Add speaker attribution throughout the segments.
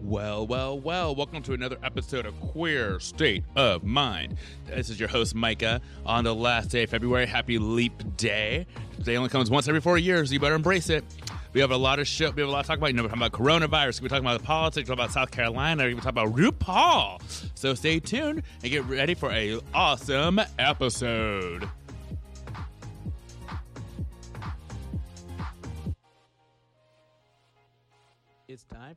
Speaker 1: Well, well, well, welcome to another episode of Queer State of Mind. This is your host, Micah, on the last day of February. Happy Leap Day. Today only comes once every four years, so you better embrace it. We have a lot of shit. We have a lot to talk about. You know, we're talking about coronavirus. We're talking about the politics. We're talking about South Carolina. We're talking about RuPaul. So stay tuned and get ready for a awesome episode. It's time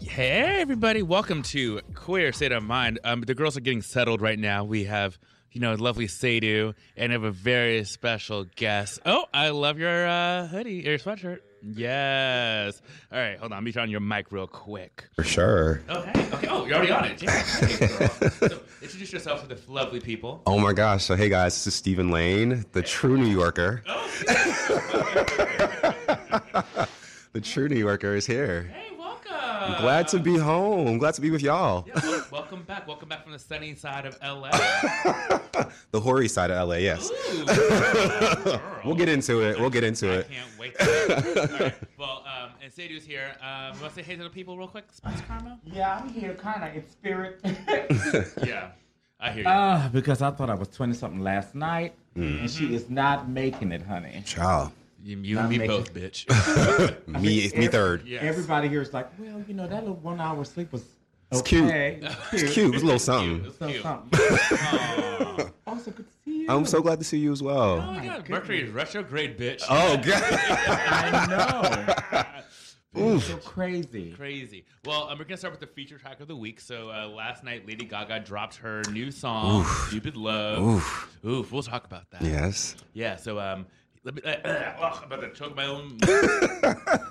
Speaker 1: Hey, everybody, welcome to Queer State of Mind. Um, the girls are getting settled right now. We have, you know, lovely Sadu and have a very special guest. Oh, I love your uh, hoodie, your sweatshirt. Yes. All right, hold on. Let me turn on your mic real quick.
Speaker 2: For sure.
Speaker 1: Oh, hey. Okay. Oh, you're already on it. Yeah. Hey, girl. So, introduce yourself to the lovely people.
Speaker 2: Oh my gosh. So, hey guys, this is Stephen Lane, the true New Yorker. the true New Yorker is here.
Speaker 1: Hey, welcome.
Speaker 2: I'm glad to be home. I'm glad to be with y'all.
Speaker 1: Yeah, wel- welcome back. Welcome back from the sunny side of LA.
Speaker 2: The hoary side of LA, yes.
Speaker 1: Ooh,
Speaker 2: We'll get into it. We'll get into
Speaker 1: I
Speaker 2: it.
Speaker 1: can't wait. All right. Well, um, and Sadu's here. Um, want to say hey to the people real quick? Spice Karma?
Speaker 3: Yeah, I'm here kind of in spirit.
Speaker 1: Yeah. I hear you.
Speaker 3: Ah, because I thought I was 20 something last night,
Speaker 2: Hmm.
Speaker 3: and she is not making it, honey.
Speaker 2: Ciao.
Speaker 1: you you and me
Speaker 3: making-
Speaker 1: both, bitch.
Speaker 2: Me, me third.
Speaker 1: Yes.
Speaker 3: Everybody here is like, well, you know, that little one hour sleep was
Speaker 2: It's cute.
Speaker 3: okay.
Speaker 2: It's cute. It was a little something.
Speaker 1: It's
Speaker 3: So
Speaker 1: cute.
Speaker 3: something.
Speaker 1: Um,
Speaker 3: Oh, so good to see you.
Speaker 2: I'm so glad to see you as
Speaker 1: Oh
Speaker 2: well.
Speaker 1: my god, Mercury is retrograde, bitch.
Speaker 2: Oh, God.
Speaker 3: I know. It's so crazy.
Speaker 1: Crazy. Well, um, we're gonna start with the feature track of the week. So uh, last night, Lady Gaga dropped her new song, "Stupid Love." Oof. We'll talk about that.
Speaker 2: Yes.
Speaker 1: Yeah. So um, let me. oh, I'm about to choke my own.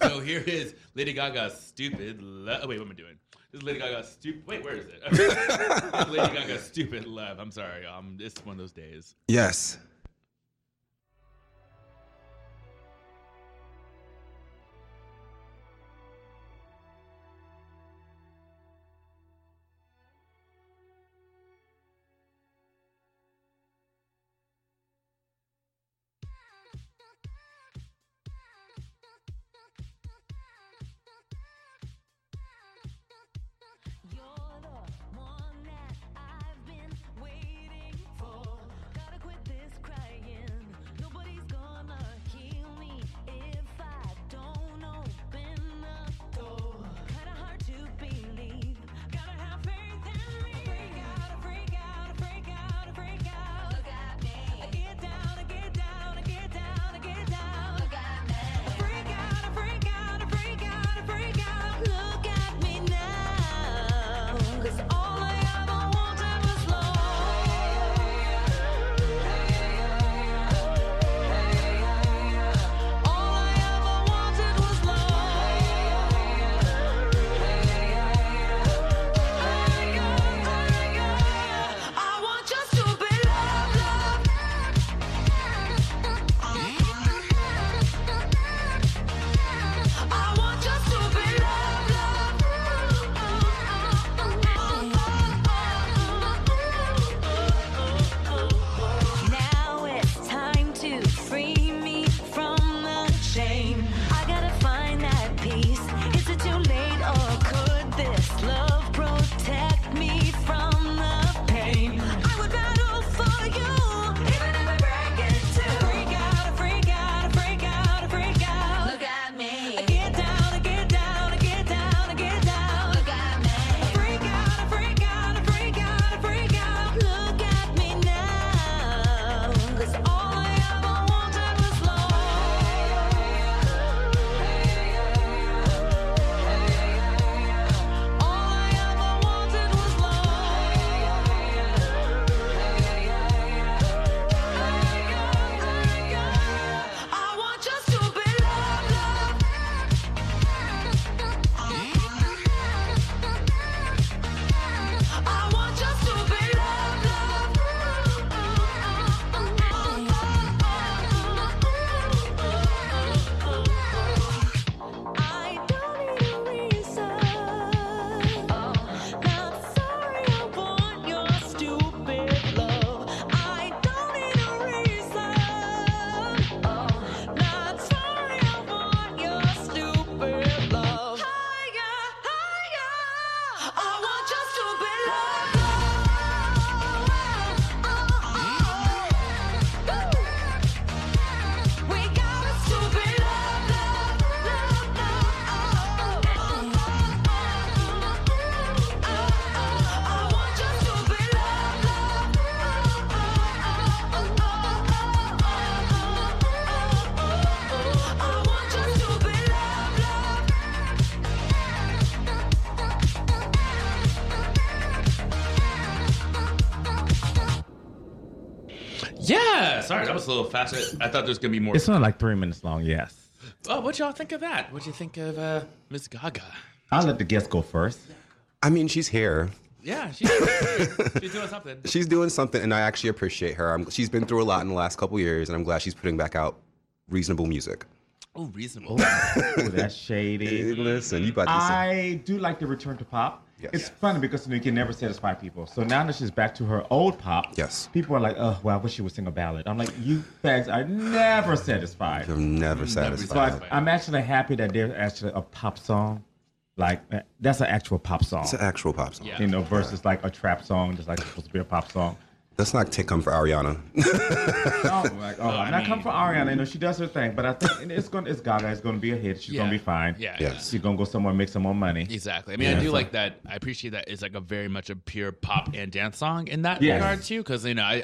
Speaker 1: so here is Lady Gaga's "Stupid Love." Oh, wait, what am I doing? This is Lady Gaga's "Stupid." Wait, where is it? This is Lady Gaga's "Stupid Love." I'm sorry. Um, it's one of those days.
Speaker 2: Yes.
Speaker 4: You're the one that I've been waiting for. Gotta quit this crap.
Speaker 1: sorry, that was a little fast. I, I thought there was gonna be more.
Speaker 3: It's not like three minutes long. Yes.
Speaker 1: Oh, what y'all think of that? What'd you think of uh, Miss Gaga?
Speaker 3: I'll let the guest go first.
Speaker 2: I mean, she's here.
Speaker 1: Yeah, she's, she's doing something.
Speaker 2: She's doing something, and I actually appreciate her. I'm, she's been through a lot in the last couple years, and I'm glad she's putting back out reasonable music.
Speaker 1: Oh, reasonable.
Speaker 3: Ooh, that's
Speaker 2: Hey,
Speaker 3: shady.
Speaker 2: Listen, you about to listen.
Speaker 3: I do like the return to pop.
Speaker 2: Yes.
Speaker 3: It's funny because you, know, you can never satisfy people. So now that she's back to her old pop,
Speaker 2: Yes.
Speaker 3: people are like, oh, well, I wish she would sing a ballad. I'm like, you fags are never satisfied.
Speaker 2: I'm never satisfied.
Speaker 3: But I'm actually happy that there's actually a pop song. Like, uh, that's an actual pop song.
Speaker 2: It's an actual pop song.
Speaker 1: Yeah.
Speaker 3: you know, versus like a trap song that's like supposed to be a pop song.
Speaker 2: Let's not take come for Ariana.
Speaker 3: No, like, oh,
Speaker 1: I
Speaker 3: and I come
Speaker 1: mean- mm.
Speaker 3: for Ariana. You know, she does her thing, but I think it's going. to It's Gaga. It's going to be a hit. She's
Speaker 1: Yeah.
Speaker 3: going to be fine.
Speaker 1: Yeah.
Speaker 2: Yes.
Speaker 3: She's going to go somewhere and make some more money.
Speaker 1: Exactly. I mean, I do like that. I appreciate that. It's like a very much a pure pop and dance song in that
Speaker 3: Yes.
Speaker 1: regard too. Because you know, I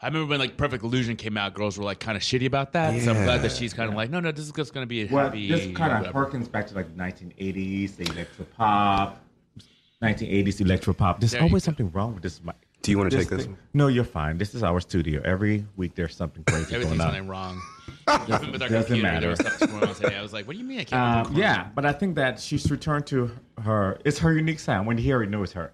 Speaker 1: I remember when like Perfect Illusion came out, girls were like kind of shitty about that. So I'm
Speaker 2: Yeah.
Speaker 1: glad that she's kind of like, no, no, this is just going to be a
Speaker 3: Well,
Speaker 1: happy.
Speaker 3: this kind of
Speaker 1: whatever.
Speaker 3: harkens back to like 1980s, the electro pop, 1980s electro pop. There's
Speaker 1: There you
Speaker 3: always
Speaker 1: go.
Speaker 3: something wrong with this mic.
Speaker 2: Do you want to take this?
Speaker 3: thing-
Speaker 2: one?
Speaker 3: No, you're fine. This is our studio. Every week there's something crazy
Speaker 1: Everything's
Speaker 3: going on.
Speaker 1: something wrong. Even with our computer,
Speaker 3: doesn't
Speaker 1: there
Speaker 3: matter.
Speaker 1: was stuff going on today. I was like, what do you mean I can't?
Speaker 3: Um, yeah, but I think that she's returned to her. It's her unique sound. When you hear it, you know it's her.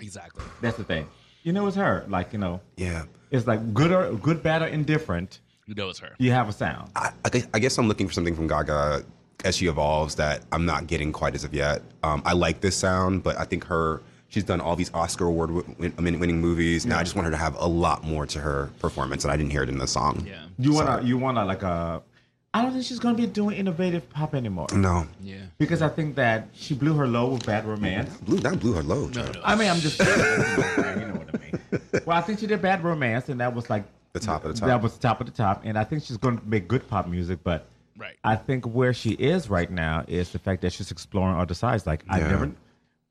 Speaker 1: Exactly.
Speaker 3: That's the thing. You know it's her. Like you know,
Speaker 2: Yeah.
Speaker 3: it's like good or good, bad or indifferent.
Speaker 1: You know it's her.
Speaker 3: You have a sound.
Speaker 2: I, I gu- I guess I'm looking for something from Gaga as she evolves that I'm not getting quite as of yet. Um, I like this sound, but I think her she's done all these Oscar award w- win, I mean, winning movies. Now I just want her to have a lot more to her performance, and I didn't hear it in the song.
Speaker 1: Yeah.
Speaker 3: You wanna, you wanna like a. I don't think she's gonna be doing innovative pop anymore
Speaker 2: No,
Speaker 1: Yeah.
Speaker 3: because I think that she blew her low with Bad Romance.
Speaker 2: blew that blew her load.
Speaker 1: No,
Speaker 2: yo.
Speaker 1: no.
Speaker 3: I mean, I'm just. you know what I mean. Well, I think she did Bad Romance, and that was like
Speaker 2: The top of the top.
Speaker 3: That was the top of the top, and I think she's gonna make good pop music, but.
Speaker 1: Right.
Speaker 3: I think where she is right now is the fact that she's exploring other sides. Like I
Speaker 2: Yeah.
Speaker 3: never,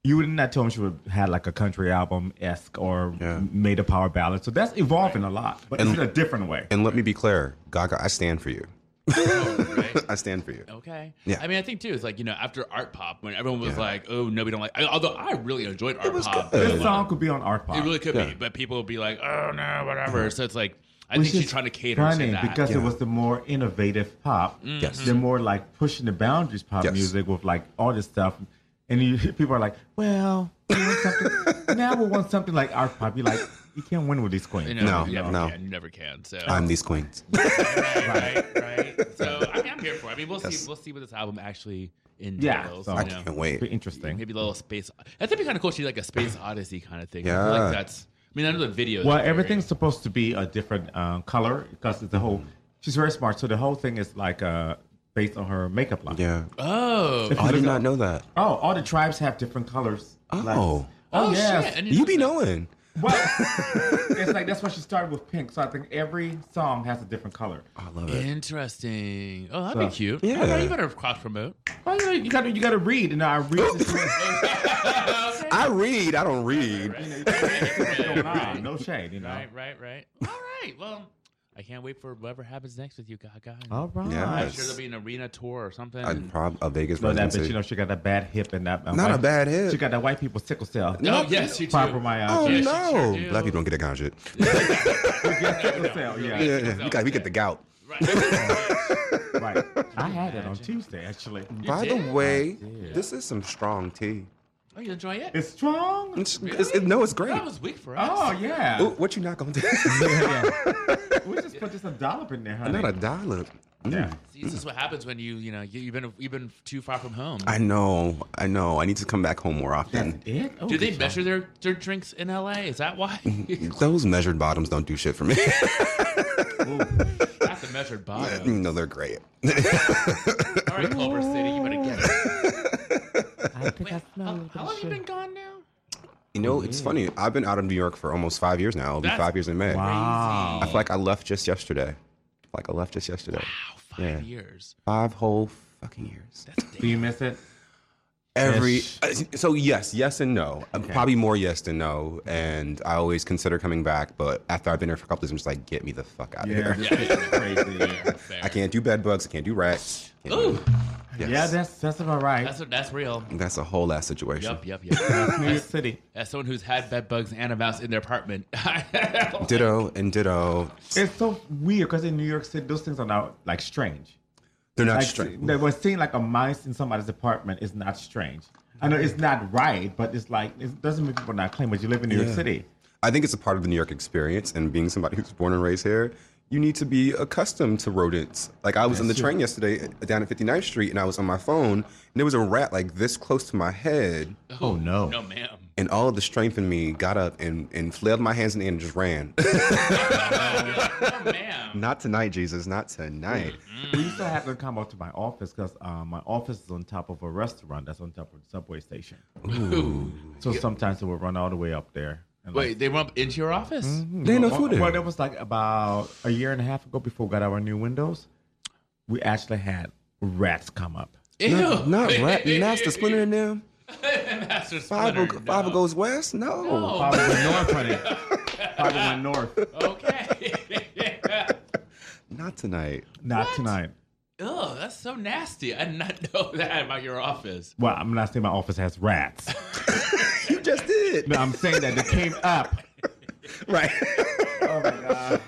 Speaker 3: you would not tell me she would had like a country album esque or
Speaker 2: Yeah.
Speaker 3: made a power ballad. So that's evolving a lot, but it's in a different way.
Speaker 2: And let me be clear, Gaga, I stand for you.
Speaker 1: Oh, right.
Speaker 2: I stand for you.
Speaker 1: Okay.
Speaker 2: Yeah.
Speaker 1: I mean, I think too. It's like you know, after art pop, when everyone was like, "Oh no, we don't like." I, although I really enjoyed art
Speaker 2: was
Speaker 1: pop.
Speaker 2: good.
Speaker 3: This song could be on art pop.
Speaker 1: It really could
Speaker 2: uh, Yeah.
Speaker 1: be, but people would be like, "Oh no, whatever." So it's like, I
Speaker 3: Which
Speaker 1: think she's
Speaker 3: is
Speaker 1: trying to cater
Speaker 3: funny
Speaker 1: to that. Mm-hmm.
Speaker 3: because
Speaker 2: Yeah.
Speaker 3: it was the more innovative pop.
Speaker 2: Yes.
Speaker 3: the more like pushing the boundaries pop
Speaker 2: Yes.
Speaker 3: music with like all this stuff, and you, people are like, "Well, we want something- now we want something like art pop." You're like, you can't win with these queens.
Speaker 1: you know,
Speaker 2: No,
Speaker 1: you never
Speaker 2: no.
Speaker 1: can. You never can. So
Speaker 2: I'm these queens.
Speaker 1: right, right, right. So I mean, I'm here for. It. I mean, we'll see. We'll see what this album actually
Speaker 3: Yeah,
Speaker 1: entails.
Speaker 3: so-
Speaker 2: I
Speaker 1: you know.
Speaker 2: can't
Speaker 3: It'd be
Speaker 2: wait.
Speaker 3: interesting.
Speaker 1: Maybe a little space. I think it'd be kind of cool. She's like a space odyssey kind of thing. I feel
Speaker 2: Yeah.
Speaker 1: like that's. I mean, I know the video.
Speaker 3: Well, everything's supposed to be a different um, color because it's the whole. She's very smart, so the whole thing is like uh, based on her makeup line.
Speaker 2: Yeah.
Speaker 1: Oh.
Speaker 2: I did not know that.
Speaker 3: Oh, all the tribes have different colors. Like-
Speaker 2: Oh.
Speaker 3: oh,
Speaker 1: Oh
Speaker 3: yes.
Speaker 1: shit. I didn't
Speaker 2: You
Speaker 1: know
Speaker 2: be
Speaker 1: that.
Speaker 2: knowing.
Speaker 3: Well, it's like that's why she started with pink. So I think every song has a different color.
Speaker 2: I love it.
Speaker 1: Interesting. Oh, that'd be
Speaker 3: So,
Speaker 1: cute.
Speaker 2: yeah.
Speaker 1: All right, you better cross promote.
Speaker 3: Oh, you, know, you gotta you gotta read, and I read. This
Speaker 2: I read. I don't read.
Speaker 3: going on. No shade, you know.
Speaker 1: Right, right, right. All right. Well, I can't wait for whatever happens next with you, Gaga.
Speaker 3: All right.
Speaker 1: I'm
Speaker 2: Yeah.
Speaker 1: sure there'll be an arena tour or something.
Speaker 2: I prob a Vegas
Speaker 3: No, that
Speaker 2: residency.
Speaker 3: bitch, you know, she got that bad hip and that. uh,
Speaker 2: Not a
Speaker 3: white-
Speaker 2: bad hip.
Speaker 3: She got that white people sickle cell.
Speaker 1: No, Oh, yes, you do.
Speaker 2: Oh
Speaker 3: Fibromyalgia.
Speaker 1: Yeah, she
Speaker 2: no!
Speaker 1: sure do.
Speaker 2: Black people don't get that kind of shit.
Speaker 3: sickle cell. Yeah.
Speaker 2: Yeah, yeah. We got we get the gout.
Speaker 1: Right.
Speaker 3: Right. I had that on Tuesday, actually.
Speaker 2: By
Speaker 1: did?
Speaker 2: the way, this is some strong tea.
Speaker 1: oh, you enjoy it?
Speaker 3: It's strong.
Speaker 2: It's, it's, it, no, it's great.
Speaker 1: That was weak for us.
Speaker 3: Oh, yeah.
Speaker 2: Ooh, what you not gonna do?
Speaker 3: We just put just a dollop in there, honey.
Speaker 2: not a dollop. Mm.
Speaker 3: yeah.
Speaker 1: See, this is what happens when you, you know, you, you've been you've been too far from home.
Speaker 2: I know, I know. I need to come back home more often.
Speaker 3: It? Oh,
Speaker 1: Do they
Speaker 3: good
Speaker 1: measure their, their drinks in LA? Is that why? That's
Speaker 2: Those measured bottoms don't do shit for me.
Speaker 1: the measured bottom.
Speaker 2: no, they're great.
Speaker 1: All right, Culver City, you better get it.
Speaker 3: job. I think I smell a
Speaker 1: How,
Speaker 3: little
Speaker 1: how
Speaker 3: bit
Speaker 1: long
Speaker 3: of
Speaker 1: you been
Speaker 3: sugar.
Speaker 1: gone now?
Speaker 2: You know, it's funny. I've been out of New York for almost five years now. It'll be
Speaker 1: That's-
Speaker 2: five years in May.
Speaker 3: Wow.
Speaker 2: I feel like I left just yesterday. I feel like I left just yesterday.
Speaker 1: Wow, five
Speaker 2: Yeah.
Speaker 1: years.
Speaker 2: Five whole fucking years.
Speaker 3: Do you miss it?
Speaker 2: every
Speaker 3: Ish.
Speaker 2: uh, so yes yes and no Uh, probably more yes than no and i always consider coming back but after i've been here for a couple days i'm just like get me the fuck out of
Speaker 3: Yeah.
Speaker 2: here
Speaker 3: This is crazy.
Speaker 2: i can't do bed bugs i can't do rats can't do-
Speaker 1: Ooh,
Speaker 2: Yes.
Speaker 3: Yeah, that's that's about right.
Speaker 1: That's that's real.
Speaker 2: That's a whole ass situation.
Speaker 1: Yep, yep, yep. That's-
Speaker 3: New York City.
Speaker 1: As someone who's had bed bugs and a mouse in their apartment,
Speaker 2: Ditto and ditto.
Speaker 3: It's so weird because in New York City, those things are not like strange.
Speaker 2: They're not
Speaker 3: Like,
Speaker 2: straight.
Speaker 3: That was seeing like a mouse in somebody's apartment is not strange. I know it's not right, but it's like it doesn't make people not claim. But you live in New
Speaker 2: Yeah.
Speaker 3: York City.
Speaker 2: I think it's a part of the New York experience, and being somebody who's born and raised here, you need to be accustomed to rodents. Like I was on the
Speaker 3: That's true.
Speaker 2: train yesterday uh, down at 59th Street, and I was on my phone, and there was a rat like this close to my head,
Speaker 3: Oh no!
Speaker 1: no, ma'am.
Speaker 2: and all of the strength in me got up and and flailed my hands in the air and just ran.
Speaker 1: No, ma'am.
Speaker 2: not tonight, Jesus, not tonight.
Speaker 3: We used to have them come up to my office because um, my office is on top of a restaurant that's on top of the subway station.
Speaker 1: Ooh.
Speaker 3: So sometimes it would run all the way up there. And like, Mm-hmm.
Speaker 1: Wait, they went up into your office?
Speaker 2: There ain't no
Speaker 3: Well,
Speaker 2: food there.
Speaker 3: Well, that was like about a year and a half ago before we got our new windows. We actually had rats come up.
Speaker 1: Ew.
Speaker 2: Not, not rat, master splinter in there.
Speaker 1: Master
Speaker 2: Five,
Speaker 1: Splinter,
Speaker 2: go- five
Speaker 1: no.
Speaker 2: goes west. No.
Speaker 1: No.
Speaker 3: Probably went north, honey. Probably went north.
Speaker 1: Okay.
Speaker 2: not tonight.
Speaker 3: Not tonight.
Speaker 1: Oh, that's so nasty. I did not know that about your office.
Speaker 3: Well, I'm not saying my office has rats.
Speaker 2: You just did.
Speaker 3: No, I'm saying that they came up.
Speaker 2: Right.
Speaker 3: Oh my god!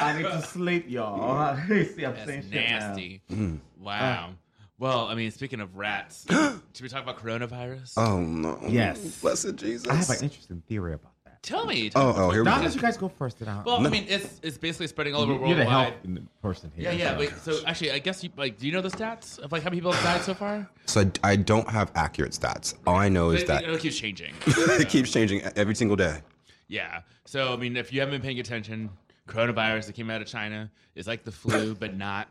Speaker 3: I need to sleep, y'all. See, I'm saying
Speaker 1: That's
Speaker 3: shit now.
Speaker 1: nasty.
Speaker 3: Mm.
Speaker 1: Wow. well, I mean, speaking of rats, should we talk about coronavirus?
Speaker 2: oh no.
Speaker 3: Yes.
Speaker 2: Blessed Jesus.
Speaker 3: I have an interesting theory about that.
Speaker 1: Tell me. Tell
Speaker 2: oh, oh, here we
Speaker 3: Now,
Speaker 2: go.
Speaker 3: let you guys go first, and I'll.
Speaker 1: Well, I mean, it's it's basically spreading all over
Speaker 3: you're the
Speaker 1: worldwide.
Speaker 3: health person
Speaker 1: Yeah,
Speaker 3: here.
Speaker 1: yeah.
Speaker 3: so-
Speaker 1: Like, so actually, I guess you like. Do you know the stats of like how many people have died so far?
Speaker 2: So I, I don't have accurate stats. All I know is
Speaker 1: It-
Speaker 2: that
Speaker 1: it, it keeps changing?
Speaker 2: it keeps changing every single day.
Speaker 1: yeah. So I mean, if you haven't been paying attention, coronavirus that came out of China is like the flu, but not.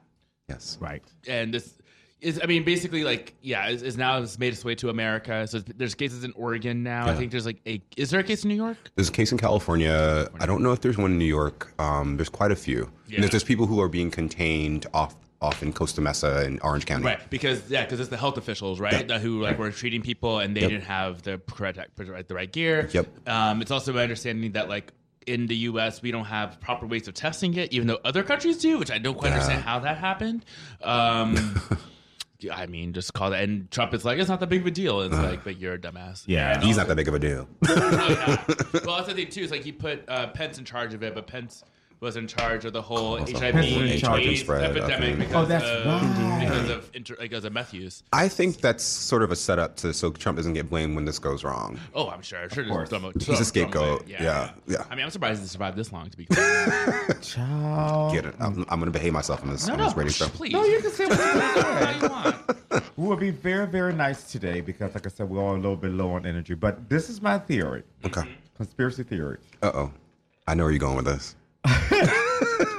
Speaker 2: Yes.
Speaker 3: Right.
Speaker 1: and this is i mean basically like yeah is, is now it's made its way to america so it's, there's cases in oregon now i
Speaker 2: Yeah.
Speaker 1: think there's like a is there a case in new york
Speaker 2: There's a case in California. I don't know if there's one in New York. Um, there's quite a few.
Speaker 1: Yeah.
Speaker 2: And there's, there's people who are being contained off off in Costa Mesa and Orange County.
Speaker 1: right because yeah because it's the health officials right that- who like were treating people and they didn't have the correct the right gear
Speaker 2: Yep.
Speaker 1: um, it's also my understanding that like in the U.S., we don't have proper ways of testing it, even though other countries do, which I don't quite understand how that happened. Um, I mean, just call that. And Trump is like, it's not that big of a deal. It's like, but you're a dumbass.
Speaker 3: Yeah.
Speaker 2: He's not that big of a deal.
Speaker 1: Oh, well, that's the thing too. Is like he put uh, Pence in charge of it, but Pence was in charge of the whole HIV
Speaker 3: Pence was in
Speaker 1: AIDS
Speaker 3: charge
Speaker 2: of spread, I
Speaker 1: epidemic
Speaker 2: think.
Speaker 1: because
Speaker 3: Oh, that's
Speaker 1: of
Speaker 3: right.
Speaker 1: because of inter- because of meth use.
Speaker 2: I think that's sort of a setup to so Trump doesn't get blamed when this goes wrong.
Speaker 1: Oh, I'm sure. I'm sure.
Speaker 3: course.
Speaker 1: There's some,
Speaker 2: He's a scapegoat. Yeah, yeah.
Speaker 1: I mean, I'm surprised he survived this long. To be clear.
Speaker 3: Child.
Speaker 2: Get it? I'm, I'm going to behave myself on this,
Speaker 1: no,
Speaker 2: on
Speaker 1: no,
Speaker 2: this radio show.
Speaker 1: please.
Speaker 3: No, you can say whatever you
Speaker 1: How
Speaker 3: want.
Speaker 1: you want.
Speaker 3: We will be very, very nice today because, like I said, we're all a little bit low on energy. But this is my theory, Mm-hmm.
Speaker 2: Okay.
Speaker 3: conspiracy theory.
Speaker 2: Uh oh. I know where you're going with this.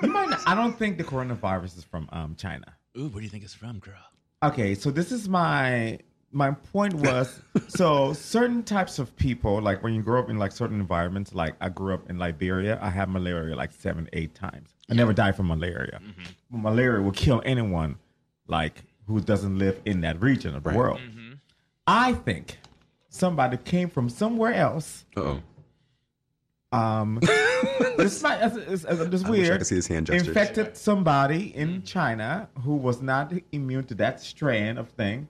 Speaker 3: You might not, I don't think the coronavirus is from um, China.
Speaker 1: Ooh, where do you think it's from, girl?
Speaker 3: Okay, so this is my my point was so certain types of people, like when you grow up in like certain environments, like I grew up in Liberia, I had malaria like seven, eight times. I never died from malaria.
Speaker 2: Mm-hmm.
Speaker 3: But malaria will kill anyone like who doesn't live in that region of the world.
Speaker 1: Mm-hmm.
Speaker 3: I think somebody came from somewhere else.
Speaker 2: Uh oh.
Speaker 3: Um, it's not. It's, it's, it's, it's
Speaker 2: wish I
Speaker 3: weird.
Speaker 2: could see his hand gestures.
Speaker 3: Infected somebody in China who was not immune to that strand of thing,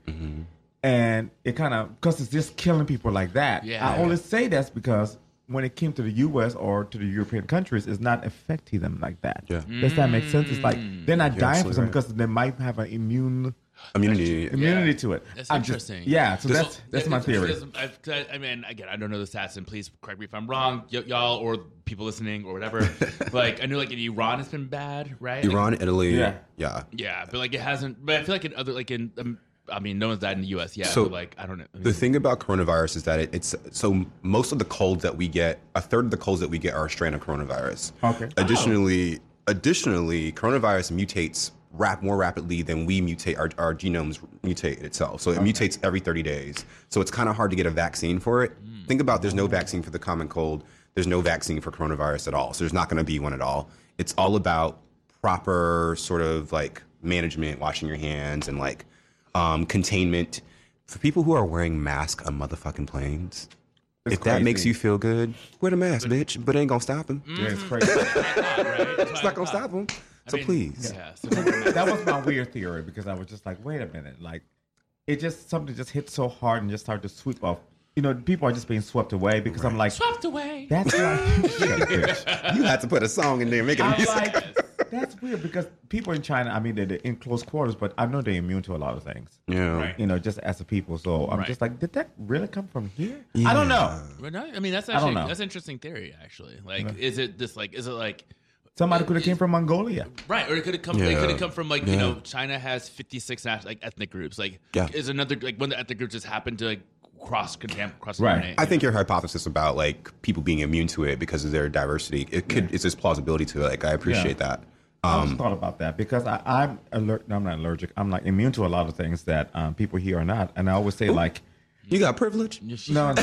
Speaker 3: and it kind of because it's just killing people like that.
Speaker 1: Yeah.
Speaker 3: I only say that's because when it came to the U.S. or to the European countries, it's not affecting them like that.
Speaker 2: Yeah.
Speaker 3: Does that make sense? It's like
Speaker 1: Mm.
Speaker 3: they're not dying for
Speaker 2: absolutely
Speaker 3: something
Speaker 2: right.
Speaker 3: because they might have an immune
Speaker 2: Immunity.
Speaker 3: immunity to it.
Speaker 1: That's
Speaker 3: I'm just-
Speaker 1: interesting.
Speaker 3: yeah. So that's that's
Speaker 1: Yeah,
Speaker 3: my
Speaker 1: it's- it's-
Speaker 3: theory.
Speaker 1: it's- I've- 'cause I, I mean, again, I don't know the stats, and please correct me if I'm wrong, y- y'all or people listening or whatever. like, I knew like in Iran it's been bad, right? Like,
Speaker 2: Iran, Italy.
Speaker 3: Yeah.
Speaker 2: Yeah.
Speaker 1: Yeah, but like it hasn't. But I feel like in other, like in, um, I mean, no one's died in the U.S. yet.
Speaker 2: So,
Speaker 1: but like, I don't know. I
Speaker 2: The
Speaker 1: mean,
Speaker 2: thing about coronavirus is that it, it's so most of the colds that we get, a third of the colds that we get are a strain of coronavirus.
Speaker 3: Okay.
Speaker 2: Additionally, additionally, coronavirus mutates rap more rapidly than we mutate our, our genomes mutate itself. So it mutates every 30 days. So it's kind of hard to get a vaccine for it.
Speaker 3: Hmm.
Speaker 2: Think about there's no vaccine for the common cold. There's no vaccine for coronavirus at all. So there's not going to be one at all. It's all about proper sort of like management, washing your hands and like um, containment. For people who are wearing masks on motherfucking planes, if that makes
Speaker 3: crazy.
Speaker 2: you feel good, wear the mask, bitch. But it ain't gonna stop him.
Speaker 3: Yeah, it's crazy.
Speaker 1: right? That's
Speaker 2: It's
Speaker 1: what
Speaker 2: not
Speaker 1: I
Speaker 2: gonna
Speaker 1: thought.
Speaker 2: stop him.
Speaker 1: I
Speaker 2: So
Speaker 1: mean,
Speaker 2: please.
Speaker 1: Yeah. so-
Speaker 3: that was my weird theory because I was just like, wait a minute, like it just something just hit so hard and just started to sweep off. You know, people are just being swept away because I'm like swept away. That's like Shut up, bitch.
Speaker 2: You had to put a song in there, make it
Speaker 3: I'm
Speaker 2: music.
Speaker 3: like that's weird because people in China, I mean, they're, they're in close quarters, but I know they're immune to a lot of things.
Speaker 2: yeah.
Speaker 1: Right.
Speaker 3: You know, just as a people. So I'm
Speaker 1: Right.
Speaker 3: just like, did that really come from here? I don't know.
Speaker 1: But no, I mean that's
Speaker 3: don't
Speaker 1: actually
Speaker 3: know.
Speaker 1: that's an interesting theory. Actually, like, is it this like is it like
Speaker 3: Somebody could have came from Mongolia.
Speaker 1: right or it could have come it
Speaker 2: Yeah.
Speaker 1: could have come from like you
Speaker 2: Yeah.
Speaker 1: know China has fifty six like ethnic groups like
Speaker 2: Yeah.
Speaker 1: is another like one of the ethnic groups just happened to like cross contam- cross
Speaker 3: Right.
Speaker 1: contaminate.
Speaker 2: I think your hypothesis about like people being immune to it because of their diversity, it could it's just plausibility to it. Like I appreciate that.
Speaker 3: I
Speaker 2: Um,
Speaker 3: just thought about that because I, I'm alert. No, I'm not allergic. I'm like immune to a lot of things that um, people here are not. And I always say like,
Speaker 2: You got privilege.
Speaker 3: no, not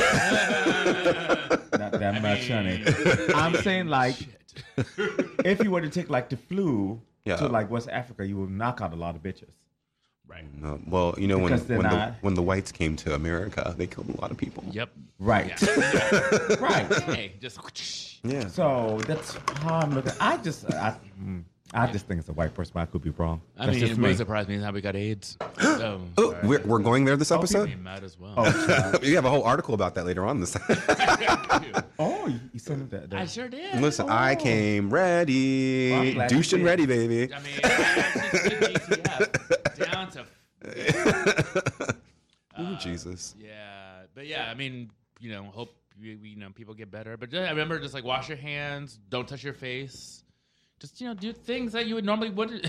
Speaker 3: that much, honey. I'm saying like, if you were to take like the flu
Speaker 2: Yeah.
Speaker 3: to like West Africa, you will knock out a lot of bitches.
Speaker 1: right.
Speaker 2: No, Uh, well, you know when
Speaker 3: Because they're
Speaker 2: when the,
Speaker 3: not-
Speaker 2: when the whites came to America, they killed a lot of people.
Speaker 1: Yep.
Speaker 3: Right. right.
Speaker 1: Hey, just
Speaker 2: Yeah.
Speaker 3: So that's how I'm looking. I just, I, mm, I just think it's a white person. but I could be wrong.
Speaker 1: I
Speaker 3: That's
Speaker 1: mean,
Speaker 3: just
Speaker 1: it
Speaker 3: me.
Speaker 1: wouldn't surprise me how we got AIDS. So,
Speaker 2: Oh, we're, we're going there this
Speaker 1: I
Speaker 2: episode.
Speaker 1: mean, might as well.
Speaker 2: we have a whole article about that later on. This
Speaker 3: oh, you, you sent that.
Speaker 1: I
Speaker 3: that.
Speaker 1: sure did. Oh.
Speaker 2: listen, I came ready,
Speaker 3: Well, I'm glad you
Speaker 2: douching
Speaker 3: did.
Speaker 2: ready, baby.
Speaker 1: I mean, I actually took GTF down to
Speaker 2: Ooh, Jesus.
Speaker 1: Uh, yeah, but yeah, I mean, you know, hope you, you know people get better. But just, I remember just like wash your hands, don't touch your face, just you know do things that you would normally would.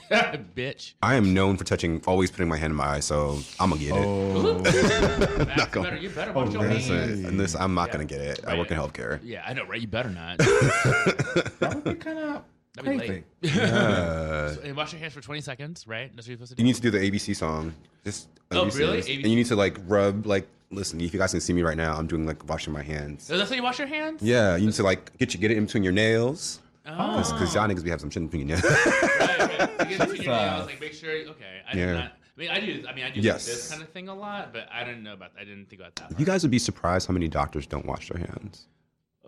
Speaker 1: Bitch,
Speaker 2: I am known for touching, always putting my hand in my eye, so I'm gonna get it.
Speaker 3: Oh.
Speaker 1: That's
Speaker 2: gonna-
Speaker 1: better. You better wash your
Speaker 3: that's
Speaker 1: hands.
Speaker 2: So, Oh, and this, I'm not
Speaker 1: Yeah.
Speaker 2: gonna get it. I work in healthcare.
Speaker 1: Yeah, I know, right? You better not. That'd
Speaker 3: That would be kind of
Speaker 1: be
Speaker 3: crazy.
Speaker 1: late. So- and wash your hands for twenty seconds, right? That's what you're supposed to do.
Speaker 2: You need to do the ABC song. Just
Speaker 1: Oh,
Speaker 2: ABC.
Speaker 1: really?
Speaker 2: And you need to like rub like. Listen, if you guys can see me right now, I'm doing like washing my hands.
Speaker 1: so that's how you wash your hands.
Speaker 2: Yeah, you need to like get you get it in between your nails.
Speaker 1: Oh.
Speaker 2: Because y'all niggas be having some shit in between your nails.
Speaker 1: right, right. You get between your
Speaker 3: Jesus.
Speaker 1: nails, like make sure. Okay, I
Speaker 2: Yeah.
Speaker 1: did not. I mean, I do. I mean, I do
Speaker 2: Yes.
Speaker 1: this kind of thing a lot, but I didn't know about. I didn't think about that.
Speaker 2: you
Speaker 1: part.
Speaker 2: guys would be surprised how many doctors don't wash their hands.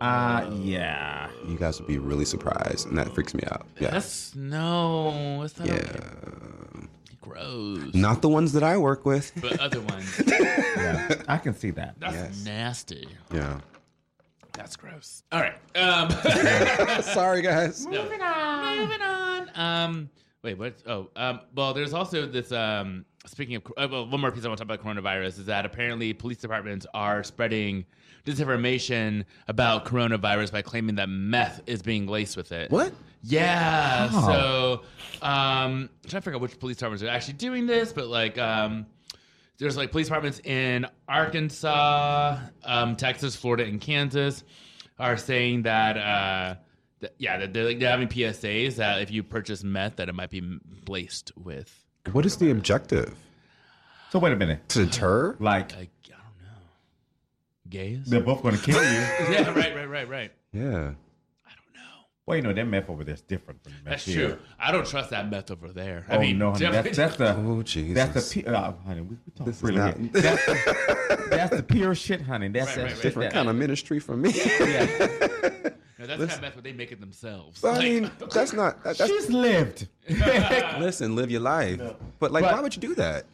Speaker 3: Uh, yeah.
Speaker 2: You guys would be really surprised, and that freaks me out. Yeah.
Speaker 1: That's no. That's not okay.
Speaker 2: yeah.
Speaker 1: gross.
Speaker 2: Not the ones that I work with.
Speaker 1: But other ones,
Speaker 3: yeah. I can see that.
Speaker 1: that's
Speaker 2: Yes.
Speaker 1: nasty.
Speaker 2: Yeah.
Speaker 1: That's gross. All right. Um,
Speaker 2: Sorry, guys.
Speaker 1: moving on. Moving on. Um, wait. What? Oh. Um. Well, there's also this. Um. Speaking of, uh, well, one more piece I want to talk about coronavirus is that apparently police departments are spreading disinformation about coronavirus by claiming that meth is being laced with it.
Speaker 2: What?
Speaker 1: Yeah. Uh,
Speaker 2: Oh,
Speaker 1: So, um, I'm trying to figure out which police departments are actually doing this, but like, um, there's like police departments in Arkansas, um, Texas, Florida, and Kansas are saying that, uh, that, yeah, that they're, like, they're having PSAs that if you purchase meth, that it might be m- laced with.
Speaker 2: What is the objective?
Speaker 3: So wait a minute.
Speaker 2: To deter?
Speaker 3: Like
Speaker 1: Like, I don't know. Gays?
Speaker 3: they're both going to kill you.
Speaker 1: yeah, right, right, right, right.
Speaker 2: Yeah.
Speaker 1: I don't know.
Speaker 3: Well, you know that meth over there's different from the
Speaker 1: That's
Speaker 3: meth here.
Speaker 1: true. I don't trust that meth over there.
Speaker 3: Oh
Speaker 1: I mean,
Speaker 3: no, honey,
Speaker 1: definitely-
Speaker 3: that's, that's the
Speaker 2: Oh, Jesus.
Speaker 3: that's the pe- uh, honey. We, we talk
Speaker 2: is
Speaker 3: really
Speaker 2: not-
Speaker 3: here. that's, the, that's the pure shit, honey. That's
Speaker 1: Right,
Speaker 3: that
Speaker 1: right, right.
Speaker 3: shit
Speaker 2: Different
Speaker 3: that-
Speaker 2: kind of ministry for me.
Speaker 3: Yeah.
Speaker 1: no, that's not meth, but they make it themselves.
Speaker 2: I
Speaker 1: Like-
Speaker 2: mean, that's not. That, that's
Speaker 3: She's lived.
Speaker 2: listen. Live your life. But like,
Speaker 3: But-
Speaker 2: why would you do that?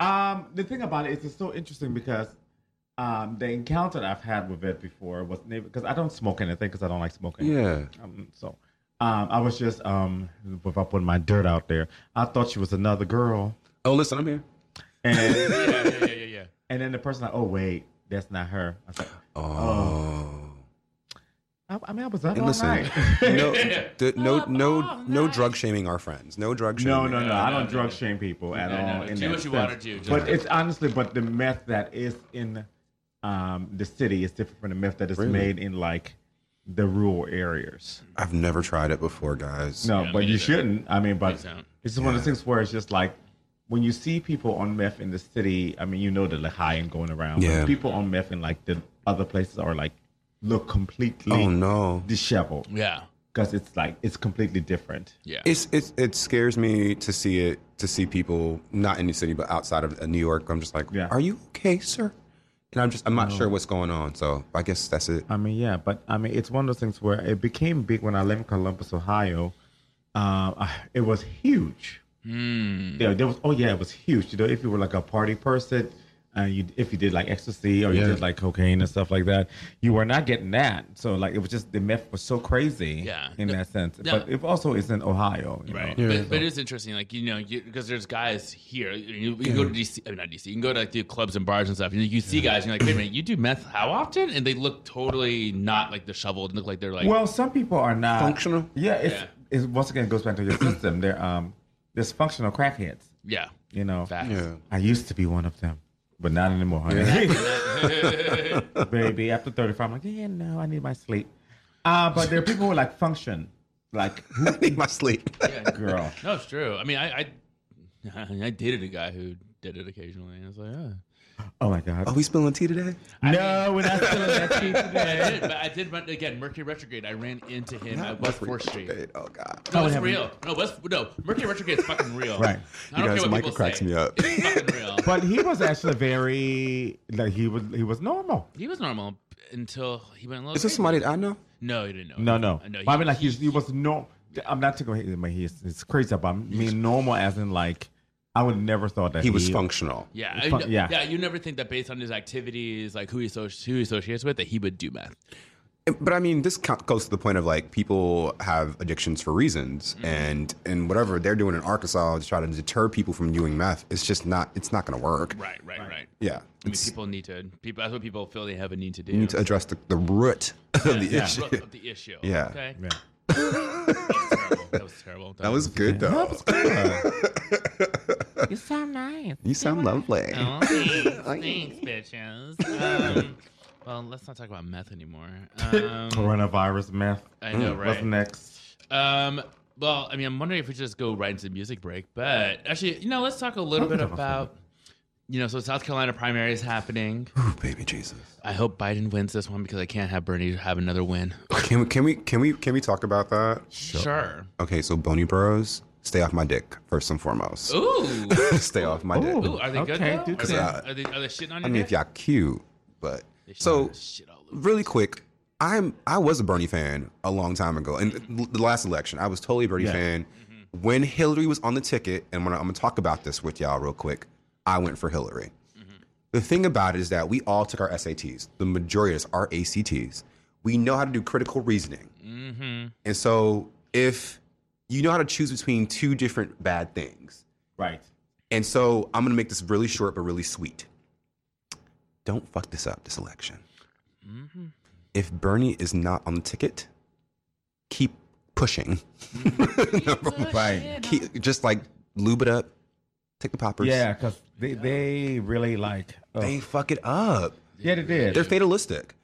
Speaker 3: Um, the thing about it is it's so interesting because um, the encounter I've had with it before was because I don't smoke anything because I don't like smoking.
Speaker 2: Yeah.
Speaker 3: Um, so um, I was just um, without putting my dirt out there, I thought she was another girl,
Speaker 2: Oh, listen, I'm here.
Speaker 3: and
Speaker 1: yeah, yeah, yeah, yeah, yeah.
Speaker 3: and then the person like, oh wait, that's not her. I was like,
Speaker 2: Oh.
Speaker 3: I, I mean, I was up
Speaker 2: And
Speaker 3: all
Speaker 2: listen,
Speaker 3: night.
Speaker 2: no, d- no, no, no drug shaming our friends. No drug shaming.
Speaker 3: No, no, no. I
Speaker 1: no,
Speaker 3: don't
Speaker 1: no,
Speaker 3: drug
Speaker 1: no.
Speaker 3: shame people at
Speaker 1: No, no,
Speaker 3: all.
Speaker 1: no.
Speaker 3: in
Speaker 1: Do
Speaker 3: that
Speaker 1: what you wanna
Speaker 3: sense.
Speaker 1: do, just
Speaker 3: But
Speaker 1: don't.
Speaker 3: it's honestly, but the meth that is in um, the city is different from the meth that is made in like the rural areas.
Speaker 2: I've never tried it before, guys.
Speaker 3: No,
Speaker 1: Yeah,
Speaker 3: but
Speaker 1: me
Speaker 3: you
Speaker 1: neither.
Speaker 3: shouldn't. I mean, but
Speaker 1: don't.
Speaker 3: it's just one of those things where it's just like when you see people on meth in the city. I mean, you know the Lehian going around. but
Speaker 2: Yeah.
Speaker 3: people on meth in like the other places are like look completely
Speaker 2: Oh
Speaker 1: Hmm.
Speaker 2: no.
Speaker 3: disheveled
Speaker 1: Yeah.
Speaker 3: because it's like it's completely different.
Speaker 1: Yeah.
Speaker 2: It's it's it scares me to see it to see people not in the city but outside of uh, New York. I'm just like,
Speaker 3: Yeah.
Speaker 2: are you okay, sir? And I'm just I'm not sure what's going on. So I guess that's it.
Speaker 3: I mean, yeah, but I mean, it's one of those things Uh, where it became big when I lived in Columbus, Ohio. Um, I- it was huge,
Speaker 1: Mm. Mm-hmm.
Speaker 3: Yeah, there was. Oh yeah, it was huge. You know, if you were like a party person, and you if you did like ecstasy or you did like cocaine and stuff like that, you were not getting that. So like it was just the myth was so crazy.
Speaker 1: Yeah.
Speaker 3: in
Speaker 1: No-
Speaker 3: that sense.
Speaker 1: no.
Speaker 3: But it also is in Ohio. you
Speaker 1: Right,
Speaker 3: know.
Speaker 1: but, but it is interesting, like you know, because there's guys here. You, you go to DC, I mean, not DC. You can go to like the clubs and bars and stuff. You, you see guys, and you're like, wait a minute, you do meth how often? And they look totally not like disheveled. Look like they're like,
Speaker 3: Well, some people are not
Speaker 2: Functional?
Speaker 3: Yeah, it's,
Speaker 1: Yeah.
Speaker 3: it's once again it goes back to your system. They're um dysfunctional crackheads.
Speaker 1: yeah,
Speaker 3: You know,
Speaker 1: facts.
Speaker 2: Yeah.
Speaker 3: I used to be one of them, but not anymore, honey. Baby, after 35, I'm like, yeah, no, I need my sleep. Uh, but there are people who like function, like,
Speaker 2: I need my sleep.
Speaker 3: girl.
Speaker 1: No, it's true. I mean, I, I, I dated a guy who did it occasionally, and I was like, oh.
Speaker 3: Oh my God.
Speaker 2: Are we spilling tea today?
Speaker 3: no, we're not feeling that cheap
Speaker 1: I
Speaker 3: today.
Speaker 1: did, but I did run again. Mercury retrograde. I ran into him at West
Speaker 2: Mercury
Speaker 1: Fourth Street.
Speaker 2: retrograde. Oh God.
Speaker 1: No, it's
Speaker 3: have
Speaker 1: real. No, West, no, Mercury retrograde is fucking real.
Speaker 3: Right.
Speaker 1: I don't
Speaker 2: You guys,
Speaker 1: care what
Speaker 2: Michael
Speaker 1: people
Speaker 2: cracks
Speaker 1: say.
Speaker 2: me up.
Speaker 1: It's fucking real.
Speaker 3: But he was actually very, like, he was he was normal.
Speaker 1: He was normal until he went a little.
Speaker 2: Is this
Speaker 1: crazy.
Speaker 2: somebody that I know?
Speaker 1: No, he didn't know.
Speaker 3: No, no.
Speaker 1: no
Speaker 3: But I mean, like, he, he was normal. I'm not taking away, he's, he's crazy, but I mean, normal as in, like, I would never thought that
Speaker 2: He was functional.
Speaker 1: yeah,
Speaker 3: It's
Speaker 1: I-
Speaker 3: fun-
Speaker 1: yeah,
Speaker 3: yeah.
Speaker 1: You never think that based on his activities, like who he associ- who he associates with, that he would do meth.
Speaker 2: But I mean, this co- goes to the point of like people have addictions for reasons,
Speaker 1: Mm-hmm.
Speaker 2: and and whatever they're doing in Arkansas to try to deter people from doing meth, it's just not it's not going to work.
Speaker 1: Right, right, right.
Speaker 2: Yeah,
Speaker 1: I mean,
Speaker 2: it's,
Speaker 1: people need to. People. That's what people feel they have a need to do.
Speaker 2: you need to address the, the root of the
Speaker 1: yeah.
Speaker 2: issue.
Speaker 1: Look up the issue.
Speaker 2: Yeah.
Speaker 1: Okay.
Speaker 3: Yeah.
Speaker 1: That was terrible. That was terrible.
Speaker 2: That was good though.
Speaker 3: You sound nice.
Speaker 2: You sound lovely.
Speaker 1: Oh, thanks, thanks, bitches. Um, well, let's not talk about meth anymore. Um,
Speaker 3: Coronavirus meth.
Speaker 1: I
Speaker 2: Hmm,
Speaker 1: know, right?
Speaker 3: What's next?
Speaker 1: Um, well, I mean, I'm wondering if we should just go right into the music break, but actually, you know, let's talk a little bit about, you know, so South Carolina primary is happening.
Speaker 2: Ooh, baby Jesus.
Speaker 1: I hope Biden wins this one because I can't have Bernie have another win.
Speaker 2: Can we can we can we can we talk about that?
Speaker 1: Sure.
Speaker 2: Okay, so Boney Burrows, stay off my dick first and foremost.
Speaker 1: Ooh.
Speaker 2: stay off my dick. uh,
Speaker 1: Ooh, are they good?
Speaker 3: Okay,
Speaker 1: though?
Speaker 3: do
Speaker 1: Are they,
Speaker 2: that.
Speaker 1: are, they, are they shitting on your
Speaker 2: I mean,
Speaker 1: dick?
Speaker 2: if y'all cute, but
Speaker 1: They shit
Speaker 2: so
Speaker 1: shit all over.
Speaker 2: really quick, I'm I was a Bernie fan a long time ago, and
Speaker 1: Mm-hmm.
Speaker 2: the last election, I was totally a Bernie
Speaker 3: Yeah.
Speaker 2: fan. When Hillary was on the ticket, and when I, am gonna talk about this with y'all real quick, I went for Hillary.
Speaker 1: Mm-hmm.
Speaker 2: The thing about it is that we all took our SATs. The majority of us are ACTs. We know how to do critical reasoning,
Speaker 1: Mm-hmm.
Speaker 2: and so if you know how to choose between two different bad things,
Speaker 3: Right.
Speaker 2: and so I'm going to make this really short but really sweet. Don't fuck this up, this election. If Bernie is not on the ticket, keep pushing. Number one.
Speaker 3: Right.
Speaker 2: Keep- just like lube it up, take the poppers.
Speaker 3: Yeah, because they, they really like. oh.
Speaker 2: They fuck it up.
Speaker 3: yeah, they did.
Speaker 2: They're fatalistic.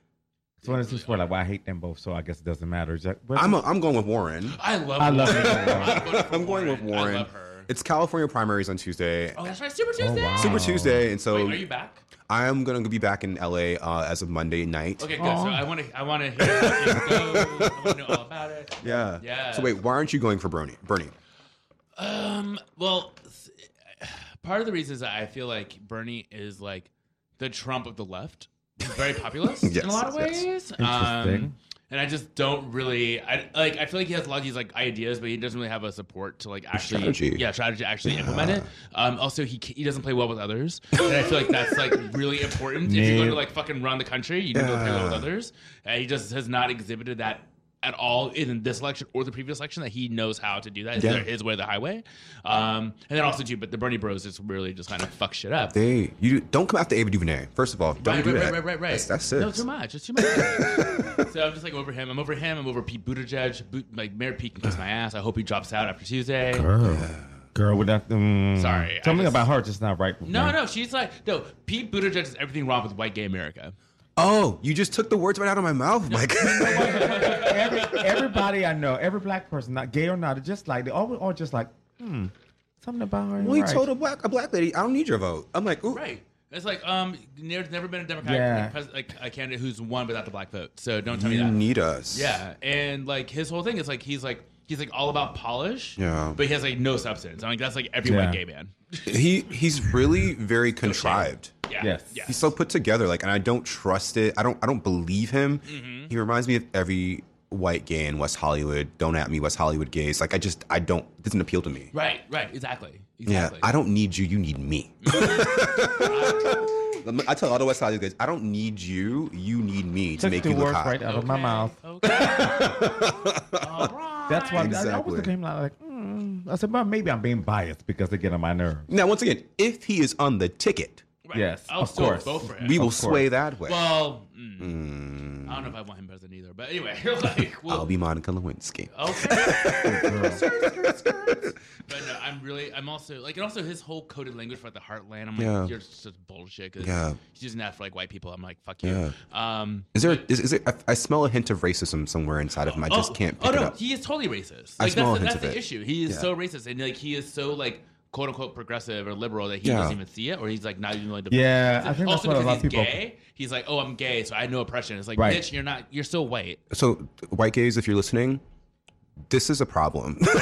Speaker 3: it's one of those things where like, well, I hate them both, so I guess it doesn't matter. It's like, well,
Speaker 2: I'm, a, I'm going with Warren.
Speaker 1: I love.
Speaker 3: I love
Speaker 1: Warren.
Speaker 3: Hillary.
Speaker 1: I'm voting for
Speaker 2: I'm going with Warren.
Speaker 1: I love her.
Speaker 2: It's California primaries on Tuesday.
Speaker 1: Oh, that's right, Super Tuesday.
Speaker 3: wow.
Speaker 2: Super Tuesday. And so
Speaker 1: Wait, are you back?
Speaker 2: I am going to be back in LA uh, as of Monday night.
Speaker 1: Okay, good. So I want to. I want to hear how it goes. I want to know all about it.
Speaker 2: Yeah.
Speaker 1: Yeah.
Speaker 2: So wait, why aren't you going for Bernie? Bernie.
Speaker 1: Um. Well, s- part of the reason is that I feel like Bernie is like the Trump of the left. He's very populist in a
Speaker 2: Yes,
Speaker 1: lot of
Speaker 2: yes,
Speaker 1: ways.
Speaker 2: yes.
Speaker 1: Um,
Speaker 3: Interesting.
Speaker 1: and I just don't really. I like. I feel like he has a lot of these like ideas, but he doesn't really have a support to like actually.
Speaker 2: strategy.
Speaker 1: Yeah, strategy to actually implement it. Um. Also, he ca- he doesn't play well with others, and I feel like that's like really important. If you're going to like fucking run the country, you need to play well with
Speaker 2: Yeah.
Speaker 1: others. And uh, he just has not exhibited that. At all in this election or the previous election, that he knows how to do that. It's
Speaker 2: Yeah.
Speaker 1: either his way or the highway. Um, and then also too, but the Bernie Bros just really just kind of fuck shit up.
Speaker 2: They you don't come after Ava DuVernay. First of all, don't
Speaker 1: Right,
Speaker 2: do
Speaker 1: right,
Speaker 2: that.
Speaker 1: right, right, right, right.
Speaker 2: That's, that's it.
Speaker 1: No, too much. It's too much. so I'm just like over him. I'm over him. I'm over Pete Buttigieg. Boot, like Mayor Pete can kiss my ass. I hope he drops out after Tuesday.
Speaker 3: girl, girl, with that. mm,
Speaker 1: Sorry,
Speaker 3: Tell
Speaker 1: I
Speaker 3: me
Speaker 1: just-
Speaker 3: about her, just not right. with
Speaker 1: No,
Speaker 3: me.
Speaker 1: no, she's like no. Pete Buttigieg is everything wrong with white gay America.
Speaker 2: Oh, you just took the words right out of my mouth, Mike.
Speaker 3: Every, everybody I know, every black person, not gay or not, it's just like they all, all just like, hmm, something about her. ain't
Speaker 2: well, you
Speaker 3: right.
Speaker 2: told a black a black lady, I don't need your vote. I'm like, ooh,
Speaker 1: Right. It's like um, there's never been a Democratic
Speaker 3: Yeah.
Speaker 1: pres- like a candidate who's won without the black vote. So don't tell me
Speaker 2: you
Speaker 1: that.
Speaker 2: need us.
Speaker 1: Yeah, and like his whole thing is like he's like he's like all about polish.
Speaker 2: Yeah.
Speaker 1: but he has like no substance. I'm like that's like every
Speaker 3: Yeah.
Speaker 1: white gay man.
Speaker 2: He he's really very contrived.
Speaker 1: Yeah.
Speaker 3: Yes.
Speaker 1: Yeah. Mm-hmm.
Speaker 2: He's so put together, like, and I don't trust it. I don't I don't believe him. He reminds me of every white gay in West Hollywood. Don't at me, West Hollywood gays. Like I just I don't. It doesn't appeal to me.
Speaker 1: Right, right, exactly.
Speaker 2: Yeah,
Speaker 1: exactly.
Speaker 2: I don't need you. You need me. I tell all the West Hollywood guys, I don't need you. You need me to
Speaker 3: Took
Speaker 2: make
Speaker 3: the
Speaker 2: you look
Speaker 3: words
Speaker 2: hot.
Speaker 3: right out of my
Speaker 1: Okay,
Speaker 3: mouth.
Speaker 1: Okay. All right.
Speaker 3: That's why I- I,
Speaker 2: Exactly.
Speaker 3: was looking at him like, mm. I said, well, maybe I'm being biased because they get on my nerve.
Speaker 2: Now, once again, if he is on the ticket,
Speaker 1: Right.
Speaker 3: Yes,
Speaker 1: I'll
Speaker 3: of
Speaker 1: still
Speaker 3: course.
Speaker 1: vote for him.
Speaker 2: we will
Speaker 3: course.
Speaker 2: sway that way.
Speaker 1: well, mm, I don't know if I want him president either, but anyway, like, we'll,
Speaker 2: I'll be Monica Lewinsky.
Speaker 1: Okay.
Speaker 3: Girl.
Speaker 1: but no, I'm really, I'm also like, and also his whole coded language for like the heartland. I'm like,
Speaker 2: Yeah.
Speaker 1: you're just bullshit. 'cause
Speaker 2: Yeah.
Speaker 1: He's using that for like white people. I'm like, fuck you. Um,
Speaker 2: Is there? Is, is it? I, I smell a hint of racism somewhere inside of him. I just can't pick
Speaker 1: oh no,
Speaker 2: it up.
Speaker 1: he is totally racist.
Speaker 2: I
Speaker 1: Like
Speaker 2: smell
Speaker 1: that's, the,
Speaker 2: hints
Speaker 1: that's
Speaker 2: of
Speaker 1: the
Speaker 2: it.
Speaker 1: issue. He is
Speaker 2: Yeah.
Speaker 1: so racist, and like he is so like quote unquote progressive or liberal that he
Speaker 2: Yeah.
Speaker 1: doesn't even see it, or he's like not even willing to.
Speaker 3: Yeah, I think that's
Speaker 1: also
Speaker 3: what a
Speaker 1: because
Speaker 3: lot of
Speaker 1: he's
Speaker 3: people-
Speaker 1: gay, he's like, oh, I'm gay, so I know oppression. It's like,
Speaker 3: Right.
Speaker 1: bitch, you're not, you're still white.
Speaker 2: so, white gays, if you're listening, this is a problem.
Speaker 3: All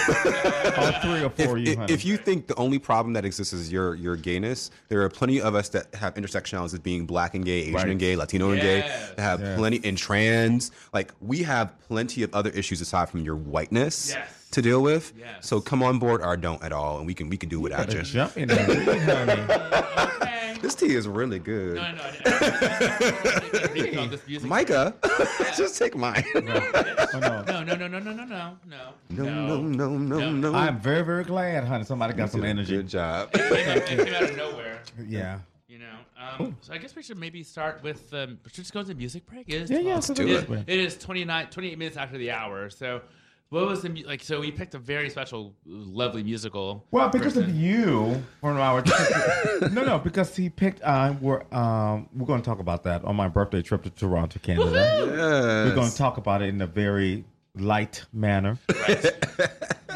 Speaker 3: three or four of you,
Speaker 2: if,
Speaker 3: honey.
Speaker 2: if you think the only problem that exists is your your gayness, there are plenty of us that have intersectionalities of being black and gay, Asian
Speaker 3: Right.
Speaker 2: and gay, Latino and gay,
Speaker 1: Yes.
Speaker 2: that have
Speaker 3: Yes.
Speaker 2: plenty and trans. Like we have plenty of other issues aside from your whiteness
Speaker 1: Yes.
Speaker 2: to deal with.
Speaker 1: Yes.
Speaker 2: So come on board or don't at all, and we can we can do without you.
Speaker 3: Jump in there, really, honey.
Speaker 1: okay.
Speaker 2: This tea is really good.
Speaker 1: No, no, no. I- I- this music-
Speaker 2: Micah, just take mine.
Speaker 3: Oh, no.
Speaker 1: No, no, no, no, no, no, no, no.
Speaker 2: No, no, no, no,
Speaker 1: No.
Speaker 2: no.
Speaker 3: I'm very, very glad, honey. Somebody got some
Speaker 2: Good-
Speaker 3: energy.
Speaker 2: Good job.
Speaker 1: It came, it came out of nowhere.
Speaker 3: Yeah.
Speaker 1: You know, um, so I guess we should maybe start with um, should we just go to music break. It is
Speaker 3: Yeah, yeah,
Speaker 1: Let's
Speaker 3: so
Speaker 1: do
Speaker 3: let's
Speaker 1: it.
Speaker 3: do it.
Speaker 1: it is 29, 28 minutes after the hour. So, what was the mu- like? So we picked a very special, lovely musical.
Speaker 3: Well, because of
Speaker 1: person.
Speaker 3: you, from our no, no, because he picked. Uh, we're um, we're going to talk about that on my birthday trip to Toronto, Canada. We're going to talk about it in a very light manner.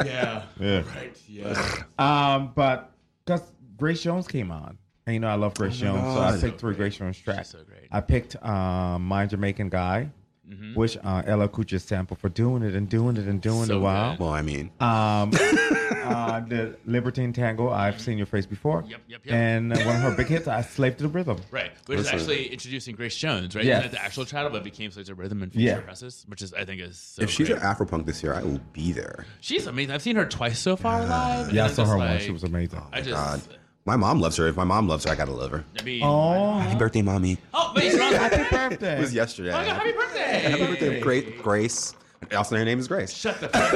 Speaker 1: yeah,
Speaker 3: Yeah.
Speaker 1: right, yeah.
Speaker 3: Um, but because Grace Jones came on, and you know I love Grace
Speaker 1: Oh
Speaker 3: Jones, so I
Speaker 2: God.
Speaker 3: picked three Grace Jones tracks.
Speaker 1: so great.
Speaker 3: I picked um, "My Jamaican Guy,"
Speaker 1: Mm-hmm.
Speaker 3: which uh, Ella Kucha sampled for doing it and doing it and doing
Speaker 1: So
Speaker 3: it. Wow.
Speaker 2: Well, I mean,
Speaker 3: Um, uh, the Libertine Tango, I've seen your face before.
Speaker 1: Yep, yep, yep.
Speaker 3: And one of her big hits, I slaved to the rhythm.
Speaker 1: Right, which is
Speaker 2: Listen.
Speaker 1: actually introducing Grace Jones, right?
Speaker 3: Yes.
Speaker 1: Isn't that the actual title, but it became such a rhythm and future
Speaker 3: Yeah.
Speaker 1: presses, which is I think is so
Speaker 2: if she's
Speaker 1: great.
Speaker 2: at Afropunk this year, I will be there.
Speaker 1: she's amazing. I've seen her twice so far live. and
Speaker 3: Yeah, I
Speaker 1: I'm
Speaker 3: saw
Speaker 1: just
Speaker 3: her once.
Speaker 1: like-
Speaker 3: She was amazing.
Speaker 1: I just,
Speaker 2: God. My mom loves her. If my mom loves her, I gotta love her.
Speaker 1: I mean,
Speaker 2: Happy
Speaker 3: Oh,
Speaker 2: birthday, mommy.
Speaker 1: oh, wait, she's on.
Speaker 3: happy
Speaker 1: Oh
Speaker 3: birthday.
Speaker 2: It was yesterday.
Speaker 1: my God, happy birthday! Happy
Speaker 2: birthday, great Grace. Also, her name is Grace.
Speaker 1: Shut the fuck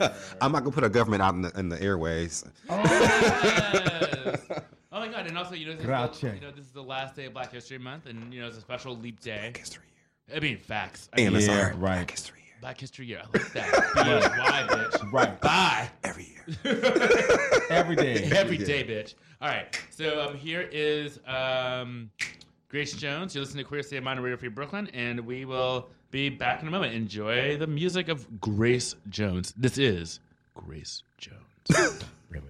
Speaker 1: up.
Speaker 2: I'm not gonna put a government out in the, in the airways.
Speaker 1: Yes. Oh my god! And also, you know, this is the,
Speaker 3: Grazie.
Speaker 1: you know, this is the last day of Black History Month, and you know, it's a special leap day.
Speaker 2: History year.
Speaker 1: I mean, facts. I
Speaker 2: And
Speaker 1: mean,
Speaker 2: it's
Speaker 3: Yeah,
Speaker 2: our
Speaker 3: right.
Speaker 2: Black History year.
Speaker 1: Black History Year. I like that. BHY, bitch.
Speaker 3: Right.
Speaker 1: Bye.
Speaker 2: Every year.
Speaker 3: Every day.
Speaker 1: Every day, bitch. All right. So um, here is um, Grace Jones. You listen to Queer State of Mind on Radio Free Brooklyn, and we will be back in a moment. Enjoy the music of Grace Jones. This is Grace Jones.
Speaker 3: Really.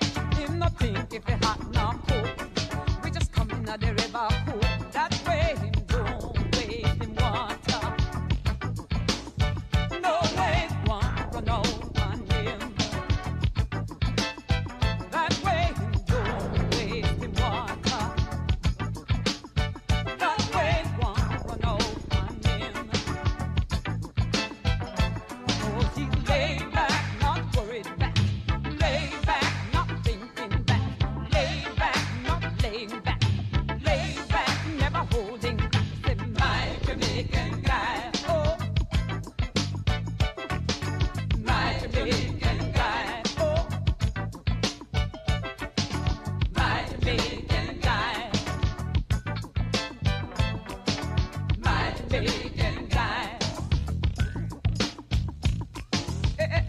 Speaker 4: if he hot now cold. We just come in at the river cool. That way him don't wave him water. No wave one run out on him. That way him don't wave him water. That way one run out on him. Oh, he lay back, not worried back. Lay back, not thinking back. Lay Eh,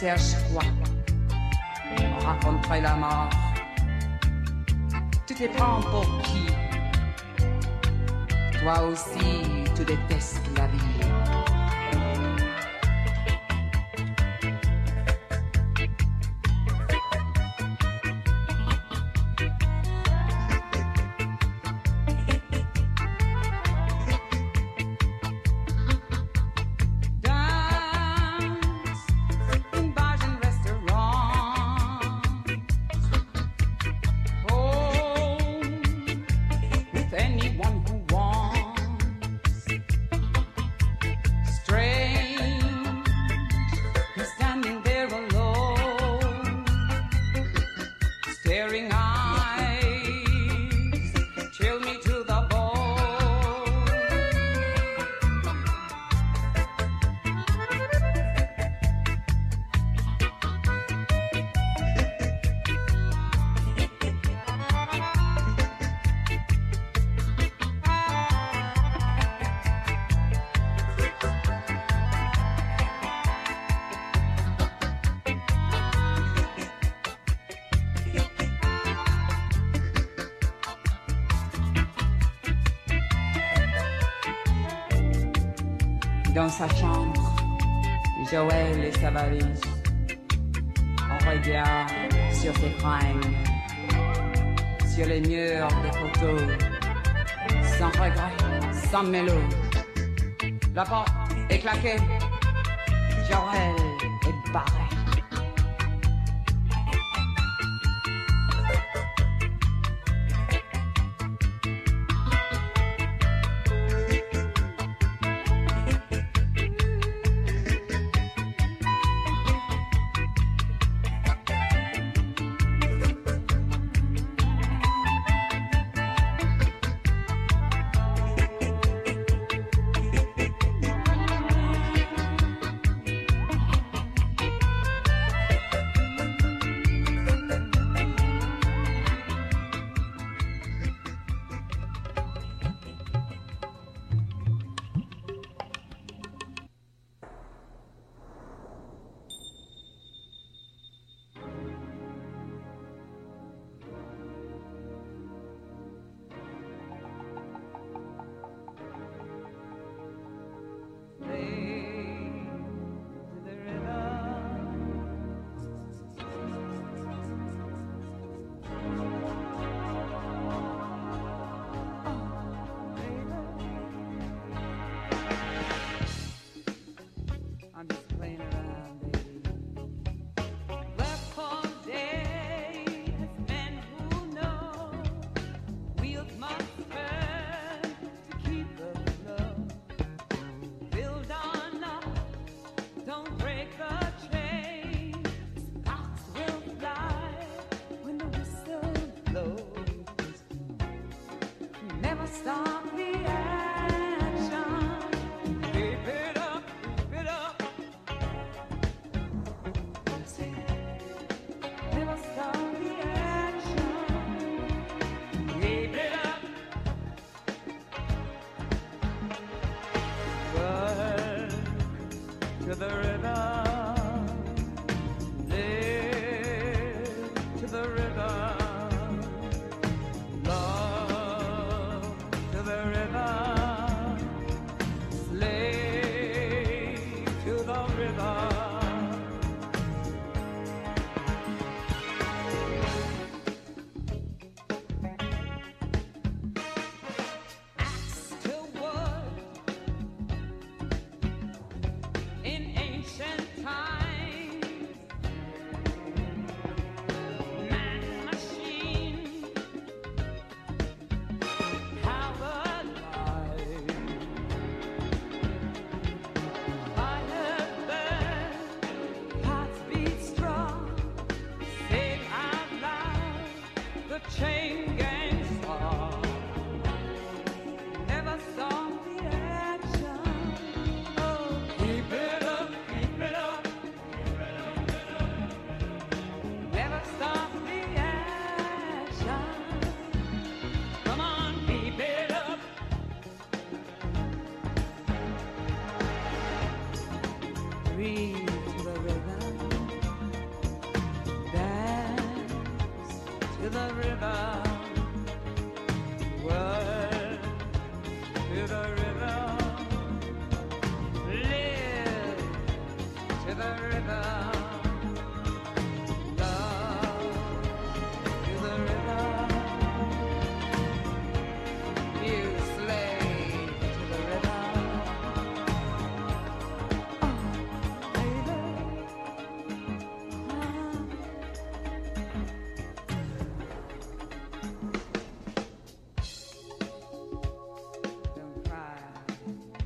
Speaker 4: cherches quoi On rencontrait la mort. Tu te prends pour qui Toi aussi, tu détestes la vie. Dance in bars and restaurants. Home Oh, with anyone who wants. Strange, he's standing there alone, staring eyes chill me to the bone. Dans sa chambre, Joël et sa valise. On regarde sur ses fringues, sur les murs des photos, sans regret, sans mélodie. La porte est claquée, Joël est barré. River. I'm just playing around, baby. Left all day, as men who know, wheels must turn to keep the flow. Build on up, don't break the chain. Sparks will fly when the whistle blows. Never stop the action. Keep it up, keep it up. Never stop the action. Keep it up. Run to the river. Live to the river. Love to Oh. to the river. Word to the river. Live to the river. Love to the river. You slave to the river. Oh, baby. Don't cry,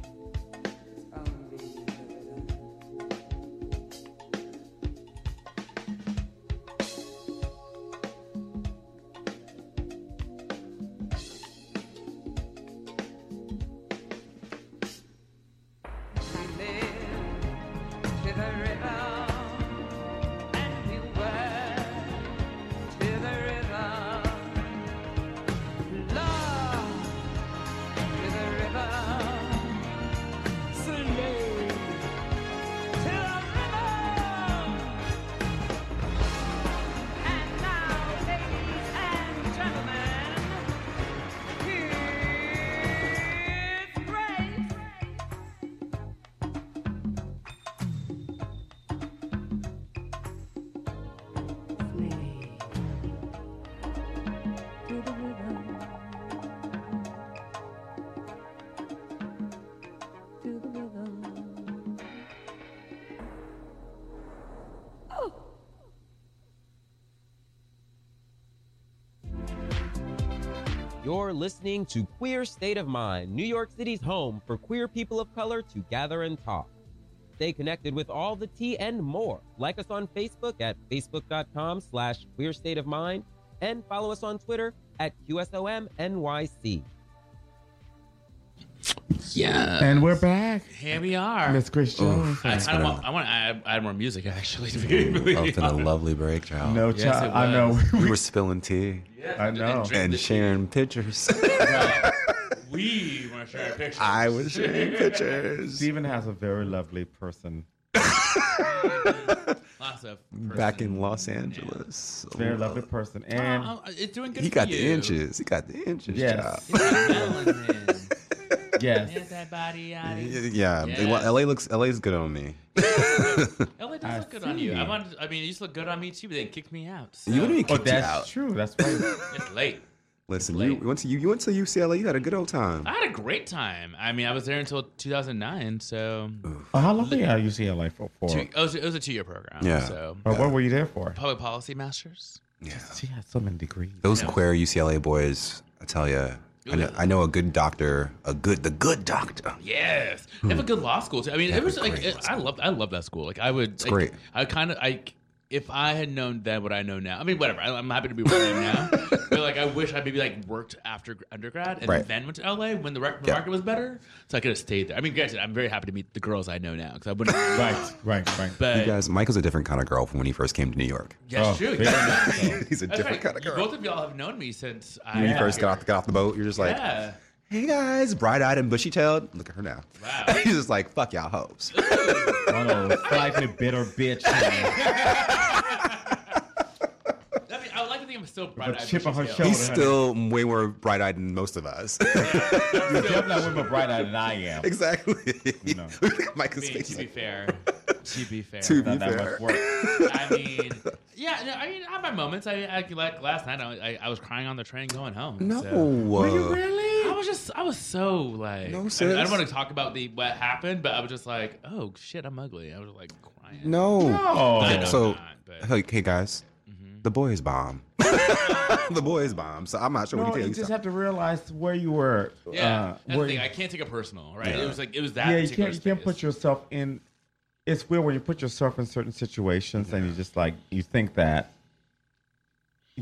Speaker 4: it's only the river. Grace.
Speaker 5: You're listening to Queer State of Mind, New York City's home for queer people of color to gather and talk. Stay connected with all the tea and more. Like us on Facebook at facebook.com slash queer state of mind and follow us on Twitter at QSOMNYC.
Speaker 1: Yeah.
Speaker 3: And we're back.
Speaker 1: Here we are.
Speaker 3: Miss Grace Jones.
Speaker 1: I, I,
Speaker 2: been
Speaker 1: want,
Speaker 2: a-
Speaker 1: I want to add, add more music, actually, to be
Speaker 2: oh, It's been a lovely break, child.
Speaker 3: No,
Speaker 1: Yes,
Speaker 3: child.
Speaker 1: it
Speaker 3: I know.
Speaker 2: We were spilling tea
Speaker 3: I know.
Speaker 2: and sharing pictures.
Speaker 1: We want to share pictures.
Speaker 2: I was sharing pictures.
Speaker 3: Steven has a very lovely person.
Speaker 1: Lots of
Speaker 2: Back in Los Angeles.
Speaker 3: Very lovely person. And
Speaker 1: Oh, oh, it's doing good.
Speaker 2: He
Speaker 1: for
Speaker 2: got
Speaker 1: you.
Speaker 2: the inches. He got the inches,
Speaker 3: Yes.
Speaker 2: child.
Speaker 1: It's got melanin.
Speaker 3: yes.
Speaker 1: Get that body out of here.
Speaker 2: Yeah,
Speaker 1: Yes.
Speaker 2: LA looks LA's good on me.
Speaker 1: LA does
Speaker 3: I
Speaker 1: look good on
Speaker 3: see.
Speaker 1: you. I wanted. I mean, it used to look good on me too, but they kicked me out. So
Speaker 2: You wouldn't be
Speaker 3: Oh,
Speaker 2: kicked
Speaker 3: that's
Speaker 2: out.
Speaker 3: true. That's right.
Speaker 1: it's late.
Speaker 2: Listen, you
Speaker 1: Late.
Speaker 2: went to you, you went to UCLA. You had a good old time.
Speaker 1: I had a great time. I mean, I was there until 2009. So
Speaker 3: Uh, How long were you at UCLA for? for?
Speaker 1: two, it, was, it was a two-year program.
Speaker 2: Yeah.
Speaker 1: So
Speaker 3: or what were you there for?
Speaker 1: public policy masters.
Speaker 2: Yeah.
Speaker 3: She has so many degrees.
Speaker 2: Those queer UCLA boys, I tell you, I know, I know a good doctor, a good the good doctor.
Speaker 1: Yes, they have a good law school too. I mean, it was
Speaker 2: a
Speaker 1: like
Speaker 2: Hmm. great law
Speaker 1: it, I love I love that school. Like I would, it's
Speaker 2: great.
Speaker 1: I kind of I if I had known then what I know now. I mean, whatever. I, I'm happy to be where I am now, but like I wish I maybe like worked after gr- undergrad and
Speaker 2: Right.
Speaker 1: then went to LA when the rec-
Speaker 2: Yeah.
Speaker 1: market was better, so I could have stayed there. I mean, granted, I'm very happy to meet the girls I know now because I wouldn't.
Speaker 3: Right, right, right.
Speaker 1: but
Speaker 2: You guys, Mike was a different kind of girl from when he first came to New York.
Speaker 1: yes,
Speaker 3: Oh,
Speaker 1: true.
Speaker 3: very much so.
Speaker 2: He's a
Speaker 1: That's
Speaker 2: different
Speaker 1: right.
Speaker 2: kind of
Speaker 1: You-
Speaker 2: girl.
Speaker 1: both of y'all have known me since I
Speaker 2: When you first got off, got off the boat, you're just like,
Speaker 1: Yeah.
Speaker 2: hey guys, bright eyed and bushy tailed. Look at her now.
Speaker 1: Wow.
Speaker 2: He's just like, fuck y'all hoes.
Speaker 3: One of those slightly bitter bitch.
Speaker 1: I mean, I would like to think I'm still bright.
Speaker 3: With a chip on her shoulder.
Speaker 2: He's still way more bright eyed than most of us.
Speaker 3: You're definitely more brighter than I am.
Speaker 2: exactly.
Speaker 3: know.
Speaker 2: Mike is
Speaker 1: To be
Speaker 2: like,
Speaker 1: fair, to be fair,
Speaker 2: to be
Speaker 3: Not that
Speaker 2: fair.
Speaker 3: much work.
Speaker 1: I mean, yeah, no, I mean, I have my moments. I, I like last night, I, I, I was crying on the train going home.
Speaker 2: No.
Speaker 1: so.
Speaker 2: Were you
Speaker 1: really? I was just, I was so like,
Speaker 2: No,
Speaker 1: I, mean,
Speaker 2: sis.
Speaker 1: I don't want to talk about the what happened, but I was just like, oh shit, I'm ugly. I was like crying. I
Speaker 2: No.
Speaker 3: No.
Speaker 1: know
Speaker 2: so,
Speaker 1: not, but- Mm-hmm.
Speaker 2: hey, hey, guys, the boy is bomb. the boy is bomb. So I'm not sure
Speaker 3: No,
Speaker 2: what he
Speaker 3: Oh, you
Speaker 2: did.
Speaker 3: just have to realize where you were.
Speaker 1: yeah,
Speaker 3: uh,
Speaker 1: that's the
Speaker 3: where
Speaker 1: thing.
Speaker 3: you-
Speaker 1: I can't take it personal, right? It was like it was that.
Speaker 3: yeah, you
Speaker 1: particular
Speaker 3: can't. You can't
Speaker 1: space.
Speaker 3: put yourself in. It's weird when you put yourself in certain situations and you just like you think that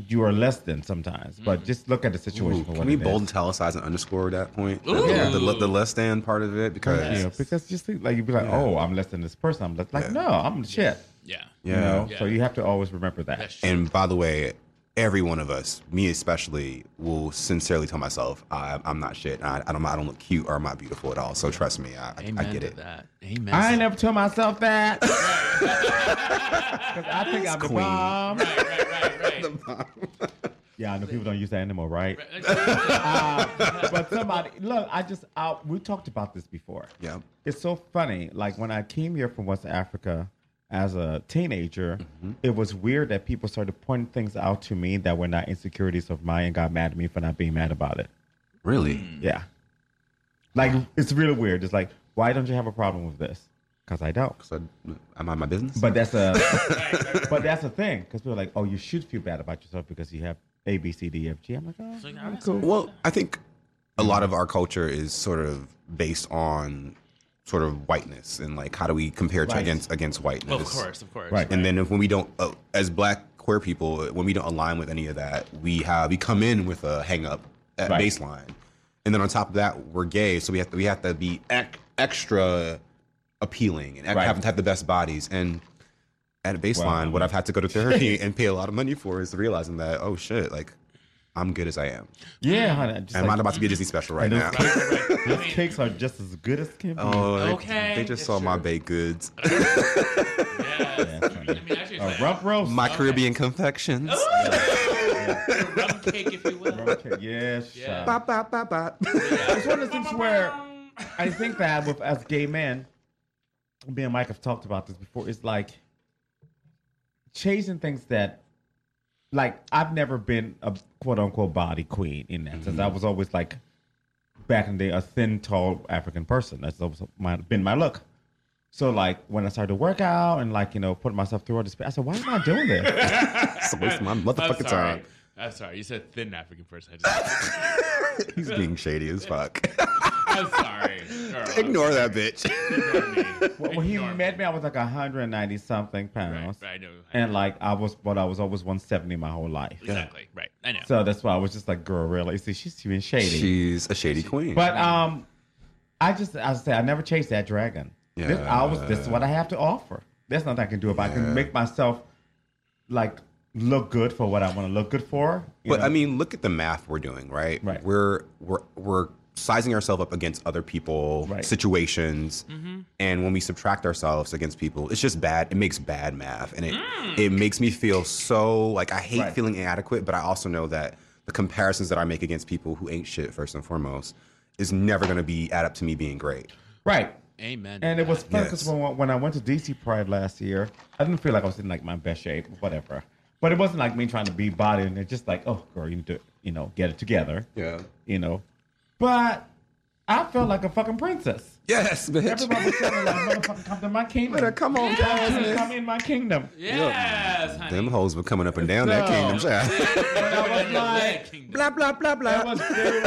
Speaker 3: you are less than sometimes, but
Speaker 1: Mm-hmm.
Speaker 3: just look at the situation.
Speaker 2: Ooh,
Speaker 3: for
Speaker 2: can
Speaker 3: what
Speaker 2: we
Speaker 3: it is.
Speaker 2: bold italicize and underscore that point? The-
Speaker 1: Ooh.
Speaker 2: The, the, the less than part of it because
Speaker 3: Thank you. Because just think, like you'd be like, oh, I'm less than this person. I'm less, like,
Speaker 2: Yeah.
Speaker 3: no, I'm the shit.
Speaker 1: Yeah,
Speaker 2: yeah.
Speaker 3: You know, so
Speaker 1: Yeah.
Speaker 3: you have to always remember that.
Speaker 1: that's true.
Speaker 2: And by the way, every one of us, me especially, will sincerely tell myself I, I'm not shit. I, I don't I don't look cute or I'm not beautiful at all. So trust me, I, I, I
Speaker 1: Amen
Speaker 2: get
Speaker 1: to
Speaker 2: it.
Speaker 1: that. Amen.
Speaker 3: I ain't never tell myself that. 'Cause I think I'm the
Speaker 2: Queen.
Speaker 3: bomb.
Speaker 1: right, right, right, right.
Speaker 3: Yeah, I know people don't use that anymore, right?
Speaker 1: Uh,
Speaker 3: but somebody, look, I just, I, we talked about this before.
Speaker 2: Yeah.
Speaker 3: It's so funny. Like when I came here from West Africa as a teenager,
Speaker 2: Mm-hmm.
Speaker 3: it was weird that people started pointing things out to me that were not insecurities of mine and got mad at me for not being mad about it.
Speaker 2: Really?
Speaker 3: Yeah. Like it's really weird. It's like, why don't you have a problem with this? Because I don't.
Speaker 2: So I'm on my business.
Speaker 3: But that's a but that's a thing because people are like, oh, you should feel bad about yourself because you have A, B, C, D, F, G. I'm like, oh, I'm cool.
Speaker 2: Well, I think a lot of our culture is sort of based on sort of whiteness and like how do we compare to
Speaker 3: Right.
Speaker 2: against against whiteness?
Speaker 1: well, of course, of course.
Speaker 3: Right.
Speaker 2: And then if, when we don't, uh, as black queer people, when we don't align with any of that, we have we come in with a hang up at
Speaker 3: Right.
Speaker 2: baseline, and then on top of that, we're gay, so we have to we have to be ec- extra appealing and ec-
Speaker 3: Right.
Speaker 2: have to have the best bodies and. At a baseline, what I've had to go to therapy and pay a lot of money for is realizing that oh shit, like I'm good as I am.
Speaker 3: Yeah, honey. Just
Speaker 2: I'm
Speaker 3: like,
Speaker 2: not about to be a Disney special right
Speaker 3: And
Speaker 2: now.
Speaker 3: those cakes-
Speaker 1: Right,
Speaker 3: those
Speaker 1: right.
Speaker 3: cakes are just as good as can be.
Speaker 2: Oh, they-
Speaker 1: Okay,
Speaker 2: they just
Speaker 1: that's
Speaker 2: saw my
Speaker 1: true.
Speaker 2: baked goods,
Speaker 1: Yes.
Speaker 3: Yeah, honey.
Speaker 1: I mean, actually,
Speaker 3: a
Speaker 1: it's like,
Speaker 3: rump roast.
Speaker 2: my Caribbean confections.
Speaker 1: a rum cake, if you will.
Speaker 3: Rump cake. Yes.
Speaker 1: Yeah.
Speaker 3: child.
Speaker 2: Bop, bop, bop, bop.
Speaker 3: It's one of the things where I think that with us gay men, me and Mike have talked about this before. It's like chasing things that, like, I've never been a quote unquote body queen in that sense.
Speaker 2: Mm-hmm.
Speaker 3: I was always like, back in the day, a thin, tall African person. That's always my, been my look. So like when I started to work out and like you know putting myself through all this, I said, why am I doing this?
Speaker 2: It's a waste of my
Speaker 1: I'm
Speaker 2: motherfucking
Speaker 1: sorry.
Speaker 2: time.
Speaker 1: I'm sorry. You said thin African person. I just,
Speaker 2: He's being shady as fuck.
Speaker 1: I'm sorry. Girl,
Speaker 2: Ignore that bitch.
Speaker 3: When when he met me, I was like 190 something
Speaker 1: Right,
Speaker 3: pounds,
Speaker 1: right, I know. I know.
Speaker 3: and like I was, but I was always 170 my whole life.
Speaker 1: Exactly. Right. I know.
Speaker 3: So that's why I was just like, girl, really? See, she's even shady.
Speaker 2: She's a shady queen.
Speaker 3: but um, I just, I say, I never chased that dragon. This, I was. This is what I have to offer. There's nothing I can do about. it. I
Speaker 2: Yeah.
Speaker 3: can make myself like look good for what I want to look good for. you
Speaker 2: But
Speaker 3: know?
Speaker 2: I mean, look at the math we're doing, right?
Speaker 3: Right.
Speaker 2: We're we're we're sizing ourselves up against other people,
Speaker 3: Right. Mm-hmm.
Speaker 2: situations, and when we subtract ourselves against people, it's just bad. It makes bad math, and it it makes me feel so like I hate
Speaker 3: Mm. Right.
Speaker 2: feeling inadequate, but I also know that the comparisons that I make against people who ain't shit first and foremost is never going to be add up to me being great.
Speaker 3: right.
Speaker 1: Amen.
Speaker 3: And it was fun
Speaker 2: Yes.
Speaker 3: because when, when I went to DC Pride last year, I didn't feel like I was in like my best shape, whatever. But it wasn't like me trying to be body, and it's just like, oh, girl, you need to, you know, get it together,
Speaker 2: Yeah.
Speaker 3: you know. But I felt like a fucking princess.
Speaker 2: Yes, bitch.
Speaker 3: Everybody was telling me, like, motherfucker, come to my kingdom.
Speaker 2: Better come on,
Speaker 3: Motherfucker,
Speaker 2: down.
Speaker 3: Come in my kingdom.
Speaker 1: Yes, honey.
Speaker 2: Them hoes were coming up and down that
Speaker 3: So-
Speaker 2: kingdom, child.
Speaker 3: I was like-
Speaker 2: blah blah blah
Speaker 3: That
Speaker 2: blah.
Speaker 3: was very,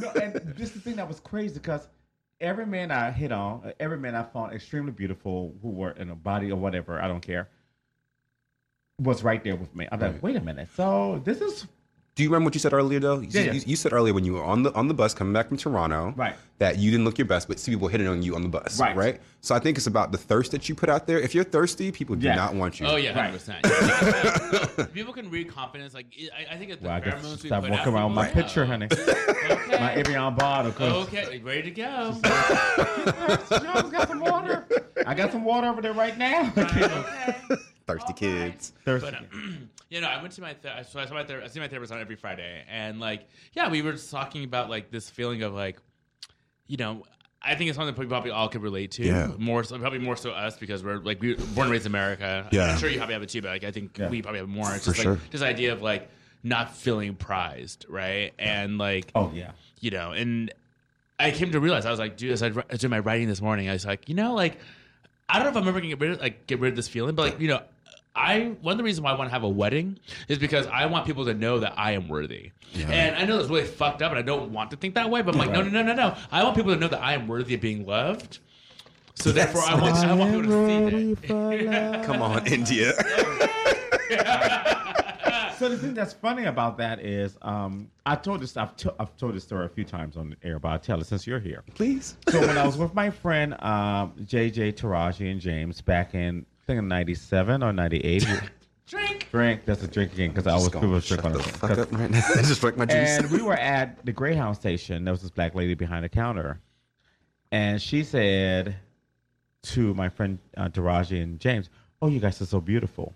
Speaker 3: no, and just the thing that was crazy because every man I hit on, every man I found extremely beautiful who were in a body or whatever, I don't care, was right there with me. I'm like, wait a minute. So this is
Speaker 2: Do you remember what you said earlier though? You,
Speaker 3: Yeah, yeah.
Speaker 2: you, you said earlier when you were on the on the bus coming back from Toronto,
Speaker 3: Right.
Speaker 2: That you didn't look your best, but see people hitting on you on the bus,
Speaker 3: Right.
Speaker 2: So I think it's about the thirst that you put out there. If you're thirsty, people do
Speaker 3: Yeah.
Speaker 2: not want you.
Speaker 1: Oh yeah,
Speaker 3: Right.
Speaker 1: hundred percent. People can read confidence. Like I, I think at the
Speaker 3: well, I guess
Speaker 1: pheromones we
Speaker 3: stop
Speaker 1: put
Speaker 3: walking
Speaker 1: out,
Speaker 3: around with my
Speaker 1: people
Speaker 3: picture,
Speaker 1: know.
Speaker 3: honey.
Speaker 1: Okay.
Speaker 3: My Evian bottle. 'cause-
Speaker 1: okay, ready to go.
Speaker 3: Jones got some water. I got some water over there right now.
Speaker 1: okay.
Speaker 2: thirsty
Speaker 1: All right.
Speaker 2: kids.
Speaker 3: Thirsty.
Speaker 1: But um, you know, I went to my th- so I saw my ther- I see my therapist on every Friday, and like, yeah, we were just talking about like this feeling of like, you know, I think it's something that probably all could relate to.
Speaker 2: Yeah.
Speaker 1: More so, probably more so us because we're like we were born and raised in America.
Speaker 2: Yeah.
Speaker 1: I'm sure you probably have it too, but like I think
Speaker 3: Yeah.
Speaker 1: we probably have more. It's
Speaker 2: For
Speaker 1: just
Speaker 2: sure.
Speaker 1: like this idea of like not feeling prized, right? And like
Speaker 3: oh yeah.
Speaker 1: you know, and I came to realize I was like, dude, as I ri- as I did my writing this morning, I was like, you know, like I don't know if I'm ever gonna get rid of like get rid of this feeling, but like you know, I one of the reasons why I want to have a wedding is because I want people to know that I am worthy, and I know that's really fucked up, and I don't want to think that way, but I'm like, no, no, no, no, no, I want people to know that I am worthy of being loved. So therefore, I want I want people to see that.
Speaker 2: Come on, India.
Speaker 3: So the thing that's funny about that is, um, I told this, I've, to, I've told this story a few times on the air, but I'll tell it since you're here.
Speaker 2: Please.
Speaker 3: so when I was with my friend um, JJ Taraji and James back in I think in '97 or '98,
Speaker 1: Drink.
Speaker 3: drink. That's a drink again because I always
Speaker 2: Just
Speaker 3: people
Speaker 2: gonna
Speaker 3: drink
Speaker 2: shut
Speaker 3: on
Speaker 2: the
Speaker 3: the
Speaker 2: fuck up right now. Just drink my juice.
Speaker 3: and we were at the Greyhound station. There was this black lady behind the counter, and she said to my friend uh, Taraji and James,
Speaker 1: Mm.
Speaker 3: "Oh, you guys are so beautiful."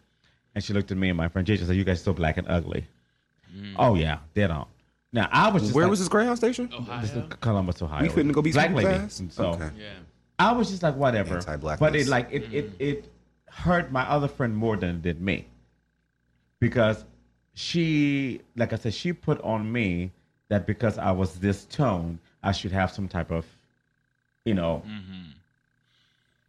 Speaker 3: And she looked at me and my friend JJ and said, "You guys are so black and ugly." Oh yeah, dead on. Now I was just
Speaker 2: Mm. Where
Speaker 3: like-
Speaker 2: was this Greyhound station?
Speaker 3: This
Speaker 1: Ohio?
Speaker 3: is Columbus, Ohio.
Speaker 2: We couldn't go be
Speaker 3: black lady.
Speaker 2: fast.
Speaker 3: So
Speaker 2: Okay.
Speaker 1: Yeah. Mm-hmm.
Speaker 3: I was just like, whatever.
Speaker 2: Anti-blackness.
Speaker 3: But it like it, it it hurt my other friend more than it did me. Because she like I said, she put on me that because I was this tone, I should have some type of, you know,
Speaker 1: Mm-hmm.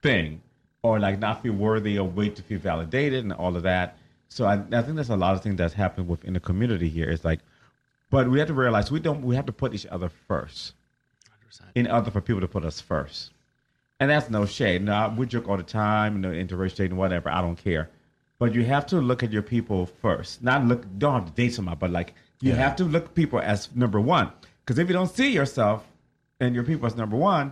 Speaker 3: thing. Or like not feel worthy or wait to feel validated and all of that. So I, I think there's a lot of things that's happening within the community here. It's like, but we have to realize we don't we have to put each other first in order for people to put us first. And that's no shade. Now we joke all the time, you know, interracial dating, whatever. I don't care. But you have to look at your people first. Not look. Don't have to date somebody, but like you have to look people as number one. Because if you don't see yourself and your people as number one,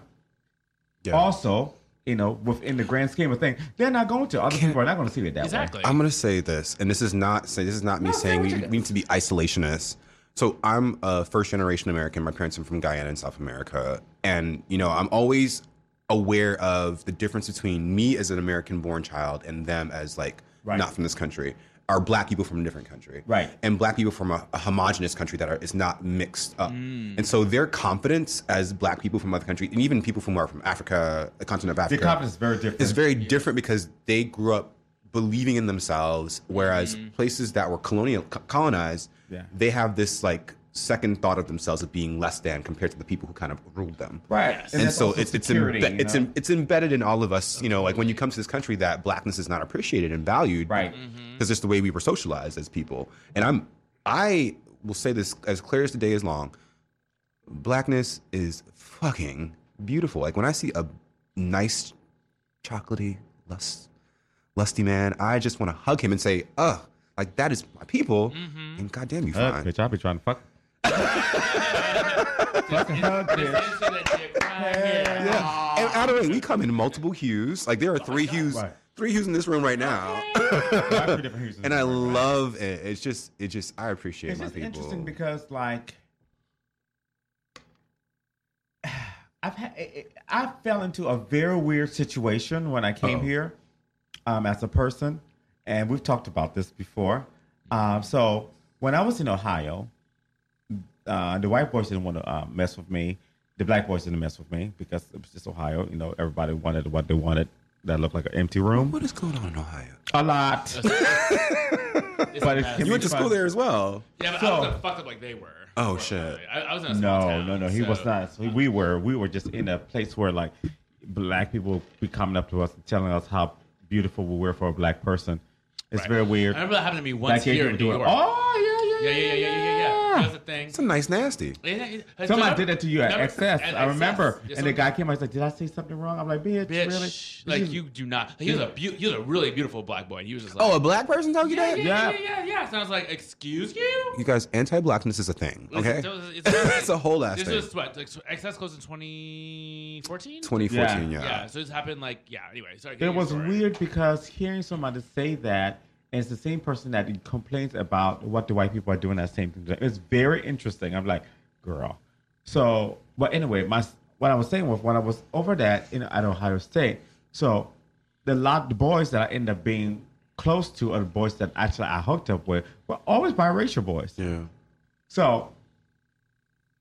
Speaker 2: Yeah.
Speaker 3: also, you know, within the grand scheme of things, they're not going to. Other people are not going to see it that
Speaker 1: Exactly.
Speaker 2: I'm gonna say this, and this is not say this is not me saying we, we need to be isolationists. So I'm a first generation American. My parents are from Guyana in South America, and you know I'm always aware of the difference between me as an American born child and them as like
Speaker 3: Right.
Speaker 2: not from this country. Are black people from a different country,
Speaker 3: Right.
Speaker 2: And black people from a, a homogenous country that are, is not mixed up,
Speaker 3: Mm.
Speaker 2: and so their confidence as black people from other countries, and even people from are from Africa, the continent of
Speaker 3: way. The
Speaker 2: Africa,
Speaker 3: confidence is very different.
Speaker 2: it's very different because they grew up believing in themselves, whereas places that were colonial co- colonized,
Speaker 3: Mm-hmm. Yeah.
Speaker 2: they have this like second thought of themselves as being less than compared to the people who kind of ruled them.
Speaker 3: right.
Speaker 2: And,
Speaker 3: that's
Speaker 2: so
Speaker 3: also
Speaker 2: it's it's
Speaker 3: security,
Speaker 2: embe-
Speaker 3: you
Speaker 2: it's
Speaker 3: know?
Speaker 2: em- it's embedded in all of us, you know. Like when you come to this country, that blackness is not appreciated and valued,
Speaker 3: Right.
Speaker 2: Because it's the way we were socialized as people. And I'm I will say this as clear as the day is long blackness is fucking beautiful. Like when I see a nice, chocolatey, lust, lusty man, I just want to hug him and say, "Ugh, like that is my people."
Speaker 3: Mm-hmm.
Speaker 2: And goddamn, you
Speaker 3: Fuck,
Speaker 2: fine.
Speaker 3: bitch, I'll be trying to fuck. fuck a hug, bitch.
Speaker 1: Oh,
Speaker 2: Yeah. And out of the way, we come in multiple hues. Like there are three hues,
Speaker 3: Right.
Speaker 2: three hues in this room right now,
Speaker 3: Three different hues.
Speaker 2: and I love it. It's just, it just, I appreciate
Speaker 3: It's
Speaker 2: my
Speaker 3: just
Speaker 2: people.
Speaker 3: interesting because, like, I've had, I fell into a very weird situation when I came
Speaker 2: Uh-oh.
Speaker 3: here um, as a person, and we've talked about this before. Um, so when I was in Ohio, uh, the white boys didn't want to uh, mess with me. The black boys didn't mess with me because it was just Ohio. You know, everybody wanted what they wanted. That looked like an empty room.
Speaker 2: what is going on in Ohio?
Speaker 3: A lot, but it can
Speaker 2: You
Speaker 3: be
Speaker 2: went to school
Speaker 3: fun.
Speaker 2: there as well.
Speaker 1: Yeah, but I
Speaker 3: So-
Speaker 1: wasn't fucked up like they were.
Speaker 2: Oh,
Speaker 1: Or-
Speaker 2: shit.
Speaker 1: I, I was in a small
Speaker 3: No,
Speaker 1: town,
Speaker 3: no, no. He was
Speaker 1: so-
Speaker 3: not. So we were. We were just in a place where like black people be coming up to us and telling us how beautiful we were for a black person. It's very
Speaker 1: I
Speaker 3: weird.
Speaker 1: remember that happened to me
Speaker 3: Black
Speaker 1: once
Speaker 3: gay
Speaker 1: here in
Speaker 3: people
Speaker 1: New
Speaker 3: doing,
Speaker 1: York.
Speaker 3: Oh yeah,
Speaker 1: Yeah,
Speaker 3: yeah,
Speaker 1: yeah, yeah, yeah, yeah, yeah. That was a thing.
Speaker 2: It's a nice nasty.
Speaker 1: Yeah, it- it's-
Speaker 3: Somebody did that to you at
Speaker 1: Remember-
Speaker 3: excess.
Speaker 1: at
Speaker 3: I remember.
Speaker 1: Excess. Yeah,
Speaker 3: and the
Speaker 1: some-
Speaker 3: guy came. I was like, "Did I say something wrong?" I'm like, "Bitch,
Speaker 1: bitch,
Speaker 3: really?
Speaker 1: like you do not. He was a beau- he was a really beautiful black boy. And he was just like,
Speaker 2: Oh, a black person told you
Speaker 1: yeah, yeah,
Speaker 2: that?
Speaker 1: yeah,
Speaker 3: Yeah.
Speaker 1: yeah, yeah, yeah. So I was like, excuse you.
Speaker 2: You guys, anti-blackness is a thing. Okay,
Speaker 1: It's, it's,
Speaker 2: It's a whole ass
Speaker 1: This
Speaker 2: thing.
Speaker 1: was what like, so excess closed in 2014.
Speaker 2: 2014. Yeah.
Speaker 1: Yeah. so this happened like yeah. Anyway, sorry.
Speaker 3: It
Speaker 1: continue your
Speaker 3: was
Speaker 1: story.
Speaker 3: weird because hearing somebody say that, and it's the same person that complains about what the white people are doing that same thing. It's very interesting. I'm like, girl. So, but anyway, my what I was saying was when I was over that in at Ohio State. So, the lot the boys that I end up being close to are the boys that actually I hooked up with were always biracial boys.
Speaker 2: Yeah.
Speaker 3: So,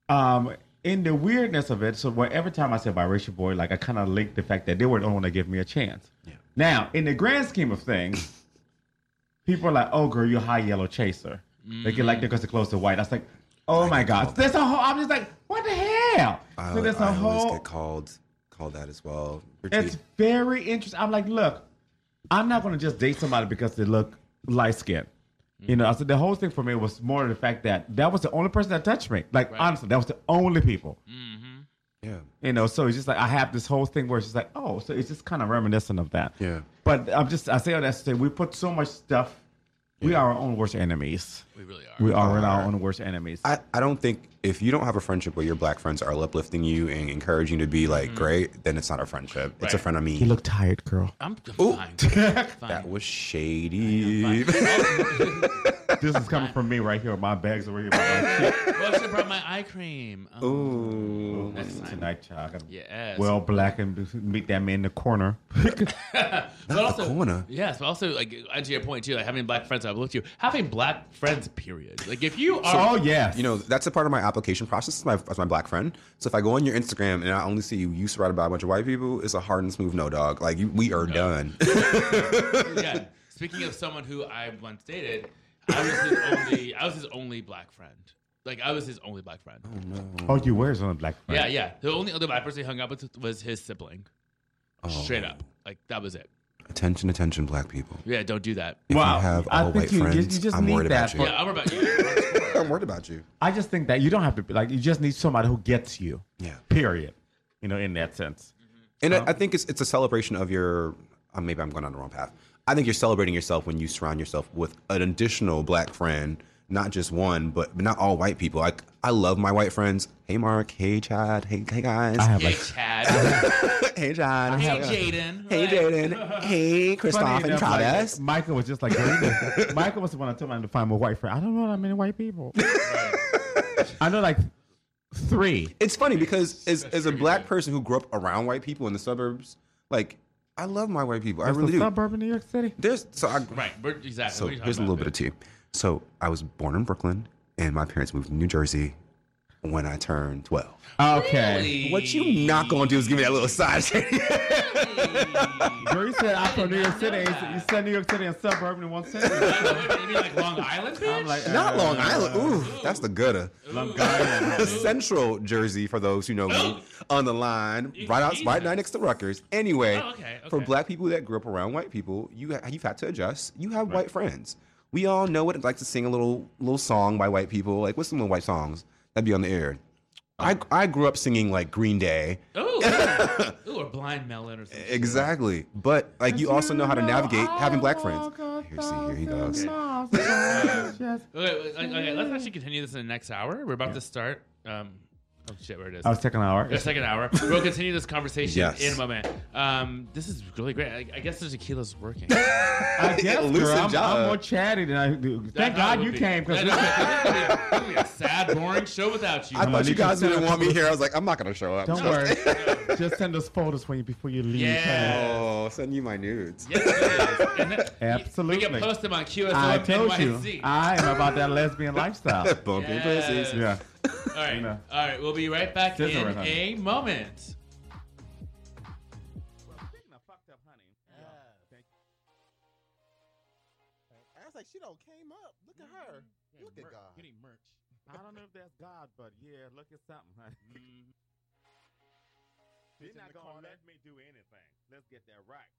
Speaker 3: um, in the weirdness of it, so where every time I said biracial boy, like I kind of linked the fact that they were the only one to give me a chance. Now, in the grand scheme of things, people are like, "Oh, girl, you're high yellow chaser." They get
Speaker 2: Mm.
Speaker 3: like because they're close to white. I was like, "Oh my god!" There's a whole. I'm just like, "What the hell?"
Speaker 2: I,
Speaker 3: so there's a
Speaker 2: I always
Speaker 3: whole.
Speaker 2: get called called that as well. Your
Speaker 3: It's
Speaker 2: teeth.
Speaker 3: very interesting. I'm like, look, I'm not gonna just date somebody because they look light skinned. You know, I said the whole thing for me was more the fact that that was the only person that touched me. Like honestly, that was the only people.
Speaker 1: Mm-hmm.
Speaker 2: yeah.
Speaker 3: You know, so it's just like I have this whole thing where it's just like, oh, so it's just kind of reminiscent of that.
Speaker 2: Yeah.
Speaker 3: But I'm just I say all that to say we put so much stuff. We are our own worst enemies.
Speaker 1: We really are.
Speaker 3: We are our own worst enemies.
Speaker 2: I, I don't think if you don't have a friendship where your black friends are uplifting you and encouraging you to be like great, then it's not a friendship. It's a
Speaker 1: Right.
Speaker 2: friend of
Speaker 3: you
Speaker 2: me.
Speaker 3: look tired, girl.
Speaker 1: I'm, I'm fine. fine.
Speaker 2: That was shady.
Speaker 1: Fine.
Speaker 3: this is coming from me right here. My bags over here. By my shit.
Speaker 1: Well, I should brought my eye cream. Oh,
Speaker 2: Ooh.
Speaker 1: next time.
Speaker 3: Tonight, child. I gotta
Speaker 1: Yes.
Speaker 3: Well, black and meet that man in the corner.
Speaker 1: but
Speaker 2: Not the corner.
Speaker 1: Yes, but also like and to your point too, like having black friends, I've looked to you having black friends. Period. Like if you are,
Speaker 3: oh yes.
Speaker 2: You know, that's a part of my application process as my, as my black friend. So if I go on your Instagram and I only see you, you surrounded by a bunch of white people, it's a hard and smooth no, dog. Like, you, we are done.
Speaker 1: yeah. Speaking of someone who I once dated, I was his only. I was his only black friend. Like I was his only black friend.
Speaker 3: Oh, you wears on a black friend.
Speaker 1: Yeah, yeah. The only other black person he hung out with was his sibling.
Speaker 2: Oh.
Speaker 1: Straight up, like that was it.
Speaker 2: attention, attention, black people.
Speaker 1: Yeah, don't do that.
Speaker 2: If
Speaker 3: Wow.
Speaker 2: you have
Speaker 3: I
Speaker 2: all
Speaker 3: think
Speaker 2: white
Speaker 3: you- you-
Speaker 2: friends,
Speaker 3: you just
Speaker 2: I'm
Speaker 3: need
Speaker 2: worried
Speaker 3: that
Speaker 2: about you.
Speaker 3: for-
Speaker 1: Yeah, I'm worried about you.
Speaker 2: I'm worried about you.
Speaker 3: I just think that you don't have to be like. You just need somebody who gets you.
Speaker 2: Yeah.
Speaker 3: Period. You know, in that sense.
Speaker 2: And I, I think it's it's a celebration of your. Uh, maybe I'm going on the wrong path. I think you're celebrating yourself when you surround yourself with an additional black friend, not just one, but but not all white people. Like I love my white friends. Hey Mark. Hey Chad. Hey hey guys.
Speaker 3: I have
Speaker 1: Hey,
Speaker 3: like.
Speaker 1: Chad.
Speaker 2: hey John.
Speaker 1: hey, Jaden.
Speaker 2: Hey
Speaker 1: Like,
Speaker 2: Jaden. Hey Christoph
Speaker 3: Funny
Speaker 2: and
Speaker 3: enough, like,
Speaker 2: Travis.
Speaker 3: Michael was just like, Michael was the one I told me to find my white friend. I don't know how many white people. I know like three.
Speaker 2: It's funny because as, as a black person who grew up around white people in the suburbs, like I love my white people. I
Speaker 3: It's
Speaker 2: really
Speaker 3: the
Speaker 2: do.
Speaker 3: suburban New York City.
Speaker 2: There's so I,
Speaker 1: Right, but exactly.
Speaker 2: So
Speaker 1: What are you talking
Speaker 2: here's a
Speaker 1: about,
Speaker 2: little bit of tea. So I was born in Brooklyn, and my parents moved to New Jersey when I turned 12.
Speaker 3: Okay.
Speaker 1: Really?
Speaker 2: What you not gonna do is give me that little side shade.
Speaker 3: Girl, you said I'm from New York City. You said New York City and suburban in one sentence.
Speaker 1: you mean like Long Island, bitch?
Speaker 3: I'm like,
Speaker 2: not
Speaker 3: uh,
Speaker 2: Long Island. Ooh, that's the gutter. Central Jersey for those who know me on the line, right out, right
Speaker 1: Jesus.
Speaker 2: next to Rutgers. Anyway,
Speaker 1: Oh, okay,
Speaker 2: for
Speaker 1: okay.
Speaker 2: black people that grew up around white people, you ha- you've had to adjust. You have white friends. We all know what it's like to sing a little little song by white people. Like what's some little white songs that'd be on the air? I I grew up singing like Green Day.
Speaker 1: Ooh, yeah. Ooh, or Blind Melon or something.
Speaker 2: Exactly. But like you also know how to navigate having black friends. Here, see, here he goes.
Speaker 1: Okay, wait, okay, okay, let's actually continue this in the next hour. We're about to start. Um, oh shit, where it is?
Speaker 3: I was taking an hour.
Speaker 1: The second hour. We'll continue this conversation
Speaker 2: Yes.
Speaker 1: in a moment. Um, this is really great. I, I guess the tequila's working.
Speaker 3: I guess,
Speaker 2: Loosen
Speaker 3: girl, I'm,
Speaker 2: jaw.
Speaker 3: I'm more chatty than I do. Thank
Speaker 1: That's how it
Speaker 3: God
Speaker 1: would
Speaker 3: you
Speaker 1: be.
Speaker 3: came because
Speaker 1: Yeah, no, it's gonna be a sad, boring show without you.
Speaker 2: I thought
Speaker 3: need
Speaker 2: you
Speaker 3: to
Speaker 2: guys
Speaker 3: set
Speaker 2: didn't
Speaker 3: up
Speaker 2: want me here. I was like, I'm not gonna show up.
Speaker 3: don't worry. Just send us photos when you before you leave.
Speaker 1: Yeah.
Speaker 2: Oh, send you my nudes.
Speaker 1: Yes, it is. And that-
Speaker 3: Absolutely.
Speaker 1: We can post them on QSO
Speaker 3: I told you,
Speaker 1: NYC.
Speaker 3: I am about that lesbian lifestyle.
Speaker 2: Bumping
Speaker 1: Yes.
Speaker 2: pussies.
Speaker 3: Yeah.
Speaker 1: All right.
Speaker 3: You know.
Speaker 1: All right. We'll be right back
Speaker 3: Sizzle
Speaker 1: in
Speaker 3: right now.
Speaker 1: a moment.
Speaker 6: I was like, she don't came up. Look at her.
Speaker 3: Mm-hmm.
Speaker 6: Look at God.
Speaker 3: I don't know if that's God, but yeah, look at something. Mm-hmm. They're not gonna let me do anything. Let's get that right.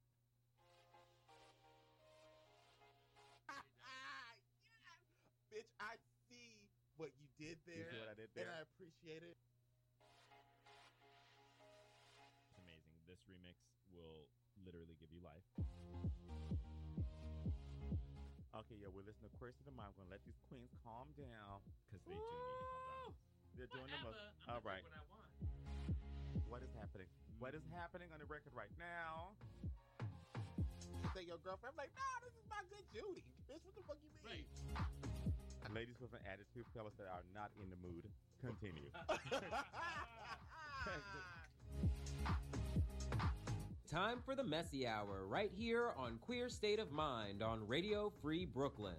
Speaker 6: Bitch, I see what you did there,
Speaker 3: see what I did
Speaker 6: and
Speaker 3: there?
Speaker 6: I appreciate it.
Speaker 7: It's amazing. This remix will literally give you life.
Speaker 3: Okay, yeah, we're listening to Queers to the Mind. We're gonna let these queens calm down.
Speaker 7: Because they do need to calm down.
Speaker 3: They're doing the most. All right, what is happening? What is happening on the record right now?
Speaker 6: You say your girlfriend. I'm like, no, this is my good Judy. Bitch, what the fuck you mean?
Speaker 3: Ladies with an attitude, fellas that are not in the mood. Continue.
Speaker 5: Time for the messy hour right here on Queer State of Mind on Radio Free Brooklyn.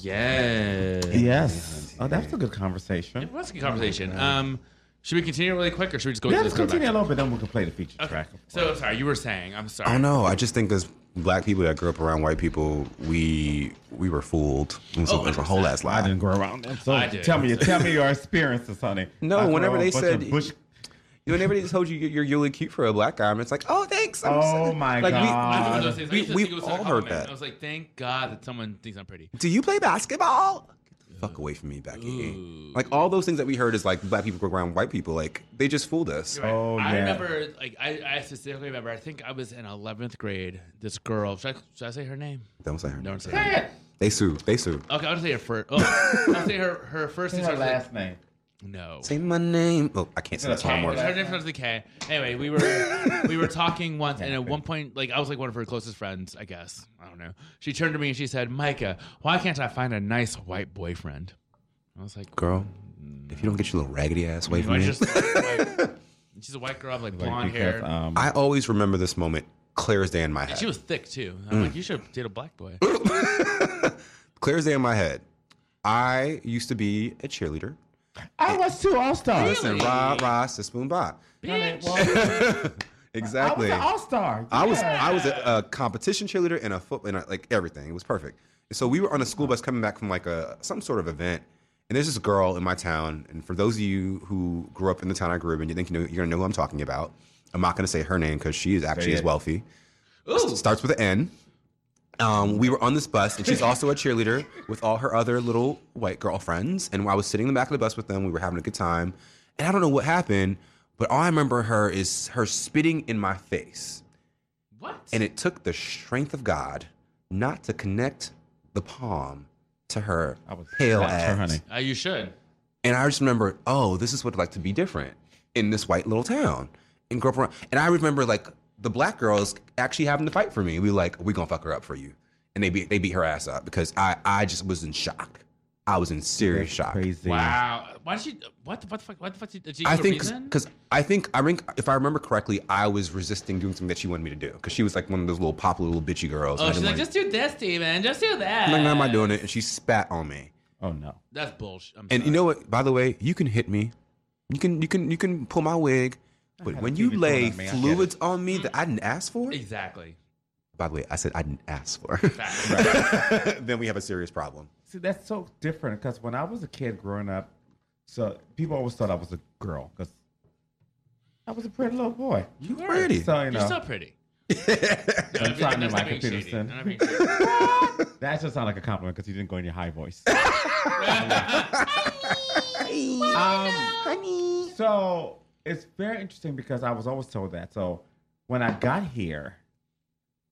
Speaker 1: Yes.
Speaker 3: Yes. Oh, that's a good conversation.
Speaker 1: It was a good conversation. Um, should we continue really quick, or should we just go?
Speaker 3: Oh Yeah,
Speaker 1: into
Speaker 3: let's
Speaker 1: this
Speaker 3: continue a
Speaker 1: throwback?
Speaker 3: little bit, then we can play the feature
Speaker 1: Okay.
Speaker 3: track.
Speaker 1: So sorry, you were saying. I'm
Speaker 2: I
Speaker 1: sorry.
Speaker 2: don't know. I just think as black people that grew up around white people, we we were fooled. It was, a, it was a whole ass
Speaker 3: Oh, I
Speaker 2: lie.
Speaker 3: didn't grow around them. So
Speaker 1: I did.
Speaker 3: tell me, tell me your experiences, honey.
Speaker 2: No,
Speaker 3: I grew
Speaker 2: whenever
Speaker 3: up
Speaker 2: they
Speaker 3: a bunch of
Speaker 2: said-
Speaker 3: bush-
Speaker 2: You know, everybody told you you're really cute for a black guy, and it's like, oh, thanks. I'm
Speaker 3: Oh
Speaker 2: so-
Speaker 3: my
Speaker 2: like,
Speaker 1: I
Speaker 2: we-
Speaker 1: was one of
Speaker 3: God.
Speaker 1: those things. I
Speaker 2: We-
Speaker 1: used to
Speaker 2: we've
Speaker 1: think it was a
Speaker 2: all heard
Speaker 1: compliment.
Speaker 2: that.
Speaker 1: I was like, thank God that someone thinks I'm pretty.
Speaker 2: do you play basketball? Get the fuck away from me, Becky. Like all those things that we heard is like black people go around white people. Like they just fooled us.
Speaker 1: You're right.
Speaker 3: Oh,
Speaker 1: I
Speaker 3: yeah.
Speaker 1: remember, like, I, I specifically remember. I think I was in 11th grade. This girl, should I, should I say her name?
Speaker 2: Don't say her.
Speaker 1: No,
Speaker 2: name.
Speaker 1: I'm saying. Her.
Speaker 2: They sued. They sued.
Speaker 1: Okay, I'll just say her first. Oh, I'll say her her first.
Speaker 3: Say
Speaker 1: name
Speaker 3: her
Speaker 1: starts with-
Speaker 3: last name.
Speaker 1: No.
Speaker 2: Say my name. Oh, I can't say that
Speaker 3: That's
Speaker 2: song
Speaker 1: K.
Speaker 3: one
Speaker 2: anymore.
Speaker 3: word.
Speaker 1: Her name starts with a K. Anyway, we were we were talking once, and at one point, like I was like one of her closest friends, I guess. I don't know. She turned to me and she said, "Micah, why can't I find a nice white boyfriend?" I was like,
Speaker 2: Girl, if you don't get your little raggedy ass away
Speaker 1: you know,
Speaker 2: from
Speaker 1: I
Speaker 2: me.
Speaker 1: just like, she's a white girl, I'm like
Speaker 3: Like,
Speaker 1: blonde
Speaker 3: because,
Speaker 1: hair.
Speaker 3: um,
Speaker 2: I always remember this moment clear as day in my
Speaker 1: and she
Speaker 2: head. Mm.
Speaker 1: was thick too. I'm like, you should date a black boy.
Speaker 2: Clear as day in my head. I used to be a cheerleader.
Speaker 3: I was two all stars.
Speaker 2: Listen, rah, rah, spoon, bah. Exactly.
Speaker 3: I was an all star.
Speaker 2: I was I was a, a competition cheerleader and a foot and a, like everything. It was perfect. And so we were on a school bus coming back from like a some sort of event, and there's this girl in my town. And for those of you who grew up in the town I grew up in, you think you know, you're gonna know who I'm talking about. I'm not gonna say her name because she is actually is
Speaker 3: it.
Speaker 2: wealthy. Starts with an N. Um, we were on this bus, and she's also a cheerleader with all her other little white girlfriends. And I was sitting in the back of the bus with them. We were having a good time, and I don't know what happened, but all I remember her is her spitting in my face.
Speaker 1: What?
Speaker 2: And it took the strength of God not to connect the palm to her
Speaker 3: I was
Speaker 2: pale
Speaker 3: that's her,
Speaker 2: ass.
Speaker 3: honey.
Speaker 1: Uh, you should.
Speaker 2: And I just remember, oh, this is what it's like to be different in this white little town and grow up around. And I remember like the black girls actually having to fight for me. We were like, we gonna fuck her up for you. And they beat they beat her ass up because I I just was in shock. I was in serious
Speaker 3: That's
Speaker 2: shock.
Speaker 3: Crazy.
Speaker 1: Wow. Uh, Why did she? What the? What the fuck? What the fuck? Did did she?
Speaker 2: I
Speaker 1: give a
Speaker 2: think
Speaker 1: reason?
Speaker 2: because I think I think if I remember correctly, I was resisting doing something that she wanted me to do because she was like one of those little popular little bitchy girls.
Speaker 1: Oh,
Speaker 2: And I
Speaker 1: she's
Speaker 2: didn't
Speaker 1: like,
Speaker 2: wanna-
Speaker 1: just do this, Steven. Just do that.
Speaker 2: I'm like, no, I'm not doing it. And she spat on me.
Speaker 3: Oh no.
Speaker 1: That's bullshit. I'm
Speaker 2: And you
Speaker 1: sorry.
Speaker 2: know what? By the way, you can hit me. You can you can you can pull my wig. But
Speaker 3: had
Speaker 2: when
Speaker 3: a
Speaker 2: you
Speaker 3: TV
Speaker 2: lay
Speaker 3: pulled on me, I get
Speaker 2: fluids on me that I didn't ask for,
Speaker 1: exactly.
Speaker 2: by the way, I said I didn't ask for.
Speaker 1: Fact.
Speaker 2: then we have a serious problem.
Speaker 3: See, that's so different because when I was a kid growing up, so people always thought I was a girl because I was a pretty little boy.
Speaker 2: You pretty.
Speaker 3: So you
Speaker 1: You're still
Speaker 3: know,
Speaker 1: pretty.
Speaker 3: I'm
Speaker 1: No,
Speaker 3: talking to
Speaker 1: that's not
Speaker 3: Michael
Speaker 1: being shady.
Speaker 3: Peterson.
Speaker 1: Not being shady.
Speaker 3: That should sound like a compliment because you didn't go in your high voice. Um,
Speaker 2: Honey.
Speaker 3: so it's very interesting because I was always told that. So when I got here,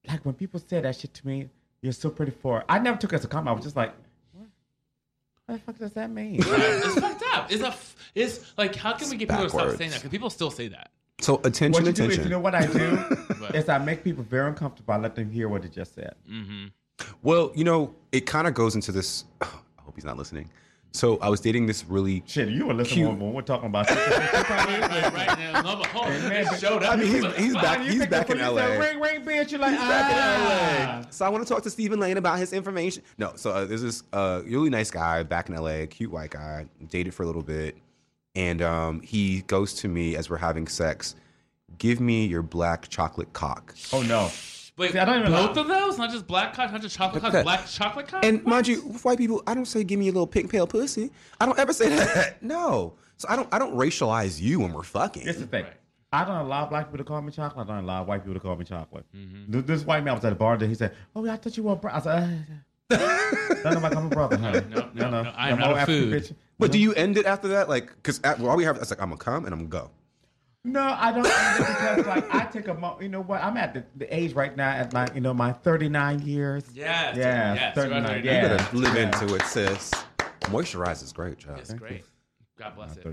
Speaker 3: like when people said that shit to me, you're so pretty for I never took it as a compliment. I was just like, what, what the fuck does that mean?
Speaker 1: it's fucked up. It's a. F- it's like how can we get people to stop
Speaker 2: backwards.
Speaker 1: saying that? Because people still say that.
Speaker 2: So attention,
Speaker 3: what you do
Speaker 2: attention.
Speaker 3: is, you know what I do?
Speaker 1: But-
Speaker 3: is I make people very uncomfortable. I let them hear what they just said.
Speaker 1: Mhm.
Speaker 2: well, you know, it kind of goes into this. I hope he's not listening. So I was dating this really.
Speaker 3: Shit, you were listening
Speaker 2: Cute.
Speaker 3: when when we're talking about
Speaker 1: Right, right, right now, no, but Oh, hold on.
Speaker 3: Amen.
Speaker 1: It showed up.
Speaker 2: I mean, he's, he's back.
Speaker 3: You
Speaker 2: He's
Speaker 3: think the
Speaker 2: back in
Speaker 3: police
Speaker 2: LA.
Speaker 3: said, Ring, ring, bitch. You're like,
Speaker 2: He's back in
Speaker 3: ah.
Speaker 2: LA. So I want to talk to Stephen Lane about his information. No, so uh, there's this uh, really nice guy back in LA, cute white guy, dated for a little bit, and um, he goes to me as we're having sex. Give me your black chocolate cock.
Speaker 3: Oh no.
Speaker 1: Wait,
Speaker 3: See, I don't even
Speaker 1: both
Speaker 3: know.
Speaker 1: of those? Not just black cock, not just chocolate cock,
Speaker 2: Okay.
Speaker 1: black chocolate cock.
Speaker 2: And mind you, with white people, I don't say give me your little pink pale pussy. I don't ever say that. No. So I don't I don't racialize you when we're fucking.
Speaker 3: This is the thing.
Speaker 1: Right.
Speaker 3: I don't allow black people to call me chocolate. I don't allow white people to call me chocolate.
Speaker 1: Mm-hmm.
Speaker 3: Th- This white man was at a bar and he said, "Oh, yeah, I thought you were a brother." I said, uh, "No, no, Mike, I'm a brother, honey.
Speaker 1: no, no, no, I am
Speaker 3: I'm
Speaker 1: not a
Speaker 3: African
Speaker 1: food.
Speaker 3: bitch.
Speaker 2: But do you end it after that? Like, because all we have is like I'm gonna come and I'm gonna go.
Speaker 3: No, I don't either because like I take a mo- you know what? I'm at the, the age right now at my you know my 39 years.
Speaker 1: Yes,
Speaker 3: Yeah,
Speaker 1: yes,
Speaker 3: thirty
Speaker 1: you're
Speaker 3: nine,
Speaker 1: right,
Speaker 3: yeah.
Speaker 2: You
Speaker 1: you're right.
Speaker 2: gotta live into it, sis. Moisturize is great, child.
Speaker 1: It's great. God bless it.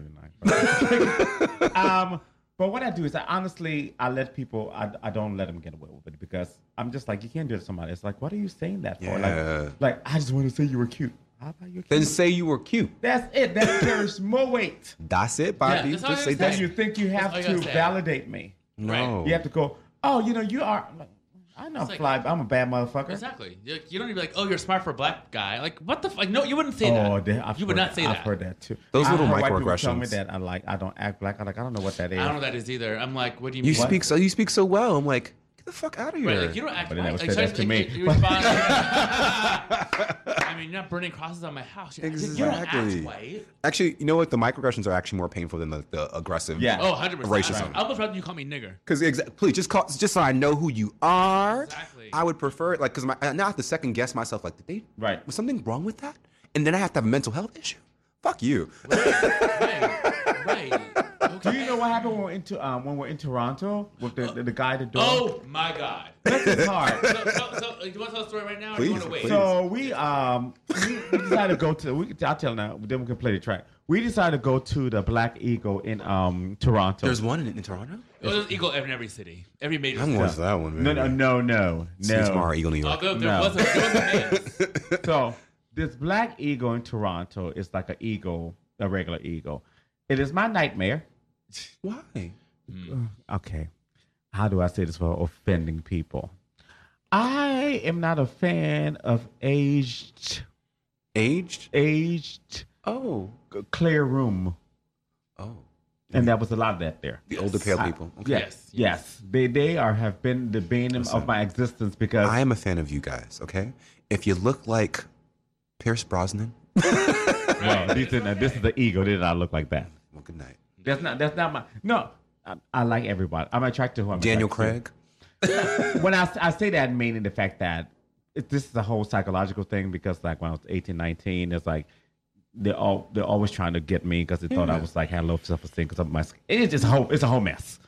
Speaker 3: 39. um, but what I do is I honestly I let people I, I don't let them get away with it because I'm just like you can't do it to somebody. It's like what are you saying that for?
Speaker 2: Yeah.
Speaker 3: Like, like I just want to say you were cute. How about you?
Speaker 2: Then say you were cute.
Speaker 3: that's it. That carries more weight
Speaker 2: That's it, Bobby.
Speaker 1: Yeah, that's all
Speaker 2: Just
Speaker 1: I
Speaker 2: say
Speaker 1: gotta
Speaker 2: that.
Speaker 3: than you think you have
Speaker 1: all you
Speaker 3: to
Speaker 1: gotta say.
Speaker 3: validate me.
Speaker 2: No.
Speaker 3: You have to go. Oh, you know you are. I'm like, I know I'm
Speaker 1: like-
Speaker 3: fly. but I'm a bad motherfucker.
Speaker 1: Exactly. You you don't even be like, oh, you're smart for a black guy. Like, what the fuck? No, you wouldn't say
Speaker 3: Oh,
Speaker 1: that.
Speaker 3: they- I've
Speaker 1: you would
Speaker 3: heard-
Speaker 1: not say
Speaker 3: I've
Speaker 1: that.
Speaker 3: heard that too.
Speaker 2: Those
Speaker 3: I
Speaker 2: little
Speaker 3: heard white people Tell me
Speaker 2: microaggressions.
Speaker 3: that I like. I don't act black. I like. I don't know what that is.
Speaker 1: I don't know what that is either. I'm like, what do you
Speaker 2: You
Speaker 1: mean?
Speaker 2: speak so you speak so well. I'm like, get the fuck out of here.
Speaker 1: Right, like you don't act
Speaker 3: But they never
Speaker 1: like,
Speaker 3: said that to
Speaker 1: like,
Speaker 3: me.
Speaker 1: you- you respond- I mean, you're not burning crosses on my house. You're, exactly. you don't
Speaker 2: Exactly.
Speaker 1: act white.
Speaker 2: Actually, you know what? The microaggressions are actually more painful than the, the aggressive.
Speaker 3: Yeah.
Speaker 1: Oh, 100%.
Speaker 2: Racism.
Speaker 1: I almost rather you call me nigger.
Speaker 2: Because exactly, please just call, just so I know who you are.
Speaker 1: Exactly.
Speaker 2: I would prefer it, like, because now I have to second guess myself. Like, did they?
Speaker 3: Right.
Speaker 2: Was something wrong with that? And then I have to have a mental health issue. Fuck you.
Speaker 1: right, right. Okay.
Speaker 3: Do you know what happened when we're in, to, um, when we're in Toronto with the, the, the guy at the door?
Speaker 1: Oh my god.
Speaker 3: Bless his heart.
Speaker 1: So, so, so do you want to tell the story right now, or do you want to
Speaker 2: Please,
Speaker 1: wait?
Speaker 2: please.
Speaker 3: So we um we, we decided to go to we I'll tell now then we can play the track. We decided to go to the Black Eagle in um Toronto.
Speaker 2: There's one in, in Toronto.
Speaker 1: Oh, there's eagle in every city, every major.
Speaker 2: I'm
Speaker 1: City.
Speaker 2: going to that one, man.
Speaker 3: no no no no
Speaker 2: Since Mara
Speaker 3: no.
Speaker 2: Eagle, New York.
Speaker 1: Although there
Speaker 3: No.
Speaker 1: was a, there was a man.
Speaker 3: So this Black Eagle in Toronto is like an eagle, a regular eagle. It is my nightmare. Hmm.
Speaker 2: Why?
Speaker 3: Okay, how do I say this without offending people? I am not a fan of aged
Speaker 2: Aged?
Speaker 3: aged
Speaker 2: Oh,
Speaker 3: clear room,
Speaker 2: oh.
Speaker 3: and that was a lot of that there.
Speaker 2: The older pale people. Okay.
Speaker 3: Yes,
Speaker 1: Yes,
Speaker 3: yes,
Speaker 1: yes.
Speaker 3: They they are have been the bane
Speaker 2: Listen.
Speaker 3: of my existence because
Speaker 2: I am a fan of you guys. Okay. If you look like Pierce Brosnan,
Speaker 3: well, these are- now, this is the ego. Did not look like that?
Speaker 2: well, good night.
Speaker 3: That's not that's not my no. I, I like everybody. I'm attracted to who I'm
Speaker 2: Daniel
Speaker 3: attracted
Speaker 2: Craig.
Speaker 3: to. When I, I say that, meaning the fact that it, this is a whole psychological thing because like when I was 18, 19, it's like they're all they're always trying to get me because they thought I was like had low self esteem because of my. skin. It's just a whole it's a whole mess.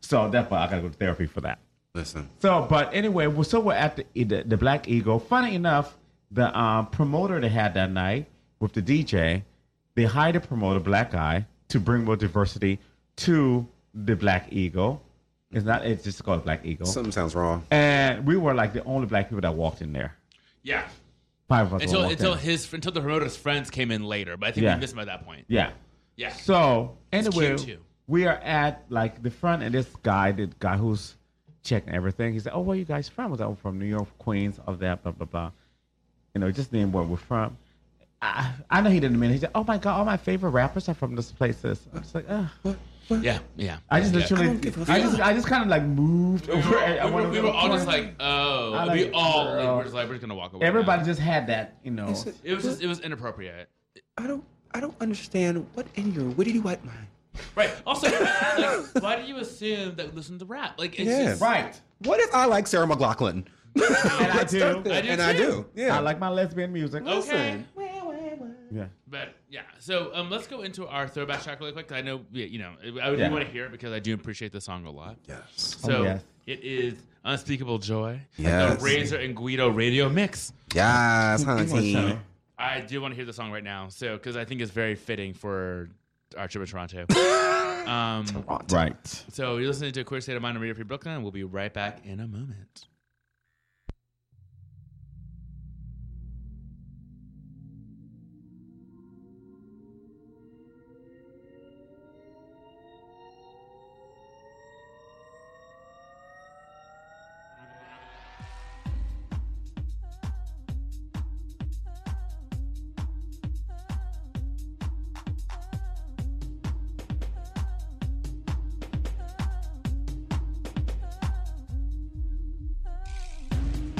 Speaker 3: So that's why I gotta go to therapy for that.
Speaker 2: Listen.
Speaker 3: So, but anyway, well, so we're at the, the the Black Eagle. Funny enough, the um, promoter they had that night with the DJ, they hired a promoter, black guy, to bring more diversity to the Black Eagle. It's not; it's just called Black Eagle.
Speaker 2: Something sounds wrong.
Speaker 3: and we were like the only black people that walked in there.
Speaker 1: yeah.
Speaker 3: Five of us
Speaker 1: Until
Speaker 3: walked
Speaker 1: until
Speaker 3: in.
Speaker 1: his until the promoter's friends came in later, but I think
Speaker 3: Yeah.
Speaker 1: we missed him at that point.
Speaker 3: yeah.
Speaker 1: Yeah.
Speaker 3: So anyway,
Speaker 1: cute, too.
Speaker 3: we are at like the front, and this guy, the guy who's checking everything, he said, "Oh, where you guys from?" I was like, "Oh, from New York, Queens, of that, blah blah blah." You know, just name where we're from. I, I know he didn't mean. it. He said, "Oh my God, all my favorite rappers are from those places." I'm just like, Ugh.
Speaker 1: yeah, yeah.
Speaker 3: I just
Speaker 1: yeah.
Speaker 3: literally, I, just, I just kind of like moved
Speaker 1: We
Speaker 3: over.
Speaker 1: were,
Speaker 3: I
Speaker 1: we were,
Speaker 3: wanted
Speaker 1: we
Speaker 3: to
Speaker 1: were
Speaker 3: go
Speaker 1: all just
Speaker 3: corner.
Speaker 1: like, oh,
Speaker 3: I
Speaker 1: we
Speaker 3: like-
Speaker 1: all
Speaker 3: girl.
Speaker 1: we're just like we're just gonna walk away.
Speaker 3: Everybody
Speaker 1: now.
Speaker 3: just had that, you know.
Speaker 1: it was just, it was inappropriate.
Speaker 2: I don't. I don't understand what in your witty white mind.
Speaker 1: Right. Also, like, why do you assume that we listen to rap? Like, it's
Speaker 2: Yeah.
Speaker 1: just
Speaker 3: Right.
Speaker 2: What if I like Sarah McLaughlin?
Speaker 3: And I do.
Speaker 1: I do
Speaker 2: and I
Speaker 1: too.
Speaker 2: do. Yeah.
Speaker 3: I like my lesbian music.
Speaker 1: okay.
Speaker 3: Yeah.
Speaker 1: But yeah, so um, let's go into our throwback track really quick. 'cause I know yeah, you know I would
Speaker 3: Yeah. Oh,
Speaker 1: want to hear it because I do appreciate the song a lot.
Speaker 2: Yes.
Speaker 1: So
Speaker 3: yes.
Speaker 1: it is unspeakable joy.
Speaker 2: Yes.
Speaker 1: The Razor and Guido radio mix.
Speaker 2: Yes,
Speaker 3: So,
Speaker 2: honey.
Speaker 1: I do want to hear the song right now, so because I think it's very fitting for our trip to Toronto. um,
Speaker 3: Right.
Speaker 1: so you're listening to Queer State of Mind on Radio Free Brooklyn, and we'll be right back in a moment.
Speaker 8: Oh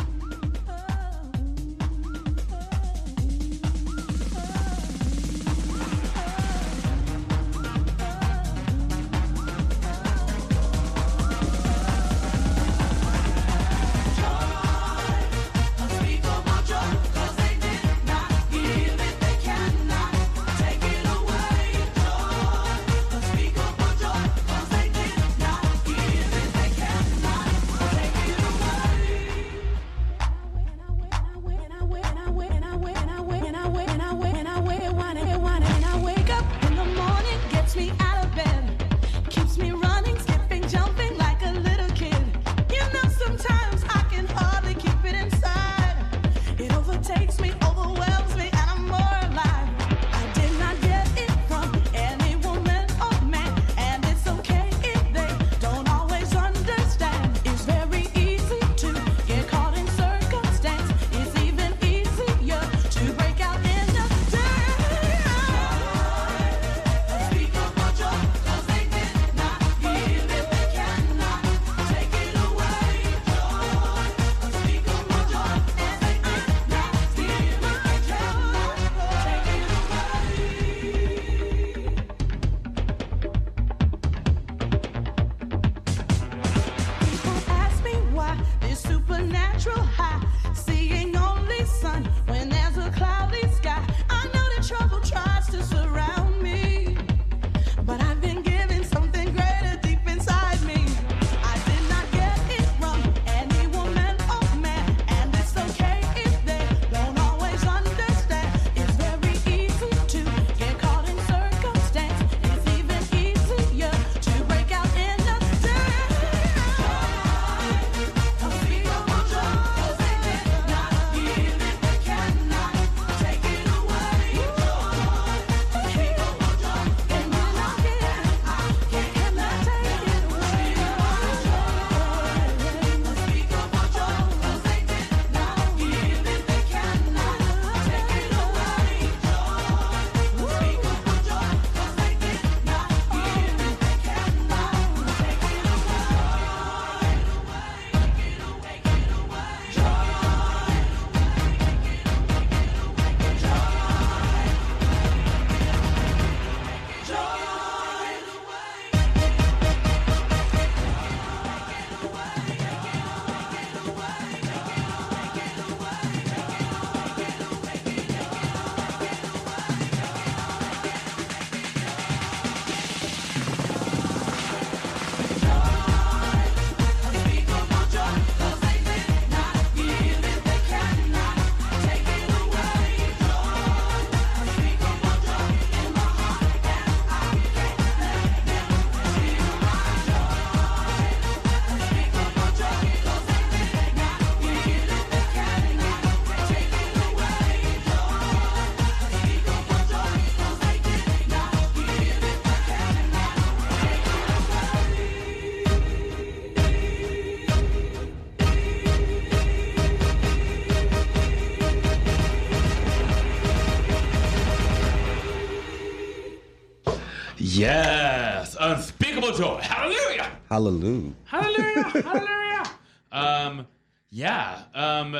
Speaker 1: Yes, unspeakable joy. Hallelujah.
Speaker 2: Hallelujah.
Speaker 1: Hallelujah. Hallelujah. Um, yeah. Um,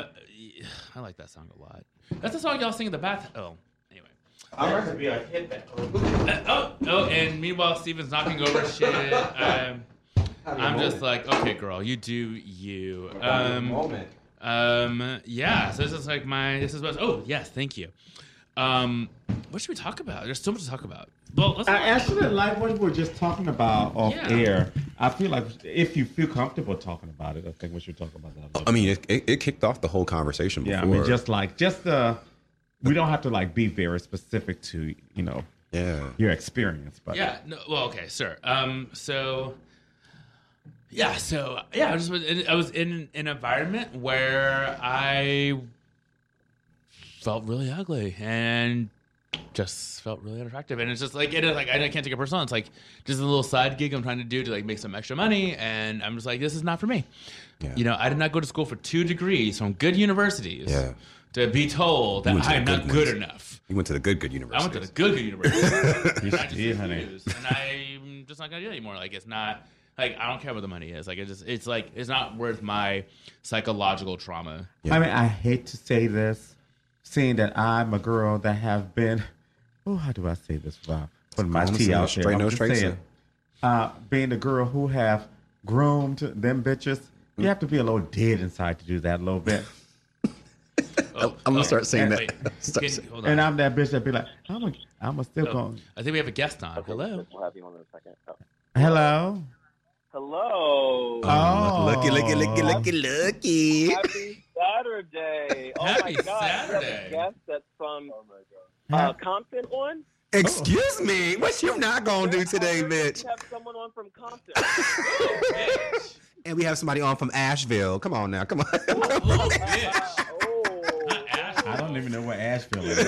Speaker 1: I like that song a lot. That's the song y'all sing in the bath. Oh, anyway. I'm about to be a hit that. Oh, oh, and meanwhile, Steven's knocking over shit. Um, I'm just like, okay, girl, you do you. Um, um, yeah. So this is like my. This is what. Oh, yes, thank you. Um, what should we talk about? There's so much to talk about. Well, let's.
Speaker 3: I actually like what we were just talking about off
Speaker 1: Yeah.
Speaker 3: air. I feel like if you feel comfortable talking about it, I think we should talk about that.
Speaker 2: I mean, it, it, it kicked off the whole conversation before.
Speaker 3: yeah, I mean, just like just the we don't have to like be very specific to you know
Speaker 2: yeah.
Speaker 3: your experience, but
Speaker 1: Yeah. No. Well, okay, sure. Um. So. Yeah. So yeah, I was just in, I was in an environment where I felt really ugly and just felt really unattractive, and it's just like it is like I can't take it personal. It's like just a little side gig I'm trying to do to like make some extra money, and I'm just like this is not for me.
Speaker 2: Yeah.
Speaker 1: You know, I did not go to school for two degrees from good universities
Speaker 2: Yeah.
Speaker 1: to be told
Speaker 2: You
Speaker 1: that
Speaker 2: went to the
Speaker 1: I'm
Speaker 2: good
Speaker 1: not good
Speaker 2: ones.
Speaker 1: enough.
Speaker 2: You went to the good, good
Speaker 1: I
Speaker 2: university.
Speaker 1: went to the good, good university.
Speaker 3: you
Speaker 1: I just
Speaker 3: see, honey.
Speaker 1: refuse, and I'm just not gonna do it anymore. Like it's not like I don't care what the money is. Like it just it's like it's not worth my psychological trauma.
Speaker 3: I mean, I hate to say this, seeing that I'm a girl that have been. Oh, how do I say this without putting my
Speaker 2: Go on,
Speaker 3: tea
Speaker 2: say
Speaker 3: out
Speaker 2: it.
Speaker 3: there?
Speaker 2: Straight
Speaker 3: I'm
Speaker 2: no
Speaker 3: just
Speaker 2: straight
Speaker 3: saying, uh, being the girl who have groomed them bitches,
Speaker 2: Mm.
Speaker 3: you have to be a little dead inside to do that a little bit.
Speaker 1: Oh,
Speaker 2: I'm gonna start saying that.
Speaker 1: wait.
Speaker 2: Start
Speaker 1: Can-
Speaker 2: saying-
Speaker 1: hold on.
Speaker 3: and I'm that bitch that be like, I'm a, I'm a still going.
Speaker 1: I think we have a guest on. Hello.
Speaker 8: We'll have you on in a second. Oh.
Speaker 3: Hello.
Speaker 8: Hello.
Speaker 3: Oh.
Speaker 2: Looky, looky, looky, looky, looky.
Speaker 8: Happy Saturday. Oh
Speaker 1: Happy
Speaker 8: my God. We have
Speaker 1: Saturday.
Speaker 8: a guest that's from uh,
Speaker 3: Oh Huh?
Speaker 8: Compton on.
Speaker 2: Excuse me. What you not gonna do today, bitch?
Speaker 8: We have someone on from Compton.
Speaker 2: And we have somebody on from Asheville. Come on now. Come on.
Speaker 1: Oh, bitch.
Speaker 8: oh.
Speaker 1: Ash-
Speaker 3: I don't even know what Asheville is.
Speaker 8: I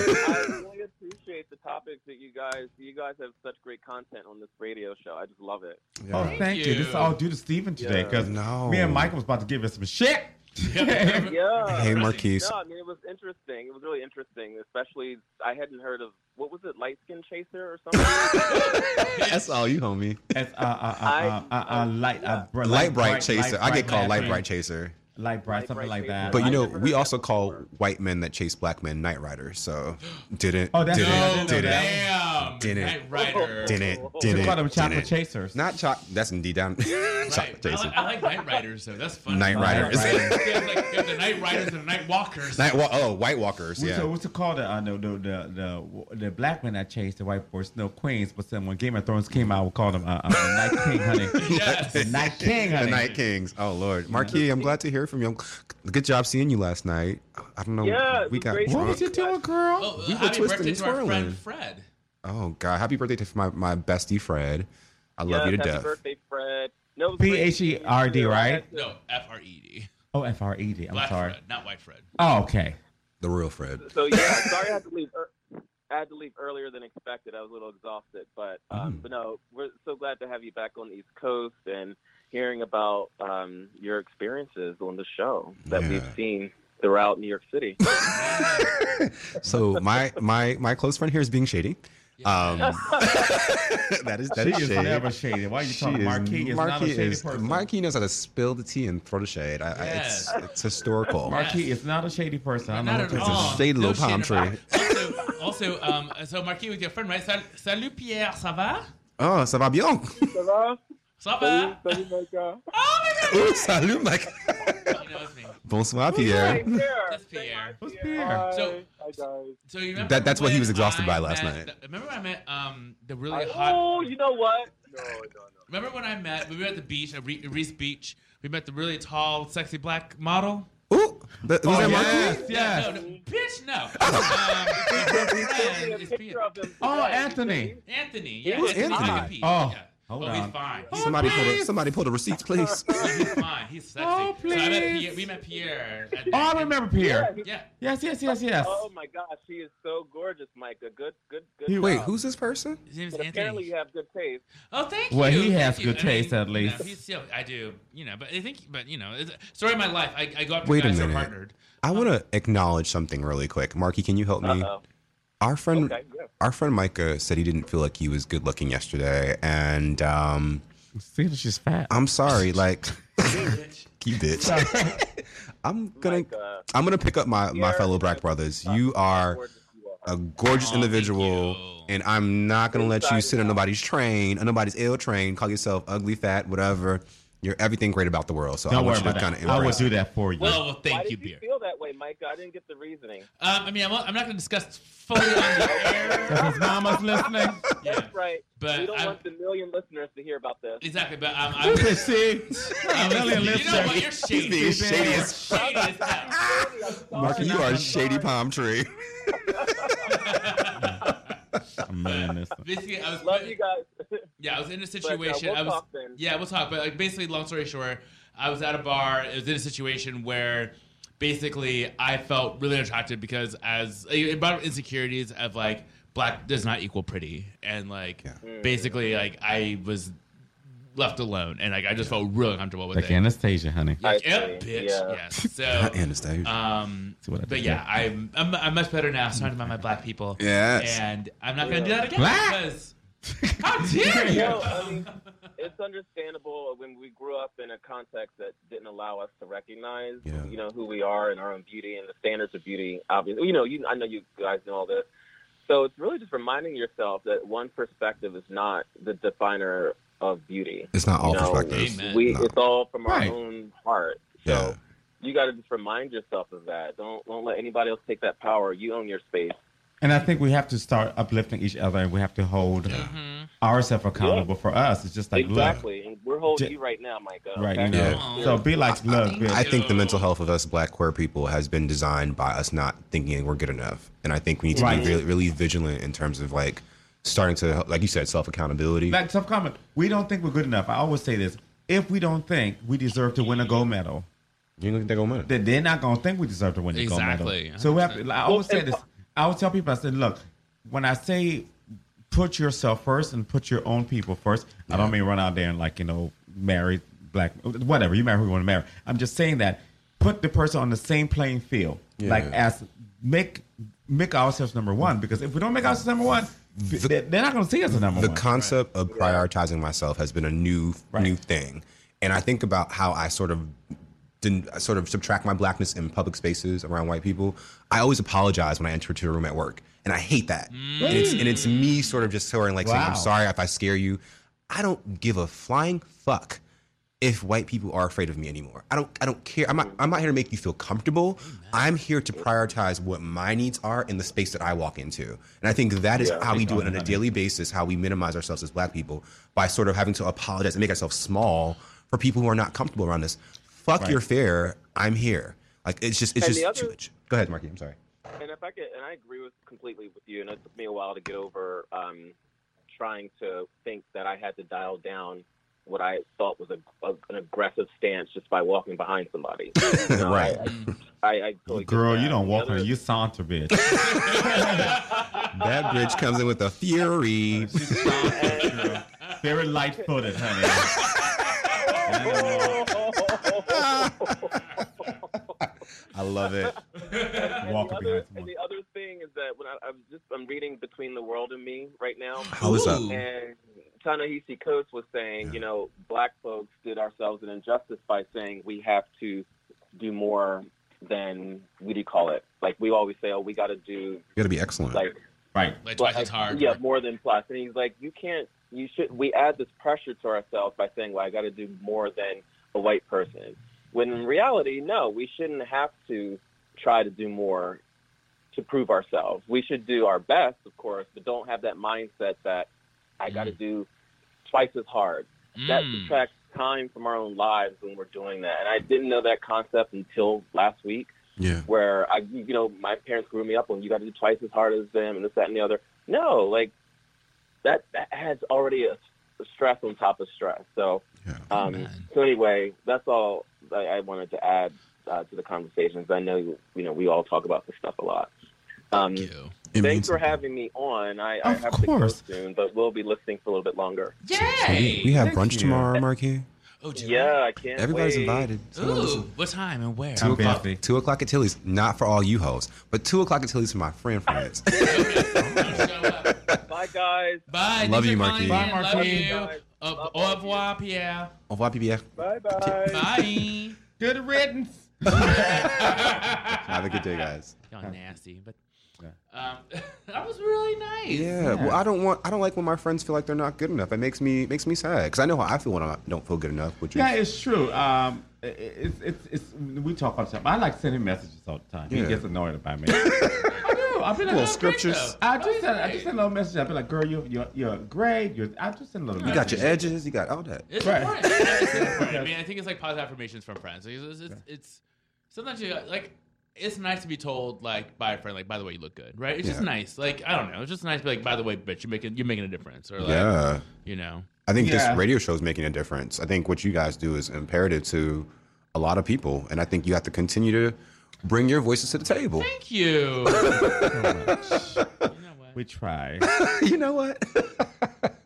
Speaker 8: really appreciate the topics that you guys. You guys have such great content on this radio show. I just love it.
Speaker 3: Oh,
Speaker 2: Yeah.
Speaker 3: thank, you. This is all due to Steven today because
Speaker 2: No.
Speaker 3: me and Mike was about to give us some shit.
Speaker 8: Yeah.
Speaker 2: Hey, Marquise.
Speaker 8: No, I mean it was interesting. It was really interesting, especially I hadn't heard of what was it, light skin chaser or something.
Speaker 2: That's all you, homie.
Speaker 3: It's a, a, a, a, a, a light, a br-
Speaker 2: Light bright chaser. I get called light
Speaker 3: bright
Speaker 2: bright chaser.
Speaker 3: light bright,
Speaker 8: Light
Speaker 3: something
Speaker 8: bright
Speaker 3: like that.
Speaker 2: But you
Speaker 8: I've
Speaker 2: know,
Speaker 8: never
Speaker 2: we
Speaker 8: heard
Speaker 2: also
Speaker 8: that
Speaker 2: call
Speaker 8: before.
Speaker 2: white men that chase black men night riders. So didn't,
Speaker 3: Oh, that's-
Speaker 2: didn't,
Speaker 3: No,
Speaker 2: didn't,
Speaker 1: damn.
Speaker 2: Didn't.
Speaker 1: Knight Rider.
Speaker 2: didn't,
Speaker 8: We
Speaker 3: we
Speaker 2: didn't,
Speaker 3: call them chocolate
Speaker 2: didn't.
Speaker 3: chasers.
Speaker 2: Not choc. That's indeed down. chocolate
Speaker 1: Right. I,
Speaker 2: chaser.
Speaker 1: like, I like Night Riders though. That's funny.
Speaker 2: Night Rider.
Speaker 3: Night
Speaker 1: You have, like, you have the Night Riders and the Night Walkers.
Speaker 2: Night wa- oh, White Walkers.
Speaker 3: What's,
Speaker 2: Yeah.
Speaker 3: it, what's it called? The, uh, the, the, the, the, the black men that chased the white horse, no queens, but then when Game of Thrones came out, we called them uh, uh, the Night King, honey.
Speaker 1: Yes.
Speaker 3: The Night King,
Speaker 2: The
Speaker 3: honey.
Speaker 2: Night Kings. Oh Lord, Marquis, I'm glad to hear from you. Good job seeing you last night. I don't know.
Speaker 8: Yeah, it
Speaker 2: we
Speaker 8: was
Speaker 2: got.
Speaker 8: great to
Speaker 3: What
Speaker 2: drunk.
Speaker 3: was you doing, girl?
Speaker 1: Oh,
Speaker 2: We were
Speaker 1: happy
Speaker 2: twisting
Speaker 1: birthday
Speaker 2: and
Speaker 1: to our
Speaker 2: twirling.
Speaker 1: friend Fred.
Speaker 2: Oh God, happy birthday to my, my bestie Fred. I love you to
Speaker 8: happy
Speaker 2: death.
Speaker 8: birthday, Fred. No, it was
Speaker 3: P
Speaker 8: great
Speaker 3: H E
Speaker 8: seeing
Speaker 3: R D,
Speaker 8: you.
Speaker 3: right?
Speaker 1: No, F R E D.
Speaker 3: Oh, F R E D. I'm
Speaker 1: Black
Speaker 3: sorry.
Speaker 1: Fred, not White Fred.
Speaker 3: Oh, okay.
Speaker 2: The real Fred.
Speaker 8: So yeah, sorry I had to leave. ear I had to leave earlier than expected. I was a little exhausted, but
Speaker 2: Mm-hmm.
Speaker 8: um, but no, we're so glad to have you back on the East Coast and hearing about um, your experiences on the show that
Speaker 2: Yeah.
Speaker 8: we've seen throughout New York City.
Speaker 2: So my my my close friend here is being shady. Um, that is that
Speaker 3: she
Speaker 2: is
Speaker 3: is
Speaker 2: shady.
Speaker 3: never shaded. Why are you
Speaker 2: She
Speaker 3: talking? Marquis is, not a
Speaker 2: Marquis
Speaker 3: shady
Speaker 2: is-
Speaker 3: person.
Speaker 2: Marquis knows how to spill the tea and throw the shade. I, I,
Speaker 1: Yes.
Speaker 2: it's, it's historical.
Speaker 3: Marquis is not a shady person. I
Speaker 1: Not
Speaker 3: know
Speaker 1: at
Speaker 3: what
Speaker 2: It's
Speaker 3: to
Speaker 2: a
Speaker 1: all.
Speaker 2: shady little
Speaker 1: shade
Speaker 2: palm
Speaker 1: about
Speaker 2: tree.
Speaker 1: it. Also, also um, so Marquis with your friend, right? Sal- Salut Pierre, ça va?
Speaker 2: Oh, ça va bien.
Speaker 1: Ça va?
Speaker 2: Ooh, salut, Mike.
Speaker 1: He knows me.
Speaker 2: Bonsoir, Pierre.
Speaker 1: That's Pierre.
Speaker 3: What's Pierre?
Speaker 1: So, so you remember
Speaker 2: That- that's what he
Speaker 1: when
Speaker 2: was exhausted
Speaker 1: I
Speaker 2: by last
Speaker 1: met-
Speaker 2: night.
Speaker 1: Remember when I met um the really hot?
Speaker 8: Oh, you know what? No, no, no.
Speaker 1: Remember when I met? We were at the beach at Re- Reese Beach. We met the really tall, sexy black model.
Speaker 2: Ooh, the, was
Speaker 3: Oh,
Speaker 2: that
Speaker 3: yes,
Speaker 2: Marquis?
Speaker 3: yes.
Speaker 1: No, no, bitch, no. um, your
Speaker 8: Send
Speaker 1: friend
Speaker 8: me
Speaker 1: is
Speaker 8: a picture
Speaker 1: Pierre.
Speaker 8: of him.
Speaker 3: Oh,
Speaker 8: today.
Speaker 3: Anthony.
Speaker 1: Anthony. Yeah,
Speaker 2: Who's
Speaker 1: Anthony?
Speaker 2: Anthony?
Speaker 1: Anthony?
Speaker 3: Oh,
Speaker 1: yeah.
Speaker 3: hold
Speaker 1: oh, he's
Speaker 3: on.
Speaker 1: fine. He's
Speaker 2: Somebody pull the, somebody pull the receipts, please.
Speaker 1: He's fine. He's sexy.
Speaker 3: Oh,
Speaker 1: So I met
Speaker 3: please.
Speaker 1: Pierre, we met Pierre. At
Speaker 3: Oh, I remember Pierre.
Speaker 1: Yeah.
Speaker 3: Yes, yes, yes, yes.
Speaker 8: Oh my gosh, she is so gorgeous, Micah. Good, good, good.
Speaker 3: He-
Speaker 8: job.
Speaker 2: Wait, who's this person?
Speaker 1: His name is
Speaker 8: But
Speaker 1: Anthony.
Speaker 8: apparently you have good taste.
Speaker 1: Oh, thank
Speaker 3: Well,
Speaker 1: you.
Speaker 3: he
Speaker 1: thank
Speaker 3: has
Speaker 1: you.
Speaker 3: good taste, at
Speaker 1: you
Speaker 3: least.
Speaker 1: know, he's still, I do, you know, but I think, but you know, it's, story of my life. I, I go up to
Speaker 2: Wait a
Speaker 1: guys who are
Speaker 2: minute.
Speaker 1: partnered.
Speaker 2: I want to acknowledge something really quick. Marky, can you help me?
Speaker 8: Uh-oh.
Speaker 2: Our friend,
Speaker 8: Okay, yeah.
Speaker 2: our friend Micah said he didn't feel like he was good looking yesterday, and um,
Speaker 3: See that she's fat.
Speaker 2: I'm sorry, like you bitch. I'm gonna,
Speaker 8: Like, uh,
Speaker 2: I'm gonna pick up my my
Speaker 8: You're-
Speaker 2: fellow black brothers. You are
Speaker 8: gorgeous you are.
Speaker 2: a gorgeous
Speaker 1: Aw, thank
Speaker 2: individual,
Speaker 1: you.
Speaker 2: and I'm not gonna let you
Speaker 8: Inside
Speaker 2: sit on nobody's train, on nobody's ill train. Call yourself ugly, fat, whatever. You're everything great about the world. So I
Speaker 3: Don't worry
Speaker 2: want you
Speaker 3: about
Speaker 2: to kind of
Speaker 3: that. I will
Speaker 2: embrace.
Speaker 3: do that for you.
Speaker 1: Well, Oh, well
Speaker 8: Why
Speaker 1: thank
Speaker 8: did
Speaker 1: you,
Speaker 8: you,
Speaker 1: beer.
Speaker 8: feel that way, Micah? I didn't get the reasoning.
Speaker 1: Um, I mean, I'm, I'm not going to discuss fully on the
Speaker 3: if
Speaker 1: air.
Speaker 3: his mama's listening,
Speaker 1: Yeah,
Speaker 8: That's right.
Speaker 1: But
Speaker 8: we don't
Speaker 1: I-
Speaker 8: want the million listeners to hear about this.
Speaker 1: exactly. But um, I was, I
Speaker 3: see,
Speaker 1: was-
Speaker 3: Million
Speaker 1: you know
Speaker 3: listeners.
Speaker 1: what? You're shady.
Speaker 2: being shady
Speaker 1: You're
Speaker 2: as
Speaker 1: shady as hell.
Speaker 2: Mark, you are a shady palm tree.
Speaker 3: a million listeners.
Speaker 1: Basically, I was
Speaker 8: Love you guys. But,
Speaker 1: yeah, I was in a
Speaker 8: uh,
Speaker 1: situation.
Speaker 8: we'll
Speaker 1: I was
Speaker 8: talk then.
Speaker 1: Yeah, we'll talk. But like, basically, long story short, I was at a bar. It was in a situation where basically I felt really attracted because as about insecurities of like black does not equal pretty, and like
Speaker 2: Yeah.
Speaker 8: Hmm.
Speaker 1: basically like I was left alone, and like I just felt real uncomfortable with
Speaker 3: Like
Speaker 1: it.
Speaker 3: Anastasia, honey.
Speaker 1: Like,
Speaker 8: I
Speaker 1: yep,
Speaker 8: see,
Speaker 1: bitch.
Speaker 8: yeah.
Speaker 1: Yes.
Speaker 2: Not
Speaker 1: So.
Speaker 2: Anastasia.
Speaker 1: Um,
Speaker 3: See what I did
Speaker 1: but yeah,
Speaker 3: there?
Speaker 1: I'm, I'm I'm much better now. Surrounded by my black people,
Speaker 2: Yes.
Speaker 1: and I'm not gonna do
Speaker 8: Yeah.
Speaker 1: that again
Speaker 3: Black!
Speaker 1: because how dare you?
Speaker 8: No, I mean, it's understandable when we grew up in a context that didn't allow us to recognize,
Speaker 2: Yeah.
Speaker 8: you know, who we are and our own beauty and the standards of beauty. Obviously, you know, you, I know you guys know all this. So it's really just reminding yourself that one perspective is not the definer of beauty.
Speaker 2: It's not all
Speaker 8: you know,
Speaker 2: perspectives.
Speaker 1: Amen.
Speaker 8: We,
Speaker 2: No.
Speaker 8: it's all from our
Speaker 3: Right.
Speaker 8: own heart. So
Speaker 2: Yeah.
Speaker 8: you got to just remind yourself of that. Don't don't let anybody else take that power. You own your space.
Speaker 3: And I think we have to start uplifting each other, and we have to hold ourselves accountable for us. It's just like
Speaker 8: exactly. and we're holding
Speaker 3: J-
Speaker 8: you right now, Micah.
Speaker 3: look, right?
Speaker 8: okay?
Speaker 3: You know,
Speaker 1: Yeah.
Speaker 3: so be like, look, bitch.
Speaker 2: I think the mental health of us black queer people has been designed by us not thinking we're good enough. And I think we need to
Speaker 3: Right.
Speaker 2: be really, really vigilant in terms of like starting to, like you said, self accountability.
Speaker 3: like tough comment. We don't think we're good enough. I always say this: if we don't think we deserve to win a gold medal,
Speaker 2: You look at that go minute.
Speaker 3: then they're not gonna think we deserve to win the gold
Speaker 1: Exactly.
Speaker 3: medal. So we have to. Like, I always say this. I always tell people, I said, look, when I say put yourself first and put your own people first, I don't mean run out there and like you know marry black, whatever you marry who you want to marry. I'm just saying that put the person on the same playing field, like as make make ourselves number one. Because if we don't make ourselves number one, they're they're not gonna see us as number
Speaker 2: The
Speaker 3: one.
Speaker 2: concept of prioritizing myself has been a new
Speaker 3: Right.
Speaker 2: new thing, and I think about how I sort of didn't I sort of subtract my blackness in public spaces around white people. I always apologize when I enter to a room at work, and I hate that. And, it's, and it's me sort of just sort of like saying,
Speaker 3: Mm. Wow.
Speaker 2: "I'm sorry if I scare you." I don't give a flying fuck if white people are afraid of me anymore. I don't I don't care. I'm not I'm not here to make you feel comfortable. I'm here to prioritize what my needs are in the space that I walk into. And I think that is how we do it on a daily basis, how we minimize ourselves as black people by sort of having to apologize and make ourselves small for people who are not comfortable around this. Fuck your fear. I'm here. Like it's just it's
Speaker 8: And the
Speaker 2: just too
Speaker 8: other-
Speaker 2: much. Go ahead, Marky. I'm sorry.
Speaker 8: And if I could, and I agree with completely with you, and it took me a while to get over um, trying to think that I had to dial down what I thought was a, a, an aggressive stance just by walking behind somebody. You know,
Speaker 2: Right.
Speaker 8: I, I, I totally get
Speaker 3: Girl,
Speaker 8: that.
Speaker 3: you don't
Speaker 8: The
Speaker 3: walk
Speaker 8: other-
Speaker 3: on it. You saunter, bitch.
Speaker 2: That bridge comes in with a fury.
Speaker 3: Girl, Very light footed, honey.
Speaker 2: I love it.
Speaker 8: And
Speaker 3: Walking
Speaker 8: the
Speaker 3: behind
Speaker 8: other, and
Speaker 3: someone.
Speaker 8: the other thing is that when I, I'm just I'm reading between the world and me right now,
Speaker 2: How is that?
Speaker 1: Ooh.
Speaker 8: and Ta-Nehisi Coates was saying, you know, black folks did ourselves an injustice by saying we have to do more than what do you call it? Like we always say, oh, we got to do
Speaker 2: You gotta be excellent.
Speaker 8: like
Speaker 3: Right.
Speaker 1: Like twice
Speaker 8: like,
Speaker 1: as hard.
Speaker 8: Yeah, more than plus. And he's like, you can't. You should. We add this pressure to ourselves by saying, well, I got to do more than a white person. When in reality, no, we shouldn't have to try to do more to prove ourselves. We should do our best, of course, but don't have that mindset that I got to do twice as hard. That
Speaker 1: Mm.
Speaker 8: subtracts time from our own lives when we're doing that. And I didn't know that concept until last week
Speaker 2: yeah.
Speaker 8: where I, you know, my parents grew me up on you got to do twice as hard as them and this, that, and the other. No, like that that has already a, a stress on top of stress. So,
Speaker 2: Yeah.
Speaker 8: um,
Speaker 1: Oh, Man.
Speaker 8: so anyway, that's all I, I wanted to add uh, to the conversations. I know you know we all talk about this stuff a lot. Um,
Speaker 1: Thank you.
Speaker 2: It means
Speaker 8: thanks for
Speaker 2: something.
Speaker 8: having me on. I, I
Speaker 3: Of
Speaker 8: have
Speaker 3: course.
Speaker 8: to go soon, but we'll be listening for a little bit longer.
Speaker 1: Yay!
Speaker 2: We have
Speaker 3: Thank
Speaker 2: brunch
Speaker 3: you.
Speaker 2: tomorrow, Marky.
Speaker 1: Oh, do
Speaker 8: Yeah, I can't.
Speaker 2: Everybody's
Speaker 8: wait.
Speaker 2: invited.
Speaker 1: we?
Speaker 2: So
Speaker 1: Ooh,
Speaker 2: listen.
Speaker 1: what time and where?
Speaker 3: I'm
Speaker 2: Two o'clock,
Speaker 3: busy.
Speaker 2: two o'clock at Tilly's. Not for all you hoes, but two o'clock at Tilly's for my friend friends.
Speaker 8: Bye, guys.
Speaker 1: Bye. thanks for
Speaker 2: Love you,
Speaker 1: calling
Speaker 2: Marquis.
Speaker 1: in.
Speaker 3: Bye,
Speaker 1: Love
Speaker 3: Marquis.
Speaker 1: you. Au- Au revoir, Pierre.
Speaker 2: Au revoir, PBF.
Speaker 8: Bye, bye.
Speaker 1: Bye.
Speaker 3: Good riddance.
Speaker 2: Have a good day, guys.
Speaker 1: Y'all nasty, but um, that was really nice.
Speaker 2: Yeah. Well, I don't want. I don't like when my friends feel like they're not good enough. It makes me makes me sad because I know how I feel when I don't feel good enough. Which is
Speaker 3: Yeah, it's true. Um, i- i- it's, it's, it's, we talk all the time. I like sending messages all the time. He
Speaker 2: Yeah.
Speaker 3: gets annoyed about me. I do. I've been like,
Speaker 2: Little
Speaker 3: "Oh,
Speaker 2: scriptures.
Speaker 3: great, though." I just send, I just send a little message. I've been like, girl, you, you're, you're great. You're, I just send a little
Speaker 2: you got your edges. You got all that.
Speaker 1: It's
Speaker 3: Right.
Speaker 1: important. It's important. I mean, I think it's like positive affirmations from friends. It's, it's, it's, it's- sometimes you like. It's nice to be told like by a friend, like by the way you look good, right? It's just
Speaker 2: Yeah.
Speaker 1: nice. Like I don't know, it's just nice to be like by the way, bitch, you're making you're making a difference, or like
Speaker 2: Yeah.
Speaker 1: you know,
Speaker 2: I think
Speaker 3: Yeah.
Speaker 2: this radio show is making a difference. I think what you guys do is imperative to a lot of people, and I think you have to continue to bring your voices to the table.
Speaker 1: thank you. you know what?
Speaker 3: We try.
Speaker 2: you know what?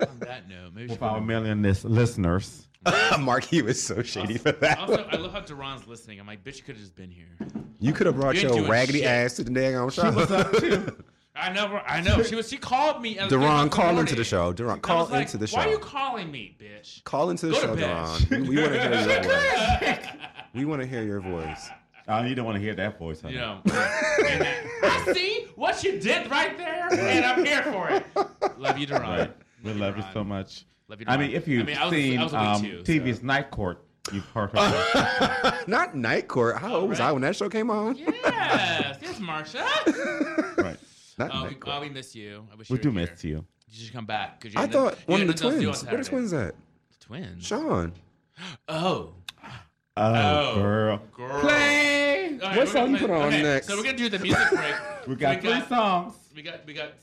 Speaker 1: On that note, maybe we
Speaker 3: With
Speaker 1: should
Speaker 3: our
Speaker 1: go-
Speaker 3: million lis- listeners.
Speaker 2: Mark, he was so shady for that.
Speaker 1: also, I love how Duran's listening. I'm like, bitch, you could have just been here.
Speaker 2: You could have brought
Speaker 1: You ain't
Speaker 2: your
Speaker 1: doing
Speaker 2: raggedy
Speaker 1: shit.
Speaker 2: ass to the daggone show.
Speaker 3: What's up, too?
Speaker 1: I know, I know. She was. She called me. at three o'clock in
Speaker 2: Deron, call into
Speaker 1: morning.
Speaker 2: the show. Deron,
Speaker 1: I
Speaker 2: call
Speaker 1: was like,
Speaker 2: into the show.
Speaker 1: Why are you calling me, bitch?
Speaker 2: call into the
Speaker 1: Go to
Speaker 2: show,
Speaker 1: bed.
Speaker 2: Deron. We, want to hear your voice. We want to hear your voice.
Speaker 3: Oh, you don't want to hear that voice, huh?
Speaker 1: You know, I see what you did right there, and I'm here for it. Love you, Duran.
Speaker 3: Right. We love you so much.
Speaker 1: Love you,
Speaker 3: I
Speaker 1: Duran.
Speaker 3: mean, if you've
Speaker 1: I mean, I was-
Speaker 3: seen
Speaker 1: I was awake
Speaker 3: um,
Speaker 1: too, so.
Speaker 3: TV's Night Court, you've heard her.
Speaker 2: Not Night Court. How old was
Speaker 1: Alright.
Speaker 2: I when that show came on?
Speaker 1: Yes, yes, Marsha.
Speaker 3: right.
Speaker 2: Not
Speaker 1: Oh, we,
Speaker 2: Night
Speaker 1: oh,
Speaker 2: Court.
Speaker 1: we miss you. I wish
Speaker 3: We
Speaker 1: you
Speaker 3: do
Speaker 1: were
Speaker 3: miss
Speaker 1: here.
Speaker 3: you.
Speaker 1: You should come back. 'cause you
Speaker 2: I
Speaker 1: had no-
Speaker 2: thought
Speaker 1: you
Speaker 2: one
Speaker 1: had
Speaker 2: of the
Speaker 1: nothing else to do on
Speaker 2: twins. Where the
Speaker 1: Saturday.
Speaker 2: twins at?
Speaker 1: Twins.
Speaker 2: Sean.
Speaker 1: Oh,
Speaker 3: Oh,
Speaker 1: Oh,
Speaker 3: girl.
Speaker 1: girl.
Speaker 3: Play.
Speaker 1: All right,
Speaker 2: What
Speaker 1: we're
Speaker 2: song
Speaker 1: gonna
Speaker 2: you
Speaker 1: play-
Speaker 2: put on
Speaker 1: okay,
Speaker 2: next?
Speaker 1: So we're gonna do the music break.
Speaker 3: We got
Speaker 1: we
Speaker 3: three
Speaker 1: got,
Speaker 3: songs.
Speaker 1: we got we got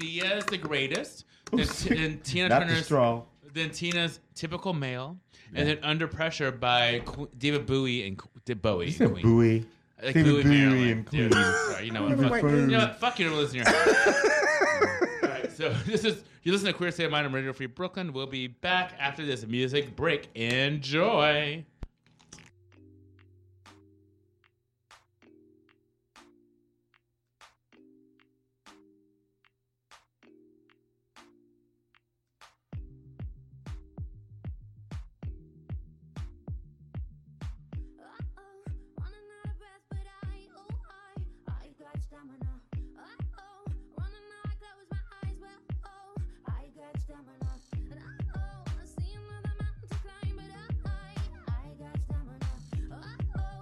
Speaker 1: Sia's the greatest. Then, t- then Tina
Speaker 3: Not the
Speaker 1: Turner's
Speaker 3: straw.
Speaker 1: Then Tina's typical male, and then Under Pressure by Qu- David Bowie and Qu- David Bowie.
Speaker 3: You
Speaker 1: and
Speaker 3: said
Speaker 1: Queen.
Speaker 3: buoy.
Speaker 1: Like
Speaker 3: David
Speaker 1: Bowie,
Speaker 3: Bowie
Speaker 1: Maryland.
Speaker 3: and
Speaker 1: Dude,
Speaker 3: Queen.
Speaker 1: sorry, you know what? Fuck, you know what? Fuck you, don't listen to your. All right, so this is you listen to Queer State of Mind on Radio Free Brooklyn. We'll be back after this music break. Enjoy.
Speaker 9: oh, oh, Stamina. And oh, I see another mountain to climb, but I, I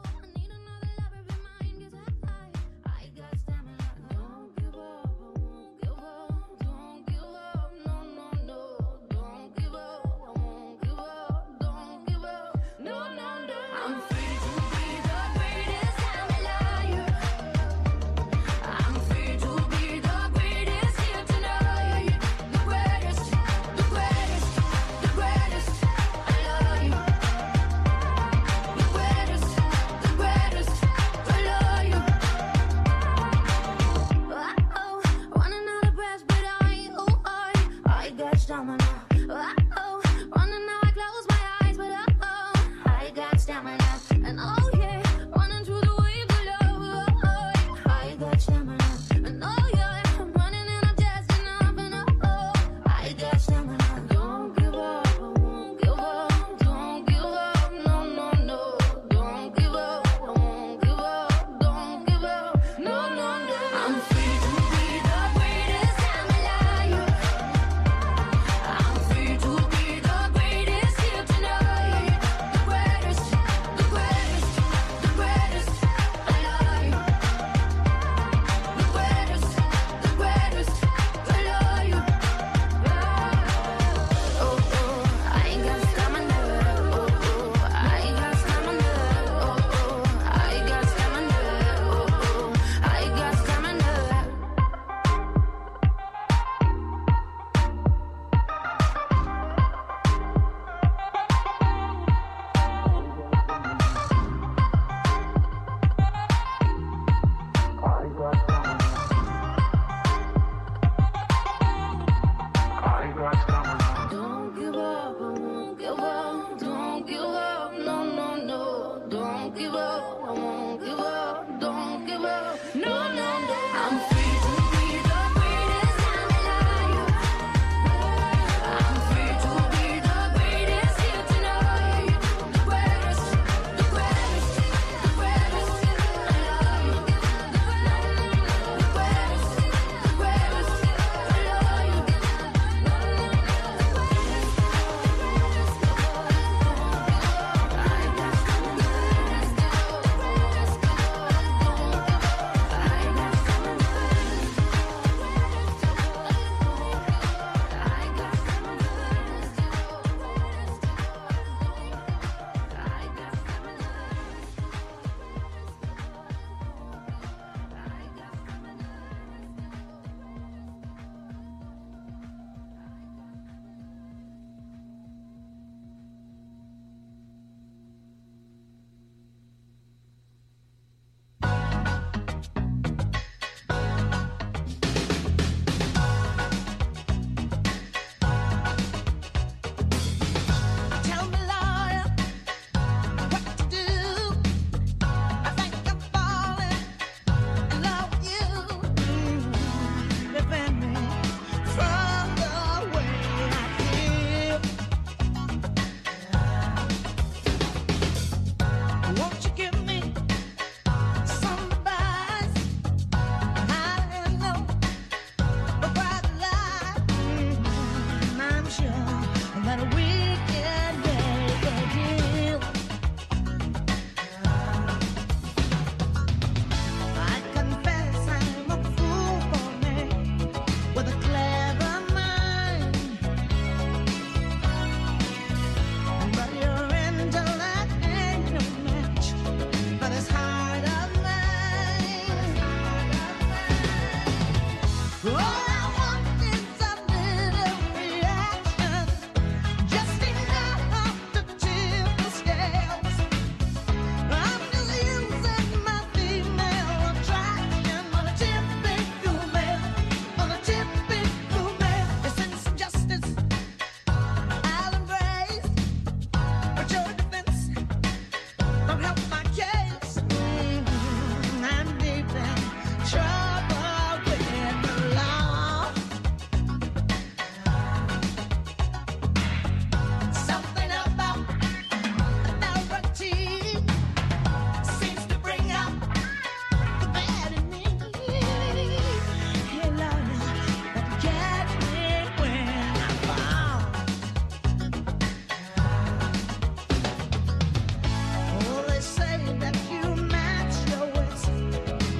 Speaker 9: Mm-hmm,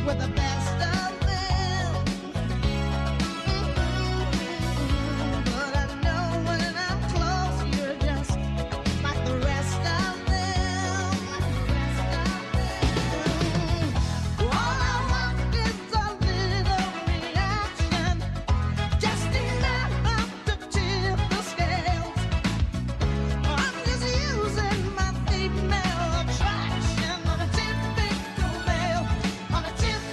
Speaker 9: We're the best of them. But I know when I'm close, you're just like the rest of them. All I want is a little reaction, just enough to tip the scales. I'm just using my female attraction on a typical male, on a typical male.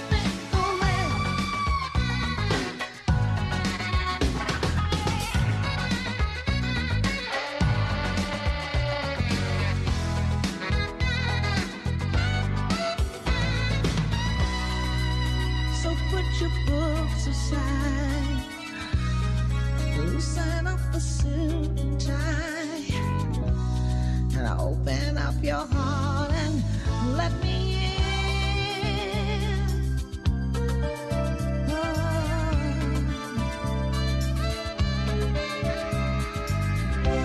Speaker 9: So put your books aside. Loosen up the suit and tie. And open up your heart and let me in. Oh.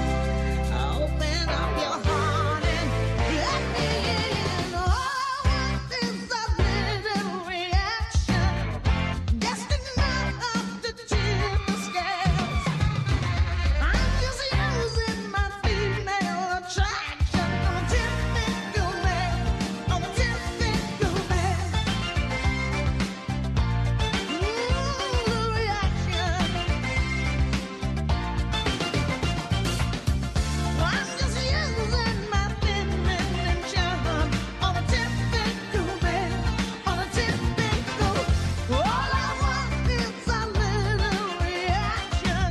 Speaker 9: Open up your heart and let me in. All I want is a little reaction. Just enough to tip the scales. I'm just using my female attraction. I'm a typical man. I'm a typical man. Ooh, the reaction. I'm just using my feminine charm. I'm a typical man. I'm a typical. All I want is a little reaction.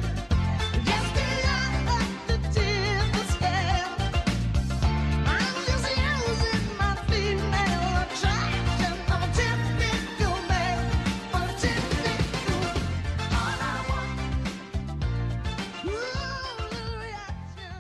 Speaker 9: Just enough to tip the scale. I'm just using my female attraction. I'm a typical man. I'm a typical. All I want. Ooh, little reaction.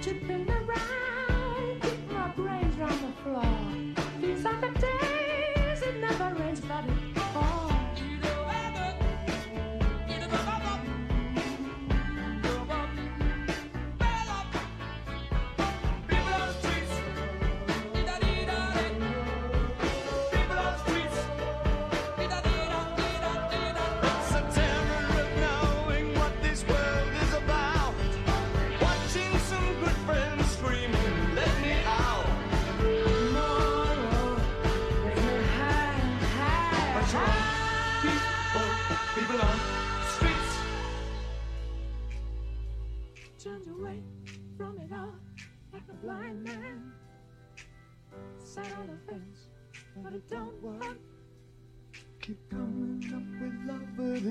Speaker 10: Tipping around, keep my brains round the floor. These are the days it never rains, but it pours.
Speaker 9: People on streets.
Speaker 10: Turned away from it all like a blind man. Sight all the things, but it don't work.
Speaker 11: Keep coming up with love, but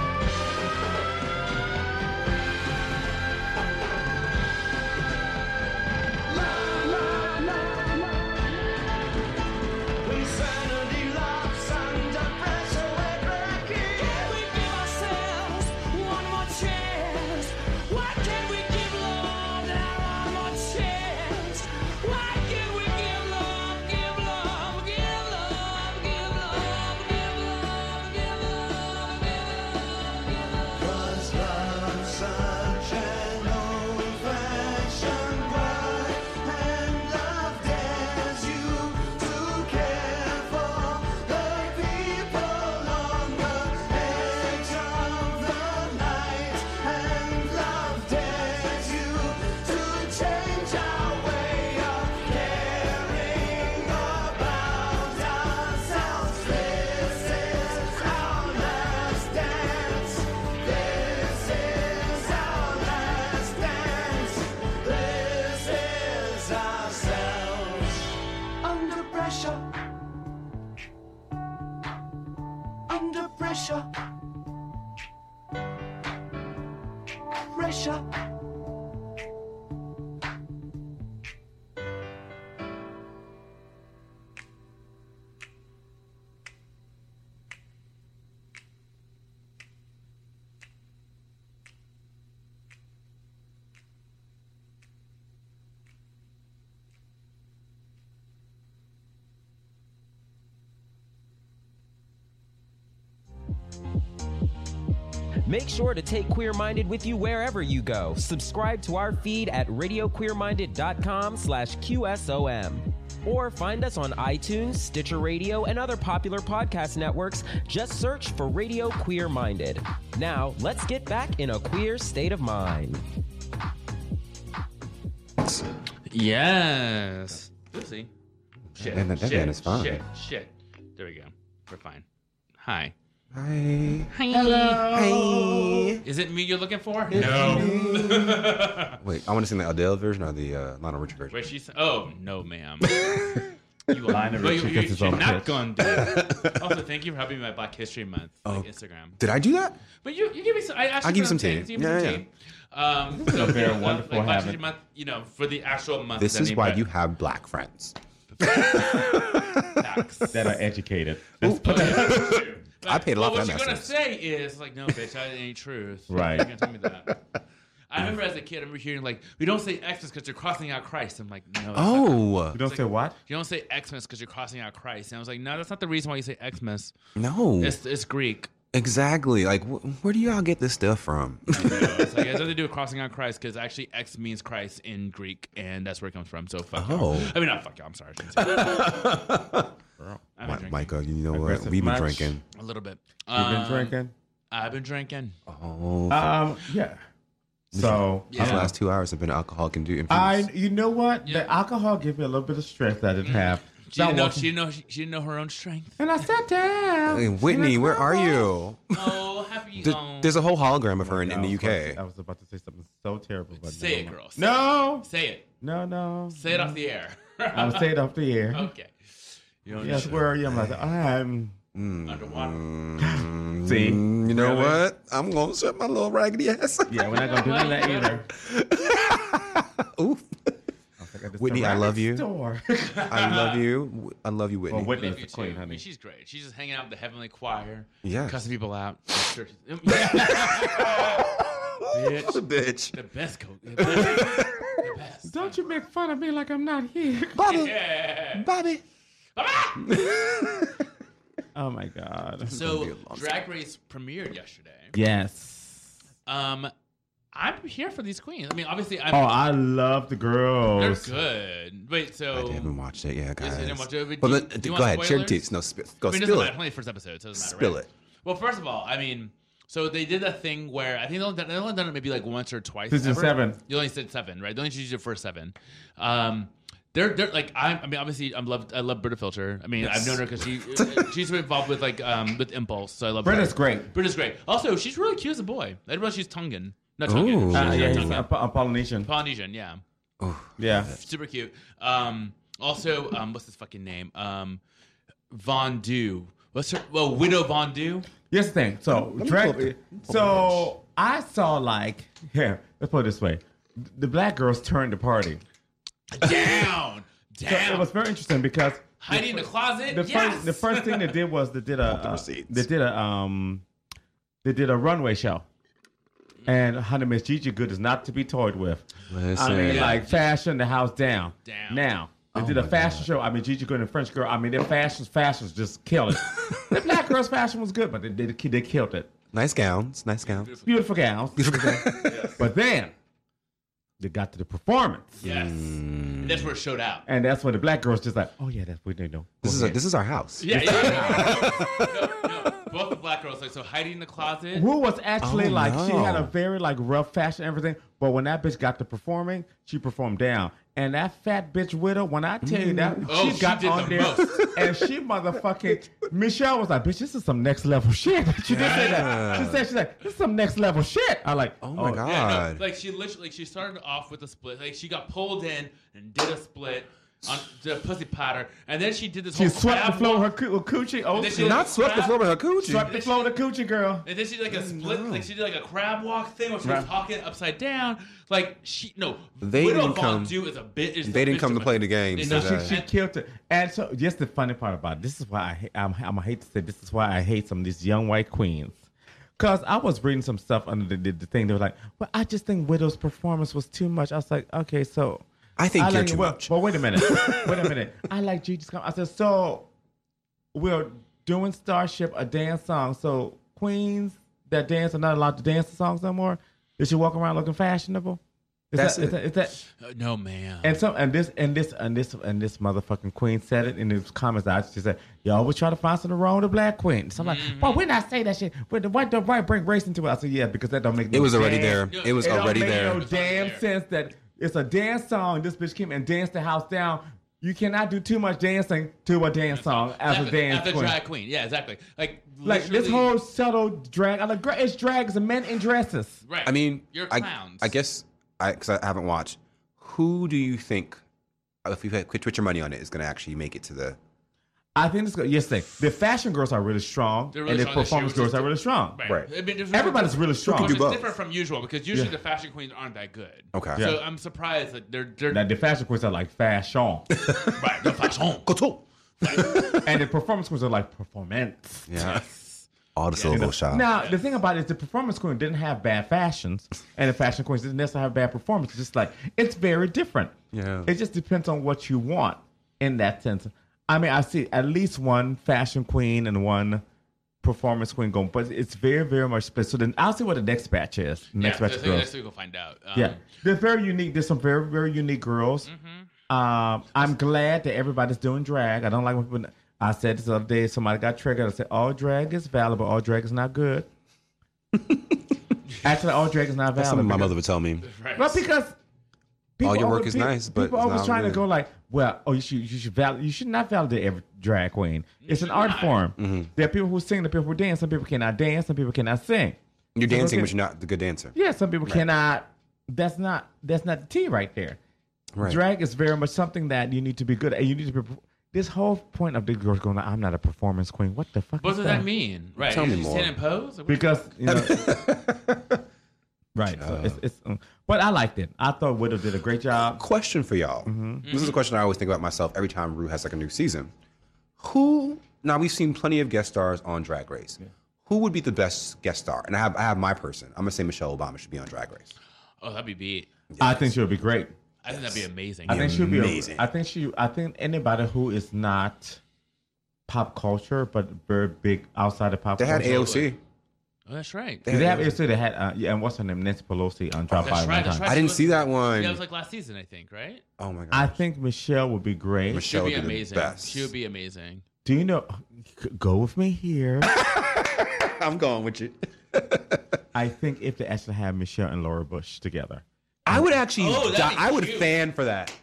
Speaker 11: Insanity laughs under pressure, we're cracking. Can we give ourselves one more chance? Why can't we give love now one more chance? pressure. Under pressure. Pressure.
Speaker 5: Make sure to take Queer Minded with you wherever you go. Subscribe to our feed at radioqueerminded.com slash QSOM. Or find us on iTunes, Stitcher Radio, and other popular podcast networks. Just search for Radio Queer Minded. Now, let's get back in a queer state of mind.
Speaker 1: Yes. Oopsie. Shit.
Speaker 2: Man, that- that
Speaker 1: shit,
Speaker 2: man is fine.
Speaker 1: Shit. Shit. There we go. We're fine. Hi.
Speaker 2: Hi.
Speaker 1: Hello. Is it me you're looking for? No.
Speaker 2: Wait, I want to sing the Adele version or the uh, Lionel Richie version.
Speaker 1: Wait, she's. Oh no, ma'am. You are,
Speaker 2: Lionel
Speaker 1: but you,
Speaker 2: Richie
Speaker 1: you,
Speaker 2: gets his
Speaker 1: you're
Speaker 2: own
Speaker 1: not
Speaker 2: pitch.
Speaker 1: gonna do it. Also, thank you for helping me with Black History Month like
Speaker 2: Oh.
Speaker 1: Instagram.
Speaker 2: Did I do that?
Speaker 1: But you, you give me some. I actually
Speaker 2: I'll give
Speaker 1: put
Speaker 2: you some
Speaker 1: on
Speaker 2: tea.
Speaker 1: You give me some
Speaker 2: Yeah, yeah.
Speaker 1: tea. Um,
Speaker 2: This is a
Speaker 1: so,
Speaker 2: very
Speaker 1: yeah,
Speaker 2: wonderful
Speaker 1: like, Black
Speaker 2: habit.
Speaker 1: History Month, you know, for the actual month.
Speaker 2: This
Speaker 1: I
Speaker 2: is
Speaker 1: Uh, mean,
Speaker 2: why
Speaker 1: but-
Speaker 2: you have black friends.
Speaker 1: that
Speaker 3: are educated.
Speaker 1: Let's put that.
Speaker 2: I paid a lot
Speaker 1: well,
Speaker 2: for
Speaker 1: what
Speaker 2: that
Speaker 1: you're gonna
Speaker 2: message.
Speaker 1: say is like, no, bitch, that ain't truth.
Speaker 3: Right.
Speaker 1: You're gonna tell me that. I remember as a kid, I remember hearing like, we don't say Xmas because you're crossing out Christ. I'm like, no. that's not
Speaker 2: Oh.
Speaker 1: correct.
Speaker 2: You don't
Speaker 1: It's
Speaker 2: say
Speaker 1: like,
Speaker 2: what?
Speaker 1: You don't say Xmas because you're crossing out Christ. And I was like, no, that's not the reason why you say Xmas.
Speaker 2: No.
Speaker 1: it's, it's Greek.
Speaker 2: Exactly. Like, wh- where do y'all get this stuff from?
Speaker 1: It's like it has nothing to do with crossing out Christ because actually X means Christ in Greek, and that's where it comes from. So fuck. y'all.
Speaker 2: Oh.
Speaker 1: I mean, not fuck y'all. I'm sorry. I shouldn't say that. I've been
Speaker 2: Mi-
Speaker 1: drinking.
Speaker 2: Micah, you know what?
Speaker 3: Aggressive
Speaker 2: We've been
Speaker 3: match.
Speaker 2: drinking.
Speaker 1: A little bit. Um,
Speaker 3: You've been drinking?
Speaker 1: I've been drinking.
Speaker 2: Oh.
Speaker 3: Um, yeah.
Speaker 2: This-
Speaker 3: So
Speaker 2: these
Speaker 3: yeah.
Speaker 2: last two hours have been alcohol can do.
Speaker 3: I, you know what? The alcohol gave me a little bit of strength
Speaker 1: Mm.
Speaker 3: that I didn't have.
Speaker 1: She
Speaker 3: So I
Speaker 1: didn't, know,
Speaker 3: walked-
Speaker 1: she, didn't know, she, she didn't know her own strength.
Speaker 3: and I sat down.
Speaker 2: Hey, Whitney, where are you?
Speaker 1: Oh, happy.
Speaker 2: There-
Speaker 1: um,
Speaker 2: there's a whole hologram of her in, in the
Speaker 3: I was about
Speaker 2: UK.
Speaker 3: to- I was about to say something so terrible, but
Speaker 1: Say it,
Speaker 3: never
Speaker 1: girl.
Speaker 3: mind.
Speaker 1: Say
Speaker 3: No,
Speaker 1: It. Say it.
Speaker 3: no, no.
Speaker 1: Say it off the air.
Speaker 3: I'll say it off the air.
Speaker 1: Okay. You don't
Speaker 3: Yes,
Speaker 1: need to-
Speaker 3: where are you? I'm like, I'm. Mm.
Speaker 2: Underwater.
Speaker 3: See?
Speaker 2: Mm, you know
Speaker 3: Really?
Speaker 2: what? I'm gonna shut my little raggedy ass.
Speaker 3: Yeah, we're not gonna do none of that either.
Speaker 2: Oof. Whitney, I love you.
Speaker 3: Store.
Speaker 2: I love you. I love you, Whitney.
Speaker 3: Well, Whitney's
Speaker 1: Love you
Speaker 3: the
Speaker 1: too.
Speaker 3: queen,
Speaker 1: I mean,
Speaker 3: honey.
Speaker 1: she's great. She's just hanging out with the Heavenly Choir.
Speaker 2: Yes.
Speaker 1: Cussing people out. Sure. Bitch.
Speaker 2: The bitch.
Speaker 1: The best coach. The best. the best.
Speaker 3: Don't you make fun of me like I'm not here,
Speaker 1: Yeah.
Speaker 2: Bobby.
Speaker 3: Oh my God.
Speaker 1: So, Drag Race premiered yesterday.
Speaker 3: Yes.
Speaker 1: Um, I'm here for these queens. I mean, obviously, I'm,
Speaker 3: Oh, I love the
Speaker 1: they're
Speaker 3: girls.
Speaker 1: good. Wait, so
Speaker 2: I haven't watched it yet, guys.
Speaker 1: Is it in what- do-
Speaker 2: But
Speaker 1: do-
Speaker 2: let-
Speaker 1: do you
Speaker 2: go
Speaker 1: want
Speaker 2: ahead, share your
Speaker 1: spoilers?
Speaker 2: teeth. No, sp- go
Speaker 1: I mean, it doesn't
Speaker 2: spill
Speaker 1: matter.
Speaker 2: it.
Speaker 1: Only first episode, so it doesn't matter.
Speaker 2: Spill
Speaker 1: right?
Speaker 2: it.
Speaker 1: Well, first of all, I mean, so they did that thing where I think they only done, they only done it maybe like once or twice.
Speaker 3: Season
Speaker 1: ever.
Speaker 3: seven.
Speaker 1: You only said seven, right? They only used it for seven. Um, they're, they're like I, I mean obviously I'm loved I love Britta Filter I mean I've
Speaker 2: Yes.
Speaker 1: known her because she she's been involved with like um with Impulse so I love
Speaker 3: Britta's
Speaker 1: her.
Speaker 3: great.
Speaker 1: Britta's great also she's really cute as a boy I didn't realize she's Tongan not
Speaker 2: Ooh.
Speaker 1: Tongan she's
Speaker 3: Uh,
Speaker 1: not
Speaker 3: yeah, he's
Speaker 1: Tongan.
Speaker 3: a, Po- a Polynesian.
Speaker 1: Polynesian yeah
Speaker 3: Yeah.
Speaker 1: super cute. Um, also, um, what's his fucking name? Um, Von Du. What's her? Well, Widow Von Du.
Speaker 3: Yes, thing. So,
Speaker 2: me
Speaker 3: drag.
Speaker 2: pull up the-
Speaker 3: so I saw like here. Let's put it this way: the black girls turned the party.
Speaker 1: Down,
Speaker 3: So it
Speaker 1: down.
Speaker 3: was very interesting because
Speaker 1: Hiding in the closet.
Speaker 3: the
Speaker 1: yes.
Speaker 3: first the first thing they did was they did a
Speaker 2: the
Speaker 3: uh,
Speaker 2: receipts.
Speaker 3: they did a um they did a runway show. And honey, Miss Gigi Good is not to be toyed with. I mean,
Speaker 2: Listen.
Speaker 3: like fashion the house down.
Speaker 1: Down.
Speaker 3: Now they
Speaker 2: Oh
Speaker 3: did a
Speaker 2: my
Speaker 3: fashion show. I mean, Gigi Good and French Girl. I mean, their fashions fashions just killed it. the black girls' fashion was good, but they they, they killed it.
Speaker 2: Nice gowns. Nice gowns.
Speaker 3: Beautiful gowns. But then they got to the performance,
Speaker 1: yes.
Speaker 2: Mm.
Speaker 1: And that's where it showed out.
Speaker 3: and that's when the black girls just like, oh yeah, that's what they know.
Speaker 2: This is, a, this is our house.
Speaker 1: Yeah, yeah. yeah. no, no. Both the black girls like so hiding in the closet.
Speaker 3: Wu was actually
Speaker 2: Oh,
Speaker 3: like she
Speaker 2: no.
Speaker 3: had a very like rough fashion and everything, but when that bitch got to performing, she performed down. And that fat bitch widow, when I tell you that,
Speaker 1: Oh,
Speaker 3: she
Speaker 1: she
Speaker 3: got
Speaker 1: did
Speaker 3: on
Speaker 1: the
Speaker 3: there and she motherfucking Michelle was like, "Bitch, this is some next level shit." She did say that. She said, "She's like, this is some next level shit." I like,
Speaker 2: Oh
Speaker 1: Yeah,
Speaker 2: my
Speaker 1: no,
Speaker 2: God.
Speaker 1: like she literally, like she started off with a split. Like she got pulled in and did a split. on the pussy potter, and then she did this
Speaker 3: She
Speaker 1: whole
Speaker 3: swept the
Speaker 1: crab
Speaker 3: floor with her, coo- with coochie. Oh,
Speaker 1: And then she Not did- swept the floor with her coochie.
Speaker 3: Swept the floor with her coochie, girl.
Speaker 1: And then she did like a split, like she did like a crab walk thing where she was
Speaker 3: Right.
Speaker 1: talking upside down. Like she, no,
Speaker 2: They
Speaker 1: Widow
Speaker 2: didn't come-
Speaker 1: Fondue is a bit. Is
Speaker 2: they
Speaker 1: the
Speaker 2: didn't come to
Speaker 1: bitch-
Speaker 2: play the game,
Speaker 1: It's
Speaker 2: so
Speaker 1: not-
Speaker 2: that-
Speaker 3: She killed it. And so, just the funny part about it, this is why I hate, I'm, I'm gonna hate to say this is why I hate some of these young white queens. Cause I was reading some stuff under the, the, the thing. They were like, "Well, I just think Widow's performance was too much." I was like, "Okay, so
Speaker 2: I think you're
Speaker 3: like-
Speaker 2: too
Speaker 3: well,
Speaker 2: much.
Speaker 3: Well, wait a minute. wait a minute. I like Gigi's come. I said, "So we're doing Starship a dance song. So queens that dance are not allowed to dance the songs no more. They should walk around looking fashionable." Is
Speaker 1: That's
Speaker 3: that, is
Speaker 1: it.
Speaker 3: that, is that
Speaker 1: Uh, no, ma'am.
Speaker 3: and so and this and this and this and this motherfucking queen said it in the comments. I just said, "Y'all was trying to find something wrong with the black queen." So I'm like,
Speaker 1: Mm-hmm.
Speaker 3: "Well, when I say that shit, when the white the white bring race into it." I said, "Yeah, because that don't make
Speaker 2: It
Speaker 3: no
Speaker 2: was already there.
Speaker 3: damn-
Speaker 2: It was
Speaker 3: don't
Speaker 2: already
Speaker 3: make
Speaker 2: there.
Speaker 3: No damn sense that it's a dance song. This bitch came and danced the house down. You cannot do too much dancing to a dance song as
Speaker 1: After-
Speaker 3: a dance
Speaker 1: after
Speaker 3: queen.
Speaker 1: drag queen. Yeah, exactly. Like
Speaker 3: Like
Speaker 1: literally-
Speaker 3: this whole subtle drag. I'm like, "Girl, it's drag. It's men in dresses.
Speaker 1: Right.
Speaker 2: I mean,
Speaker 1: you're
Speaker 2: I-
Speaker 1: clowns.
Speaker 2: I, guess I because I haven't watched. Who do you think, if you had quit put your money on it, is going to actually make it to the?
Speaker 3: I think it's good. Yes, they. The fashion girls are really strong,
Speaker 1: They're really
Speaker 3: and
Speaker 1: strong
Speaker 3: the
Speaker 1: this year,
Speaker 3: performance
Speaker 1: which is
Speaker 3: girls are really strong.
Speaker 1: Right. I mean, there's-
Speaker 3: Everybody's really
Speaker 1: which
Speaker 3: strong.
Speaker 1: is different from usual because usually
Speaker 3: Yeah.
Speaker 1: the fashion queens aren't that good.
Speaker 3: Okay.
Speaker 1: So
Speaker 3: Yeah.
Speaker 1: I'm surprised that they're they're
Speaker 3: Now, the fashion queens are like fashion,
Speaker 1: right? The fashion,
Speaker 3: and the performance queens are like performance.
Speaker 2: Yeah. All the syllable shots.
Speaker 3: Now, the thing about it is the performance queen didn't have bad fashions, and the fashion queens didn't necessarily have bad performance. It's just like it's very different.
Speaker 2: Yeah.
Speaker 3: It just depends on what you want in that sense. I mean, I see at least one fashion queen and one performance queen going, but it's very, very much split. So then I'll see what the next batch is. The next
Speaker 1: yeah,
Speaker 3: batch
Speaker 1: so I
Speaker 3: of
Speaker 1: think
Speaker 3: girls.
Speaker 1: next week we'll find out. Um,
Speaker 3: yeah, they're very unique. There's some very very unique girls.
Speaker 1: Mm-hmm.
Speaker 3: Um, I'm glad that everybody's doing drag. I don't like when people. I said this the other day. Somebody got triggered. I said all drag is valuable. All drag is not good. Actually, all drag is not valuable.
Speaker 2: That's something my mother would tell me.
Speaker 3: Well, because
Speaker 2: All your work
Speaker 3: always-
Speaker 2: is nice, but
Speaker 3: people
Speaker 2: it's
Speaker 3: always
Speaker 2: not
Speaker 3: trying to
Speaker 2: good.
Speaker 3: go like, well, oh, you should you should valid, you should not validate every drag queen. It's an art form.
Speaker 2: Mm-hmm.
Speaker 3: There are people who sing, there are people who dance. Some people cannot dance. Some people cannot sing. Some
Speaker 2: You're
Speaker 3: people
Speaker 2: dancing,
Speaker 3: can-
Speaker 2: but you're not the good dancer.
Speaker 3: yeah, some people
Speaker 2: Right.
Speaker 3: cannot. That's not that's not the T right there.
Speaker 2: Right.
Speaker 3: Drag is very much something that you need to be good at. You need to be. This whole point of the girls going, I'm not a performance queen. What the fuck?
Speaker 1: What
Speaker 3: is
Speaker 1: does that mean? Right?
Speaker 3: Tell
Speaker 1: you
Speaker 3: me
Speaker 1: just
Speaker 3: more.
Speaker 1: stand and pose? Or what-
Speaker 3: Because you know, right. So it's,
Speaker 2: Uh.
Speaker 3: it's, mm. but I liked it. I thought Widow did a great job. Mm-hmm.
Speaker 2: Question for y'all. This is a question I always think about myself every time Rue has like a new season. Who? Now we've seen plenty of guest stars on Drag Race. Who would be the best guest star? And I have I have my person. I'm gonna say Michelle Obama should be on Drag Race.
Speaker 1: oh, that'd be beat.
Speaker 3: I think she'll be great.
Speaker 1: I think that'd be amazing.
Speaker 3: I think she'll be.
Speaker 2: Amazing.
Speaker 3: A, I think she. I think anybody who is not pop culture but very big outside of pop.
Speaker 2: They had
Speaker 3: culture.
Speaker 2: AOC.
Speaker 1: Oh, that's right.
Speaker 3: Did they have AOC? They had uh, yeah, and what's her name? Nancy Pelosi on Drop
Speaker 1: That's
Speaker 3: By
Speaker 1: right,
Speaker 3: one
Speaker 1: that's
Speaker 3: time.
Speaker 1: right.
Speaker 2: I didn't see that
Speaker 1: Yeah, it
Speaker 2: one.
Speaker 1: was like last season, I think. Right?
Speaker 2: Oh my
Speaker 3: I
Speaker 2: god.
Speaker 3: think Michelle would be great.
Speaker 2: Michelle
Speaker 1: She'd be
Speaker 2: would be the
Speaker 1: amazing.
Speaker 2: best.
Speaker 1: She would be amazing.
Speaker 3: Do you know? Go with me here.
Speaker 2: I'm going with you.
Speaker 3: I think if they actually had Michelle and Laura Bush together,
Speaker 2: I would actually.
Speaker 1: Oh, that'd
Speaker 2: die-
Speaker 1: be
Speaker 2: I would
Speaker 1: cute.
Speaker 2: fan for that.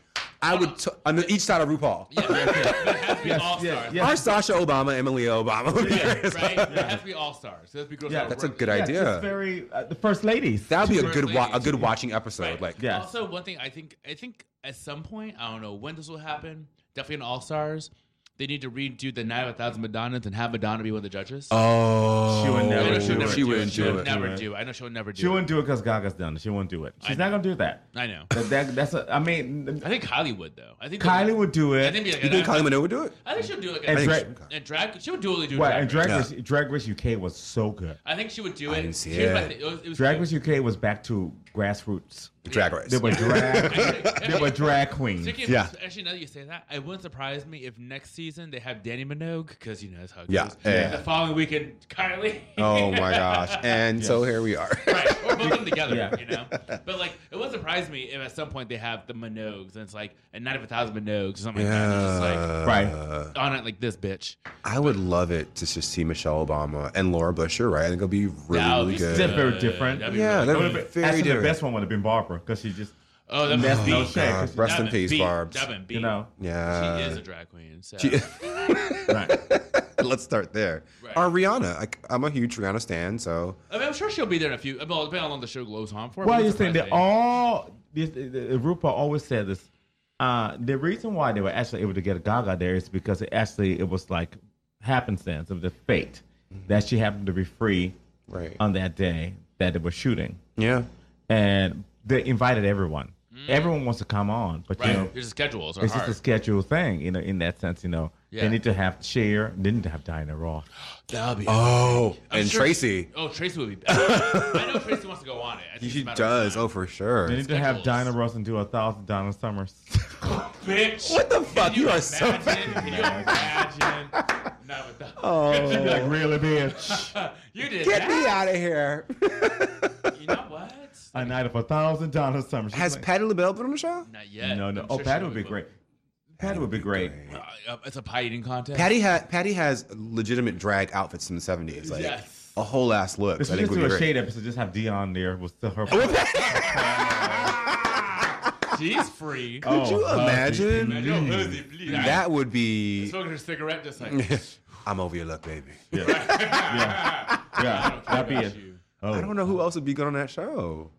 Speaker 2: I would t- on the, each side of RuPaul.
Speaker 1: Yeah, it has to be all stars.
Speaker 3: yeah.
Speaker 2: Our Sasha Obama, Emily Obama.
Speaker 1: Right? It has to be all stars. It has to be girls.
Speaker 3: Yeah,
Speaker 1: that are
Speaker 2: That's a
Speaker 1: working.
Speaker 2: good
Speaker 3: Yeah,
Speaker 2: idea.
Speaker 3: just very uh, the first ladies.
Speaker 2: that would be a
Speaker 1: Super
Speaker 2: good wa- a
Speaker 1: ladies.
Speaker 2: good watching episode. Like
Speaker 3: Yes.
Speaker 1: Also, one thing I think I think at some point I don't know when this will happen. Definitely an All Stars. They need to redo the Night of a Thousand Madonnas and have Madonna be one of the judges.
Speaker 2: oh,
Speaker 3: She would
Speaker 1: I know
Speaker 3: never
Speaker 1: she'll
Speaker 3: do
Speaker 1: never
Speaker 3: it.
Speaker 2: She wouldn't
Speaker 1: She'll
Speaker 2: do it.
Speaker 1: Never
Speaker 3: Right.
Speaker 1: do. I know she'll never do.
Speaker 3: she
Speaker 1: it.
Speaker 3: wouldn't do it because Gaga's done. it. She won't do it. She's not gonna do that.
Speaker 1: I know.
Speaker 3: That, that- that's a, I mean,
Speaker 1: I think Kylie would though. I think
Speaker 3: Kylie would do
Speaker 1: I
Speaker 3: it.
Speaker 1: think, be like
Speaker 2: You
Speaker 1: an-
Speaker 2: think Kylie Minogue would do it?
Speaker 1: I think she'll do like a,
Speaker 3: And
Speaker 1: and,
Speaker 3: Drag,
Speaker 1: drag. She would dually do.
Speaker 3: well,
Speaker 1: drag
Speaker 3: and Drag
Speaker 2: Yeah.
Speaker 3: Race, Drag Race UK was so good.
Speaker 1: I think she would do
Speaker 2: I
Speaker 1: it.
Speaker 2: didn't see
Speaker 1: She was
Speaker 2: it.
Speaker 1: like- was- it was
Speaker 3: Drag
Speaker 1: cute.
Speaker 3: Race UK was back to grassroots.
Speaker 2: Drag Race.
Speaker 3: There were drag, there were drag queens.
Speaker 1: Speaking of-
Speaker 2: Yeah.
Speaker 1: Actually, now that you say that, it wouldn't surprise me if next season they have Danny Minogue because you know that's how it
Speaker 2: Yeah,
Speaker 1: goes.
Speaker 2: yeah.
Speaker 1: The following weekend, Kylie.
Speaker 2: Oh my gosh! And so here we are.
Speaker 1: right, or both of them together,
Speaker 3: Yeah.
Speaker 1: you know. But like, it wouldn't surprise me if at some point they have the Minogues and it's like a night of a thousand Minogues or something like that. It's just
Speaker 3: Right.
Speaker 1: like on it like this, bitch.
Speaker 2: I would love it to just see Michelle Obama and Laura Bush. You're right. I think it'll be really,
Speaker 1: That would
Speaker 2: really
Speaker 1: be
Speaker 2: good.
Speaker 3: They're very different.
Speaker 1: That'd be
Speaker 2: Yeah,
Speaker 1: really
Speaker 2: that
Speaker 1: cool.
Speaker 2: would be very
Speaker 3: Actually,
Speaker 2: different. Uh-huh.
Speaker 3: the best one would have been Barbara because she just,
Speaker 1: Oh, that
Speaker 3: That's
Speaker 1: would be
Speaker 3: no
Speaker 1: beat.
Speaker 3: shame, 'cause
Speaker 2: Rest in
Speaker 1: That would
Speaker 2: peace,
Speaker 1: beat.
Speaker 2: Barbs.
Speaker 1: That would beat.
Speaker 3: you know,
Speaker 2: Yeah.
Speaker 1: she is a drag queen. So.
Speaker 2: She-
Speaker 3: right.
Speaker 2: Let's start there.
Speaker 1: Right.
Speaker 2: Or Rihanna. Like, I'm a huge Rihanna stan, so
Speaker 1: I mean, I'm sure she'll be there in a few. Well, depending on how long the show goes on for. it
Speaker 3: Well,
Speaker 1: wouldn't
Speaker 3: you're saying
Speaker 1: surprise
Speaker 3: that
Speaker 1: me.
Speaker 3: all this, the, the, RuPaul always said this: Uh, the reason why they were actually able to get Gaga there is because it actually it was like happenstance of the fate that she happened to be free
Speaker 2: right.
Speaker 3: on that day that they were shooting.
Speaker 2: Yeah,
Speaker 3: and they invited everyone. Everyone wants to come on, but
Speaker 1: Mm. Right.
Speaker 3: you know,
Speaker 1: There's a schedule, it's
Speaker 3: It's just
Speaker 1: hard.
Speaker 3: a schedule thing, you know. In that sense, you know,
Speaker 1: Yeah.
Speaker 3: they need to have Cher, they need to have Diana Ross.
Speaker 1: That'll be
Speaker 2: Oh,
Speaker 1: I'm
Speaker 2: and
Speaker 1: sure-
Speaker 2: Tracy.
Speaker 1: Oh, Tracy would be. I know Tracy wants to go on it. I think it's
Speaker 2: She
Speaker 1: a matter of
Speaker 2: does.
Speaker 1: time.
Speaker 2: Oh, for sure.
Speaker 3: They need to have Diana Ross and do a thousand Donna Summers.
Speaker 1: Bitch.
Speaker 2: What the fuck? You, are so.
Speaker 1: Imagine, can you imagine? Not with that.
Speaker 3: She's like really bitch.
Speaker 1: you did
Speaker 2: Oh. Get
Speaker 1: that.
Speaker 2: me out of here.
Speaker 1: You know what?
Speaker 3: A night of a thousand Donna Summers. She's
Speaker 2: Has
Speaker 3: like,
Speaker 2: Patty LaBelle been on the show?
Speaker 1: Not yet.
Speaker 3: no, no.
Speaker 1: I'm
Speaker 3: Oh,
Speaker 1: sure
Speaker 3: Patty
Speaker 1: she
Speaker 3: would be
Speaker 1: but-
Speaker 3: great. Patty would be great.
Speaker 1: Uh, it's a pie eating contest.
Speaker 2: Patty ha- Patty has legitimate drag outfits from the seventies, like
Speaker 1: Yes.
Speaker 2: a whole ass look.
Speaker 3: If
Speaker 2: so I
Speaker 3: we
Speaker 2: think
Speaker 3: just
Speaker 2: would
Speaker 3: do
Speaker 2: be
Speaker 3: a
Speaker 2: great.
Speaker 3: shade episode, just have Dion there with still her.
Speaker 1: She's free.
Speaker 3: Oh,
Speaker 2: Could you
Speaker 3: hussy,
Speaker 2: imagine?
Speaker 1: I know, Huzzy, please.
Speaker 2: That would
Speaker 1: I-
Speaker 2: be.
Speaker 1: smoking her cigarette just like.
Speaker 2: I'm over your luck, baby.
Speaker 3: yeah, yeah, that'd be
Speaker 1: about
Speaker 3: it.
Speaker 1: you.
Speaker 3: Oh,
Speaker 2: I don't know who else would be good on that show.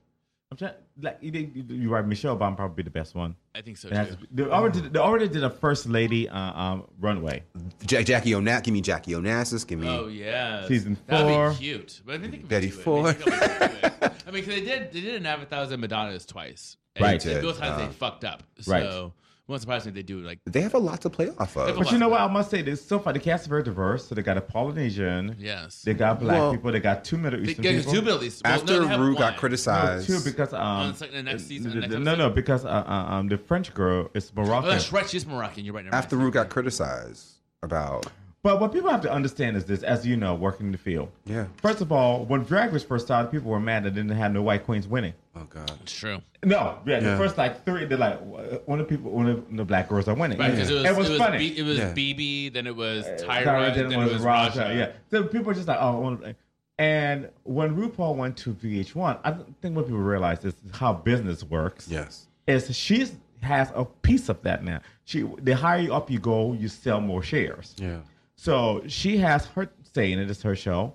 Speaker 3: I'm trying. Like you did- you- you're right. Michelle Obama probably be the best one.
Speaker 1: I think so
Speaker 3: It has
Speaker 1: too.
Speaker 3: to be- They already did, they already did a first lady uh, um, runway.
Speaker 2: Ja- Jackie Onassis, give me Jackie Onassis, give me.
Speaker 1: Oh yeah,
Speaker 3: Season
Speaker 1: That'd
Speaker 3: four.
Speaker 1: be cute. But I mean, they could
Speaker 2: Betty
Speaker 1: do it. I mean,
Speaker 2: Ford.
Speaker 1: they could do it. I mean, 'cause they did. They did an Avatar and Madonna's twice. And
Speaker 3: Right.
Speaker 1: they- Both times
Speaker 2: Uh,
Speaker 1: they fucked up. So
Speaker 3: right.
Speaker 1: it won't surprise me if they do like.
Speaker 2: They have a lot to play off
Speaker 1: They have
Speaker 2: of.
Speaker 1: a
Speaker 3: But you know what? I must say this. So far, the cast is very diverse. So they got a Polynesian.
Speaker 1: Yes.
Speaker 3: They got black
Speaker 2: Well-
Speaker 3: people. They got two Middle
Speaker 1: They,
Speaker 3: Eastern
Speaker 1: yeah, 'cause
Speaker 3: people.
Speaker 1: two buildings. Well, no,
Speaker 2: After
Speaker 1: they have
Speaker 2: Rue
Speaker 1: one.
Speaker 2: got
Speaker 3: No,
Speaker 2: criticized,
Speaker 3: two because um.
Speaker 1: On the- the next season, the next
Speaker 3: no, no,
Speaker 1: episode.
Speaker 3: because uh, uh, um, the French girl is
Speaker 1: Oh,
Speaker 3: Moroccan.
Speaker 1: that's right. She's Moroccan. You're right. never mind.
Speaker 2: after Rue got criticized about
Speaker 3: But what people have to understand is this, as you know, working in the field.
Speaker 2: yeah.
Speaker 3: First of all, when Drag Race first started, people were mad that they didn't have no white queens winning.
Speaker 2: Oh God.
Speaker 1: It's true.
Speaker 3: No, yeah, the
Speaker 2: Yeah.
Speaker 3: first like three, they're like, "Wh- when the people, when the, when the black girls are winning.
Speaker 1: Right, because it was, it was,
Speaker 3: funny. Uh,
Speaker 1: B, it was
Speaker 2: Yeah.
Speaker 1: BB, then it was Tyra,
Speaker 3: Tyra
Speaker 1: then, it was Raja.
Speaker 3: Yeah, so people are just like, oh, I want to. And when RuPaul went to VH1, I don't think what people realize is how business works.
Speaker 2: Yes.
Speaker 3: is she has a piece of that now. She the higher up you go, you sell more shares.
Speaker 2: Yeah.
Speaker 3: So she has her say in it. It's her show,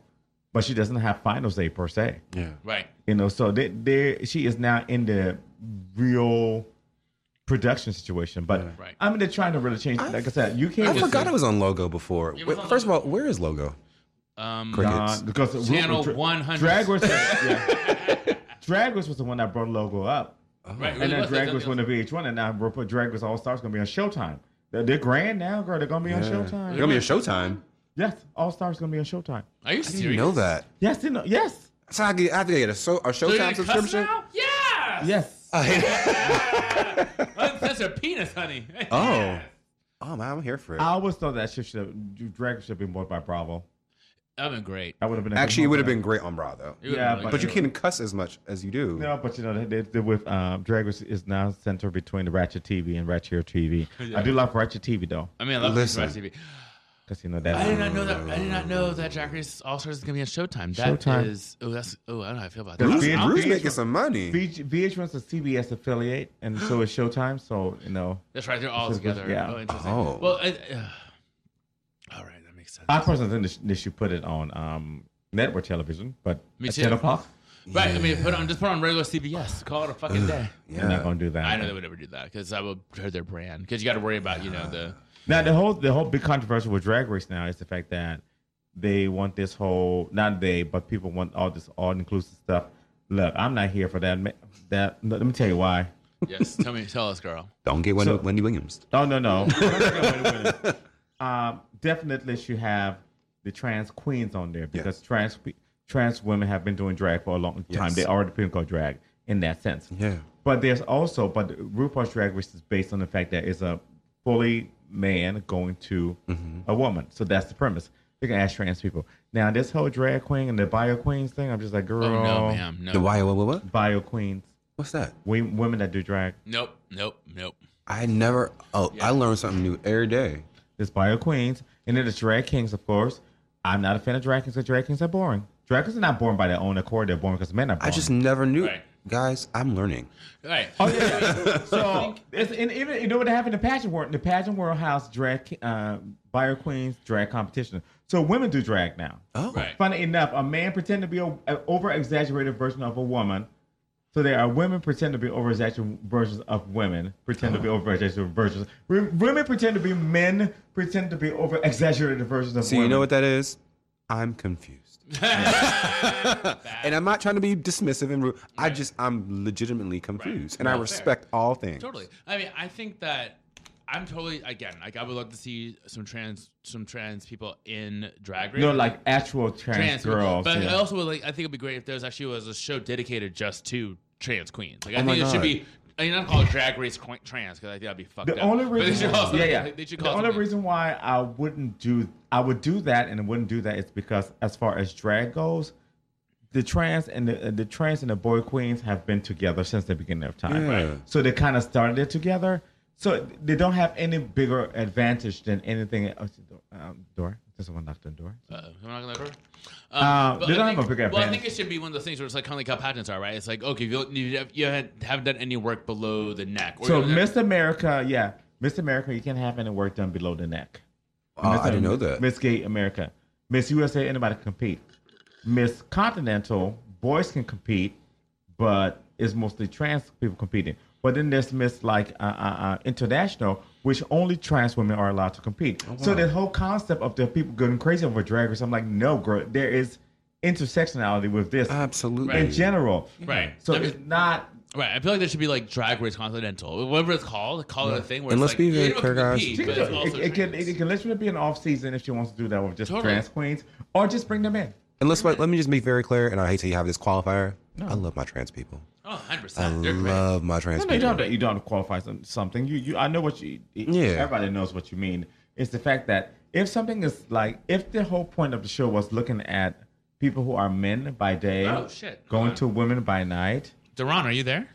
Speaker 3: but she doesn't have final say per se.
Speaker 2: Yeah.
Speaker 1: Right.
Speaker 3: You know, so they, they she is now in the real production situation. But
Speaker 1: Right.
Speaker 3: I mean, they're trying to really change.
Speaker 2: I-
Speaker 3: like I said, you can't.
Speaker 2: I
Speaker 3: just-
Speaker 2: forgot it was on Logo before.
Speaker 1: It was
Speaker 2: Wait,
Speaker 1: on
Speaker 2: First of all,
Speaker 1: Logo.
Speaker 2: where is Logo?
Speaker 1: Um,
Speaker 2: Cricket.
Speaker 3: Nah, because
Speaker 1: Channel
Speaker 3: Dra-
Speaker 1: 100.
Speaker 3: Drag Race, yeah. Drag Race was the one that brought logo up,
Speaker 1: right.
Speaker 3: and then
Speaker 1: Let's-
Speaker 3: Drag
Speaker 1: let's-
Speaker 3: Race went to VH1, and now we're put Drag Race All Stars gonna be on Showtime. They're, they're grand now, girl. They're gonna be
Speaker 2: Yeah.
Speaker 3: on
Speaker 2: It's
Speaker 3: Showtime.
Speaker 2: gonna be a Showtime.
Speaker 3: Yes, All Stars gonna be on Showtime.
Speaker 1: Are you
Speaker 2: I
Speaker 1: serious?
Speaker 2: didn't know that.
Speaker 3: Yes, you know, yes,
Speaker 2: So I, get- I have to get a, so, a
Speaker 1: So you're
Speaker 2: Showtime
Speaker 1: gonna cuss
Speaker 2: subscription.
Speaker 1: now? Yes.
Speaker 3: yes.
Speaker 1: That's a penis, honey.
Speaker 2: Oh. Oh man, I'm here for it.
Speaker 3: I always thought that shit should have Drag Race should have been bought by Bravo.
Speaker 1: That'd been great.
Speaker 3: That would have been a good
Speaker 2: Actually, it
Speaker 3: move
Speaker 2: would
Speaker 3: for
Speaker 2: have
Speaker 3: them.
Speaker 2: been great on Bra though.
Speaker 1: It would've
Speaker 3: Yeah,
Speaker 1: been really
Speaker 2: But you
Speaker 1: good.
Speaker 2: can't cuss as much as you do.
Speaker 3: No, but you know, they, they, they- with um, Drag Race is now center between the Ratchet TV and Ratchet TV. I do love Ratchet TV though,
Speaker 1: I mean, I love
Speaker 2: Listen.
Speaker 1: Listen, TV.
Speaker 3: because you know that.
Speaker 1: I did not know that. I did not know that Drag Race All Stars is gonna be on Showtime. That is.
Speaker 3: Showtime.
Speaker 1: Oh, that's. Oh, I don't know how I feel about
Speaker 3: That's
Speaker 1: that.
Speaker 2: Rue's,
Speaker 3: being-
Speaker 2: Rue's
Speaker 3: being-
Speaker 2: making some money.
Speaker 3: VH, VH1's a CBS affiliate, and so is Showtime. So you know,
Speaker 1: That's right. They're all
Speaker 3: This is-
Speaker 1: together.
Speaker 3: yeah.
Speaker 1: Oh, interesting.
Speaker 2: Oh.
Speaker 1: Well, I, uh, all right. That makes sense.
Speaker 3: I personally think they should- they should put it on um, network television, but
Speaker 1: Me
Speaker 3: at
Speaker 1: too.
Speaker 3: ten o'clock,
Speaker 1: Right. I mean, put on just put on regular CBS. Call it a fucking day.
Speaker 3: they're not
Speaker 2: Yeah.
Speaker 3: going to do that.
Speaker 1: I know they would never do that because I would hurt their brand. Because you got to worry about you know the
Speaker 3: Now the whole the whole big controversy with Drag Race now is the fact that they want this whole not they but people want all this all inclusive stuff. Look, I'm not here for that. ma- That let me tell you why.
Speaker 1: yes. Tell me, tell us, girl.
Speaker 2: Don't get Wendy,
Speaker 3: So-
Speaker 2: Wendy Williams.
Speaker 3: No, no, no. um, definitely should have the trans queens on there because trans pe- trans women have been doing drag for a long time.
Speaker 2: Yes.
Speaker 3: They already been called drag in that sense.
Speaker 2: Yeah.
Speaker 3: But there's also, but RuPaul's Drag Race is based on the fact that it's a fully man going to
Speaker 2: Mm-hmm.
Speaker 3: a woman. So that's the premise. They can ask trans people. Now, this whole drag queen and the bio queens thing, I'm just like, girl,
Speaker 1: Oh no, ma'am. No.
Speaker 2: The why? What? What? what?
Speaker 3: bio queens,
Speaker 2: What's that?
Speaker 3: we, women that do drag.
Speaker 1: Nope. Nope. Nope.
Speaker 2: I never. Oh, I learned something new every day.
Speaker 3: There's bio queens, and then there's drag kings, of course. I'm not a fan of drag kings because drag kings are boring. Drag kings are not born by their own accord. They're born because men are born.
Speaker 2: I just never knew.
Speaker 1: Right.
Speaker 2: Guys, I'm learning.
Speaker 1: All right.
Speaker 3: Oh yeah. so it's, and even you know what happened in the pageant world, the pageant world house drag uh, buyer queens drag competition. So women do drag now.
Speaker 2: Oh,
Speaker 1: Right.
Speaker 3: Funny enough, a man pretend to be a, an over exaggerated version of a woman So there are women pretend to be oversaturated versions of women pretend to
Speaker 2: Uh-huh.
Speaker 3: be oversaturated versions. Re- women pretend to be men pretend to be over exaggerated versions of
Speaker 2: So
Speaker 3: women.
Speaker 2: you know what that is? I'm confused. and I'm not trying to be dismissive and rude. I just I'm legitimately confused, and I
Speaker 1: No, fair.
Speaker 2: respect all things.
Speaker 1: Totally. I mean, I think that I'm totally again. Like, I would love to see some trans some trans people in drag race.
Speaker 3: No, like actual trans,
Speaker 1: people.
Speaker 3: girls.
Speaker 1: But
Speaker 3: yeah.
Speaker 1: I also would like. I think it'd be great if there was actually was a show dedicated just to trans queens. Like, I
Speaker 3: Oh my
Speaker 1: think it should
Speaker 3: God.
Speaker 1: be. I mean, not call it drag race qu- trans because I think that'd be fucked
Speaker 3: the
Speaker 1: up.
Speaker 3: only
Speaker 1: But they
Speaker 3: reason,
Speaker 1: should call it
Speaker 3: yeah,
Speaker 1: something-
Speaker 3: yeah.
Speaker 1: They should
Speaker 3: the
Speaker 1: call it
Speaker 3: only
Speaker 1: something.
Speaker 3: reason why I wouldn't do, I would do that and wouldn't do that is because as far as drag goes, the trans and the, the trans and the boy queens have been together since the beginning of time.
Speaker 2: Yeah.
Speaker 3: So they kind of started it together. So they don't have any bigger advantage than anything. Else. Um, door. Does someone knocked on the door?
Speaker 1: Uh-oh, am I knocking on that door?
Speaker 3: Uh,
Speaker 1: Um, but
Speaker 3: they
Speaker 1: I
Speaker 3: don't have
Speaker 1: think-
Speaker 3: a big
Speaker 1: Well, I
Speaker 3: advantage.
Speaker 1: think it should be one of those things where it's like kind of like how pageants are, right? It's like okay, you, you, have, you haven't haven't done any work below the neck.
Speaker 3: so
Speaker 1: you haven't-
Speaker 3: Miss America, yeah, Miss America, you can't have any work done below the neck.
Speaker 2: Wow, Oh, I didn't know that.
Speaker 3: Miss Gay America, Miss USA, anybody can compete. Miss Continental, boys can compete, but it's mostly trans people competing. But then there's Miss like uh, uh, uh, International, which only trans women are allowed to compete. So
Speaker 2: Oh, wow.
Speaker 3: the whole concept of the people going crazy over drag race, I'm like, no, girl, there is intersectionality with this.
Speaker 2: Absolutely.
Speaker 3: In general.
Speaker 1: Right.
Speaker 3: So
Speaker 1: I mean-
Speaker 3: it's not
Speaker 1: Right, I feel like there should be like Drag Race Continental, whatever it's called, call it a thing. Where
Speaker 2: And
Speaker 1: it's
Speaker 2: let's
Speaker 1: like,
Speaker 2: be
Speaker 1: you
Speaker 2: very
Speaker 1: don't
Speaker 2: clear, guys.
Speaker 1: compete,
Speaker 3: She
Speaker 1: but
Speaker 3: can-
Speaker 1: it's also
Speaker 3: it, it can, it can literally be an off season if she wants to do that with just
Speaker 1: Totally.
Speaker 3: trans queens or just bring them in.
Speaker 2: And let's let, let me just make very clear, and I hate to have this qualifier. I love my trans people.
Speaker 1: Oh, 100%.
Speaker 2: I love my trans
Speaker 3: No, no, you
Speaker 2: people.
Speaker 3: don't have to, you don't have to qualify some, something. You you I know what you
Speaker 2: Yeah.
Speaker 3: everybody knows what you mean. It's the fact that if something is like if the whole point of the show was looking at people who are men by day
Speaker 1: Oh, shit.
Speaker 3: going
Speaker 1: Okay.
Speaker 3: to women by night.
Speaker 1: Daron, are you there?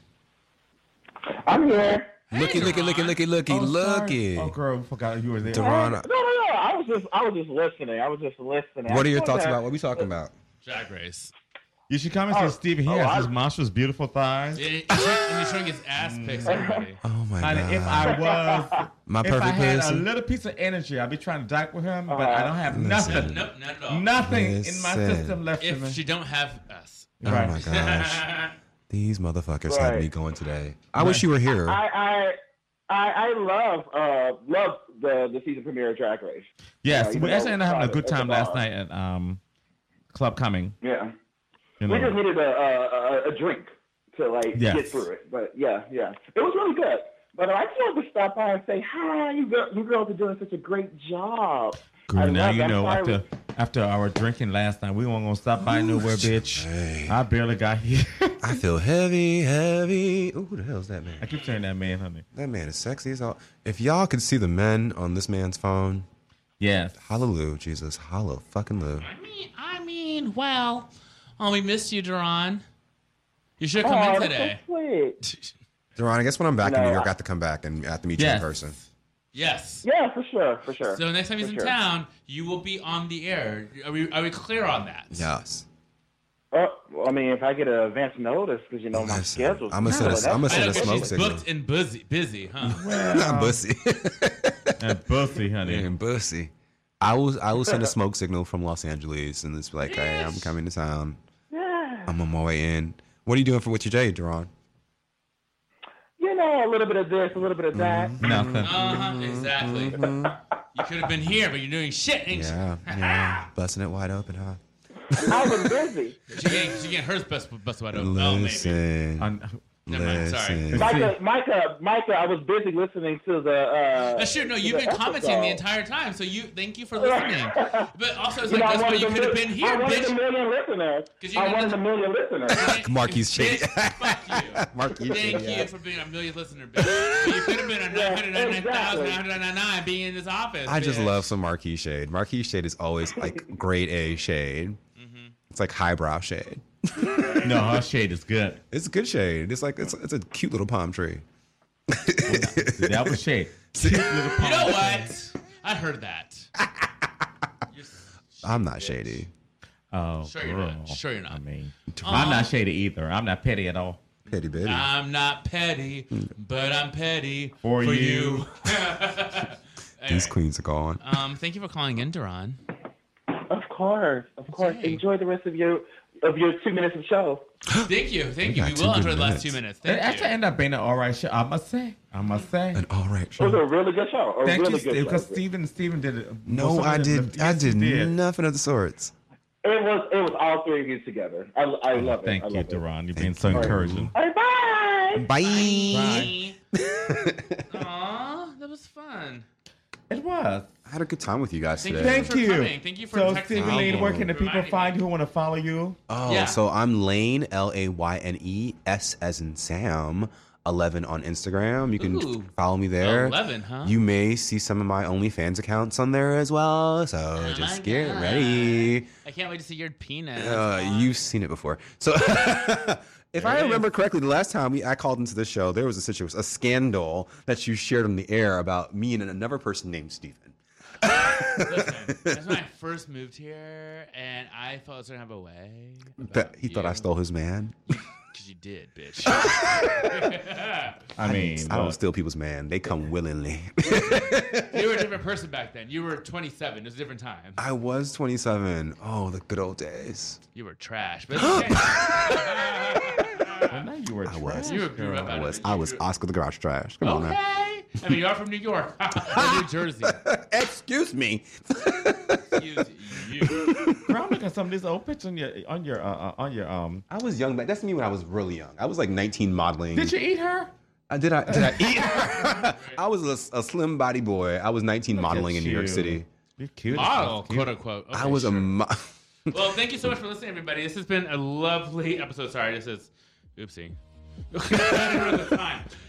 Speaker 12: I'm here.
Speaker 2: Looky, looky, looky, looky, looky,
Speaker 3: Oh, sorry.
Speaker 2: looky.
Speaker 3: Oh girl, we forgot you were there.
Speaker 2: Daron,
Speaker 12: No, no, no. I was just, I was just listening. I was just listening.
Speaker 2: what are your
Speaker 12: I
Speaker 2: thoughts
Speaker 12: thought
Speaker 2: about what we talking about?
Speaker 1: Drag Race.
Speaker 3: You should come and see Steve here. has his monstrous beautiful thighs.
Speaker 1: Yeah, he's showing- and he's showing his ass pics to everybody.
Speaker 2: Oh my
Speaker 3: Honey,
Speaker 2: god.
Speaker 3: Mm. if I was,
Speaker 2: My
Speaker 3: if I
Speaker 2: perfect
Speaker 3: had a
Speaker 2: person.
Speaker 3: little piece of energy, I'd be trying to dock with him, but I don't have nothing.
Speaker 2: Listen.
Speaker 1: Nope, not at all.
Speaker 3: Nothing in my
Speaker 2: Listen.
Speaker 3: system left for me.
Speaker 1: If she don't have us.
Speaker 2: Oh my gosh. These motherfuckers had
Speaker 12: Right.
Speaker 2: me going today. I wish you were
Speaker 12: that.
Speaker 2: here.
Speaker 12: I, I, I, I love, uh, love the the season premiere of Drag Race.
Speaker 3: Yes,
Speaker 12: You know, even
Speaker 3: we actually
Speaker 12: though
Speaker 3: ended up having a
Speaker 12: it's
Speaker 3: good
Speaker 12: private,
Speaker 3: time
Speaker 12: it's a
Speaker 3: last
Speaker 12: bar.
Speaker 3: night at um, Club Coming.
Speaker 12: Yeah.
Speaker 3: You
Speaker 12: We just
Speaker 3: know,
Speaker 12: needed a, a, a- a drink to like
Speaker 3: Yes.
Speaker 12: get through it. But yeah, yeah, it was really good. But I just wanted to stop by and say hi. You, girl, you girls are doing such a great job. I
Speaker 3: girl, now
Speaker 12: love
Speaker 3: you
Speaker 12: that
Speaker 3: know
Speaker 12: fire-
Speaker 3: after after our drinking last night, we weren't gonna stop by nowhere, bitch. I barely got here.
Speaker 2: I feel heavy, heavy. Ooh, who the hell's that man?
Speaker 3: I keep saying that man, honey.
Speaker 2: That man is sexy as all. If y'all could see the men on this man's phone,
Speaker 3: yes.
Speaker 2: Hallelujah, Jesus, hollow fucking loo.
Speaker 1: I mean, I mean, well, oh, we missed you, Daron. You should have come
Speaker 12: Aw,
Speaker 1: in
Speaker 12: that's so
Speaker 1: today.
Speaker 12: sweet.
Speaker 2: Daron, I guess when I'm back in
Speaker 12: No,
Speaker 2: New York,
Speaker 12: I-
Speaker 2: I have to come back and I have to meet you
Speaker 3: Yes.
Speaker 2: in person.
Speaker 1: Yes.
Speaker 12: Yeah, for sure, for sure.
Speaker 1: So next time he's
Speaker 12: For
Speaker 1: in
Speaker 12: sure.
Speaker 1: town, you will be on the air. Are we? Are we clear on that?
Speaker 2: Yes.
Speaker 12: Oh, well, I mean, if I get an advance notice, because you know my schedule.
Speaker 2: I'ma send a- I'ma send a
Speaker 1: but
Speaker 2: smoke
Speaker 1: she's
Speaker 2: signal.
Speaker 1: booked and busy, busy, huh?
Speaker 2: Not bussy.
Speaker 3: And bussy, honey.
Speaker 2: Man, bussy. I will. I will send a smoke signal from Los Angeles, and it's like, hey, I'm coming to town.
Speaker 12: Yeah.
Speaker 2: I'm on my way in. What are you doing for what your day, Daron?
Speaker 12: You know, a little bit of this, a little bit of that.
Speaker 2: Mm-hmm.
Speaker 12: Mm-hmm.
Speaker 3: Nothing.
Speaker 1: Uh huh. Exactly. You could have been here, but you're doing shit. Ain't you?
Speaker 2: Yeah, yeah, busting it wide open, huh?
Speaker 12: I've been busy.
Speaker 1: She getting, she getting hers best best wide open. Oh, maybe.
Speaker 2: Listen,
Speaker 3: On-
Speaker 1: Never mind, sorry.
Speaker 2: listen.
Speaker 12: Micah, Micah, Micah, I was busy listening to the. Uh,
Speaker 1: That's true. No,
Speaker 12: to
Speaker 1: you've
Speaker 12: the
Speaker 1: been commenting the
Speaker 12: episode.
Speaker 1: entire time. So you, thank you for listening. But also, it's
Speaker 12: You
Speaker 1: like
Speaker 12: know, I wanted
Speaker 1: that's why you
Speaker 12: a
Speaker 1: could
Speaker 12: mil-
Speaker 1: have been here,
Speaker 12: I wanted a
Speaker 1: bitch.
Speaker 12: million listeners.
Speaker 1: 'Cause you
Speaker 12: I
Speaker 1: didn't
Speaker 12: wanted a
Speaker 1: listen-
Speaker 12: million listeners.
Speaker 2: Marky's shady.
Speaker 1: Bitch, fuck you.
Speaker 2: Mark, you
Speaker 1: Thank
Speaker 2: shady
Speaker 1: you
Speaker 2: ass.
Speaker 1: for being a million listener, bitch. You could have been a
Speaker 12: Yeah,
Speaker 1: 999,999 being in this office.
Speaker 2: I just
Speaker 1: bitch.
Speaker 2: love some Marquee shade. Marquee shade is always like grade A shade.
Speaker 1: Mm-hmm.
Speaker 2: It's like highbrow shade.
Speaker 3: no, her shade is good.
Speaker 2: It's good shade. It's like it's, it's a cute little palm tree.
Speaker 3: That was shade.
Speaker 1: You know what? I heard that. You're
Speaker 2: I'm not shady.
Speaker 3: Oh,
Speaker 1: Sure you're
Speaker 3: girl.
Speaker 1: not. Sure you're not. Um,
Speaker 3: I mean, I'm not shady either. I'm not petty at all.
Speaker 2: Petty bitty.
Speaker 1: I'm not petty, but I'm petty
Speaker 3: For you.
Speaker 2: These
Speaker 1: Anyway,
Speaker 2: queens are gone.
Speaker 1: um, thank you for calling in, Duran.
Speaker 12: Of course, of course.
Speaker 1: Okay.
Speaker 12: Enjoy the rest of your of your two minutes of show.
Speaker 1: Thank you. Thank you. We
Speaker 3: got
Speaker 1: will
Speaker 3: two
Speaker 1: after the
Speaker 3: good
Speaker 1: last two minutes.
Speaker 3: It
Speaker 1: Thank you.
Speaker 3: actually ended up being an all right show. I must say. I must say. An
Speaker 2: all right
Speaker 12: It was a really good show. A
Speaker 3: Thank
Speaker 12: really
Speaker 3: you,
Speaker 12: good
Speaker 3: Steve,
Speaker 12: show.
Speaker 3: because Steven, Steven did it.
Speaker 2: No,
Speaker 3: most of
Speaker 2: I
Speaker 3: it.
Speaker 2: did. I
Speaker 3: Yes,
Speaker 2: did
Speaker 3: you
Speaker 2: nothing of the sorts.
Speaker 12: It was it was all three of you together. I,
Speaker 2: Oh,
Speaker 12: I love
Speaker 3: Thank
Speaker 12: it. I
Speaker 3: you,
Speaker 12: love it.
Speaker 3: Deron. You've been so encouraging.
Speaker 12: All right, bye.
Speaker 2: Bye.
Speaker 1: Aw, that was fun.
Speaker 3: It was.
Speaker 2: I had a good time with you guys
Speaker 1: Thank
Speaker 2: today.
Speaker 3: Thank
Speaker 1: for
Speaker 3: you.
Speaker 1: coming. Thank you for
Speaker 3: so,
Speaker 1: texting
Speaker 3: Steven
Speaker 2: me
Speaker 3: Lane, where can the
Speaker 2: and
Speaker 3: people find you who want to follow you?
Speaker 2: Oh,
Speaker 3: Yeah.
Speaker 2: so I'm Lane L A Y N E S as in Sam. 11 on Instagram. You can
Speaker 1: Ooh.
Speaker 2: follow me there.
Speaker 1: 11, huh?
Speaker 2: You may see some of my OnlyFans accounts on there as well. So
Speaker 1: Oh
Speaker 2: just get ready.
Speaker 1: I can't wait to see your penis.
Speaker 2: Uh, you've seen it before. So, if I remember correctly, the last time we I called into the show, there was a situation, a scandal that you shared on the air about me and another person named Stephen.
Speaker 1: That's when I first moved here, and I thought I was gonna have a way.
Speaker 2: That he thought I stole his man.
Speaker 1: Cause you did, bitch.
Speaker 2: I mean, I don't
Speaker 3: look.
Speaker 2: steal people's man. They come willingly.
Speaker 1: you were a different person back then. You were 27. It was a different time.
Speaker 2: I was 27. Oh, the good old days.
Speaker 1: You were trash. But I
Speaker 3: know you were.
Speaker 2: I was.
Speaker 1: You grew up
Speaker 2: I
Speaker 1: out of
Speaker 2: was.
Speaker 1: it.
Speaker 2: I was Oscar the Garage Trash. Come on now.
Speaker 1: Okay. I mean, you are from New York, Or New Jersey.
Speaker 2: Excuse me.
Speaker 3: Bro, I'm looking at some of these old pictures on your on your uh, uh, on your um.
Speaker 2: I was young. But that's me when I was really young. I was like 19 modeling.
Speaker 3: Did you eat her?
Speaker 2: I did. I did. I eat. I was a s- a, slim body boy. I was 19 modeling in New York
Speaker 3: you.
Speaker 2: City.
Speaker 3: You're cute.
Speaker 1: Model, quote unquote.
Speaker 2: I was a. Mo-
Speaker 1: Ah, Well, thank you so much for listening, everybody. This has been a lovely episode. Sorry, this is oopsie. I didn't realize the time.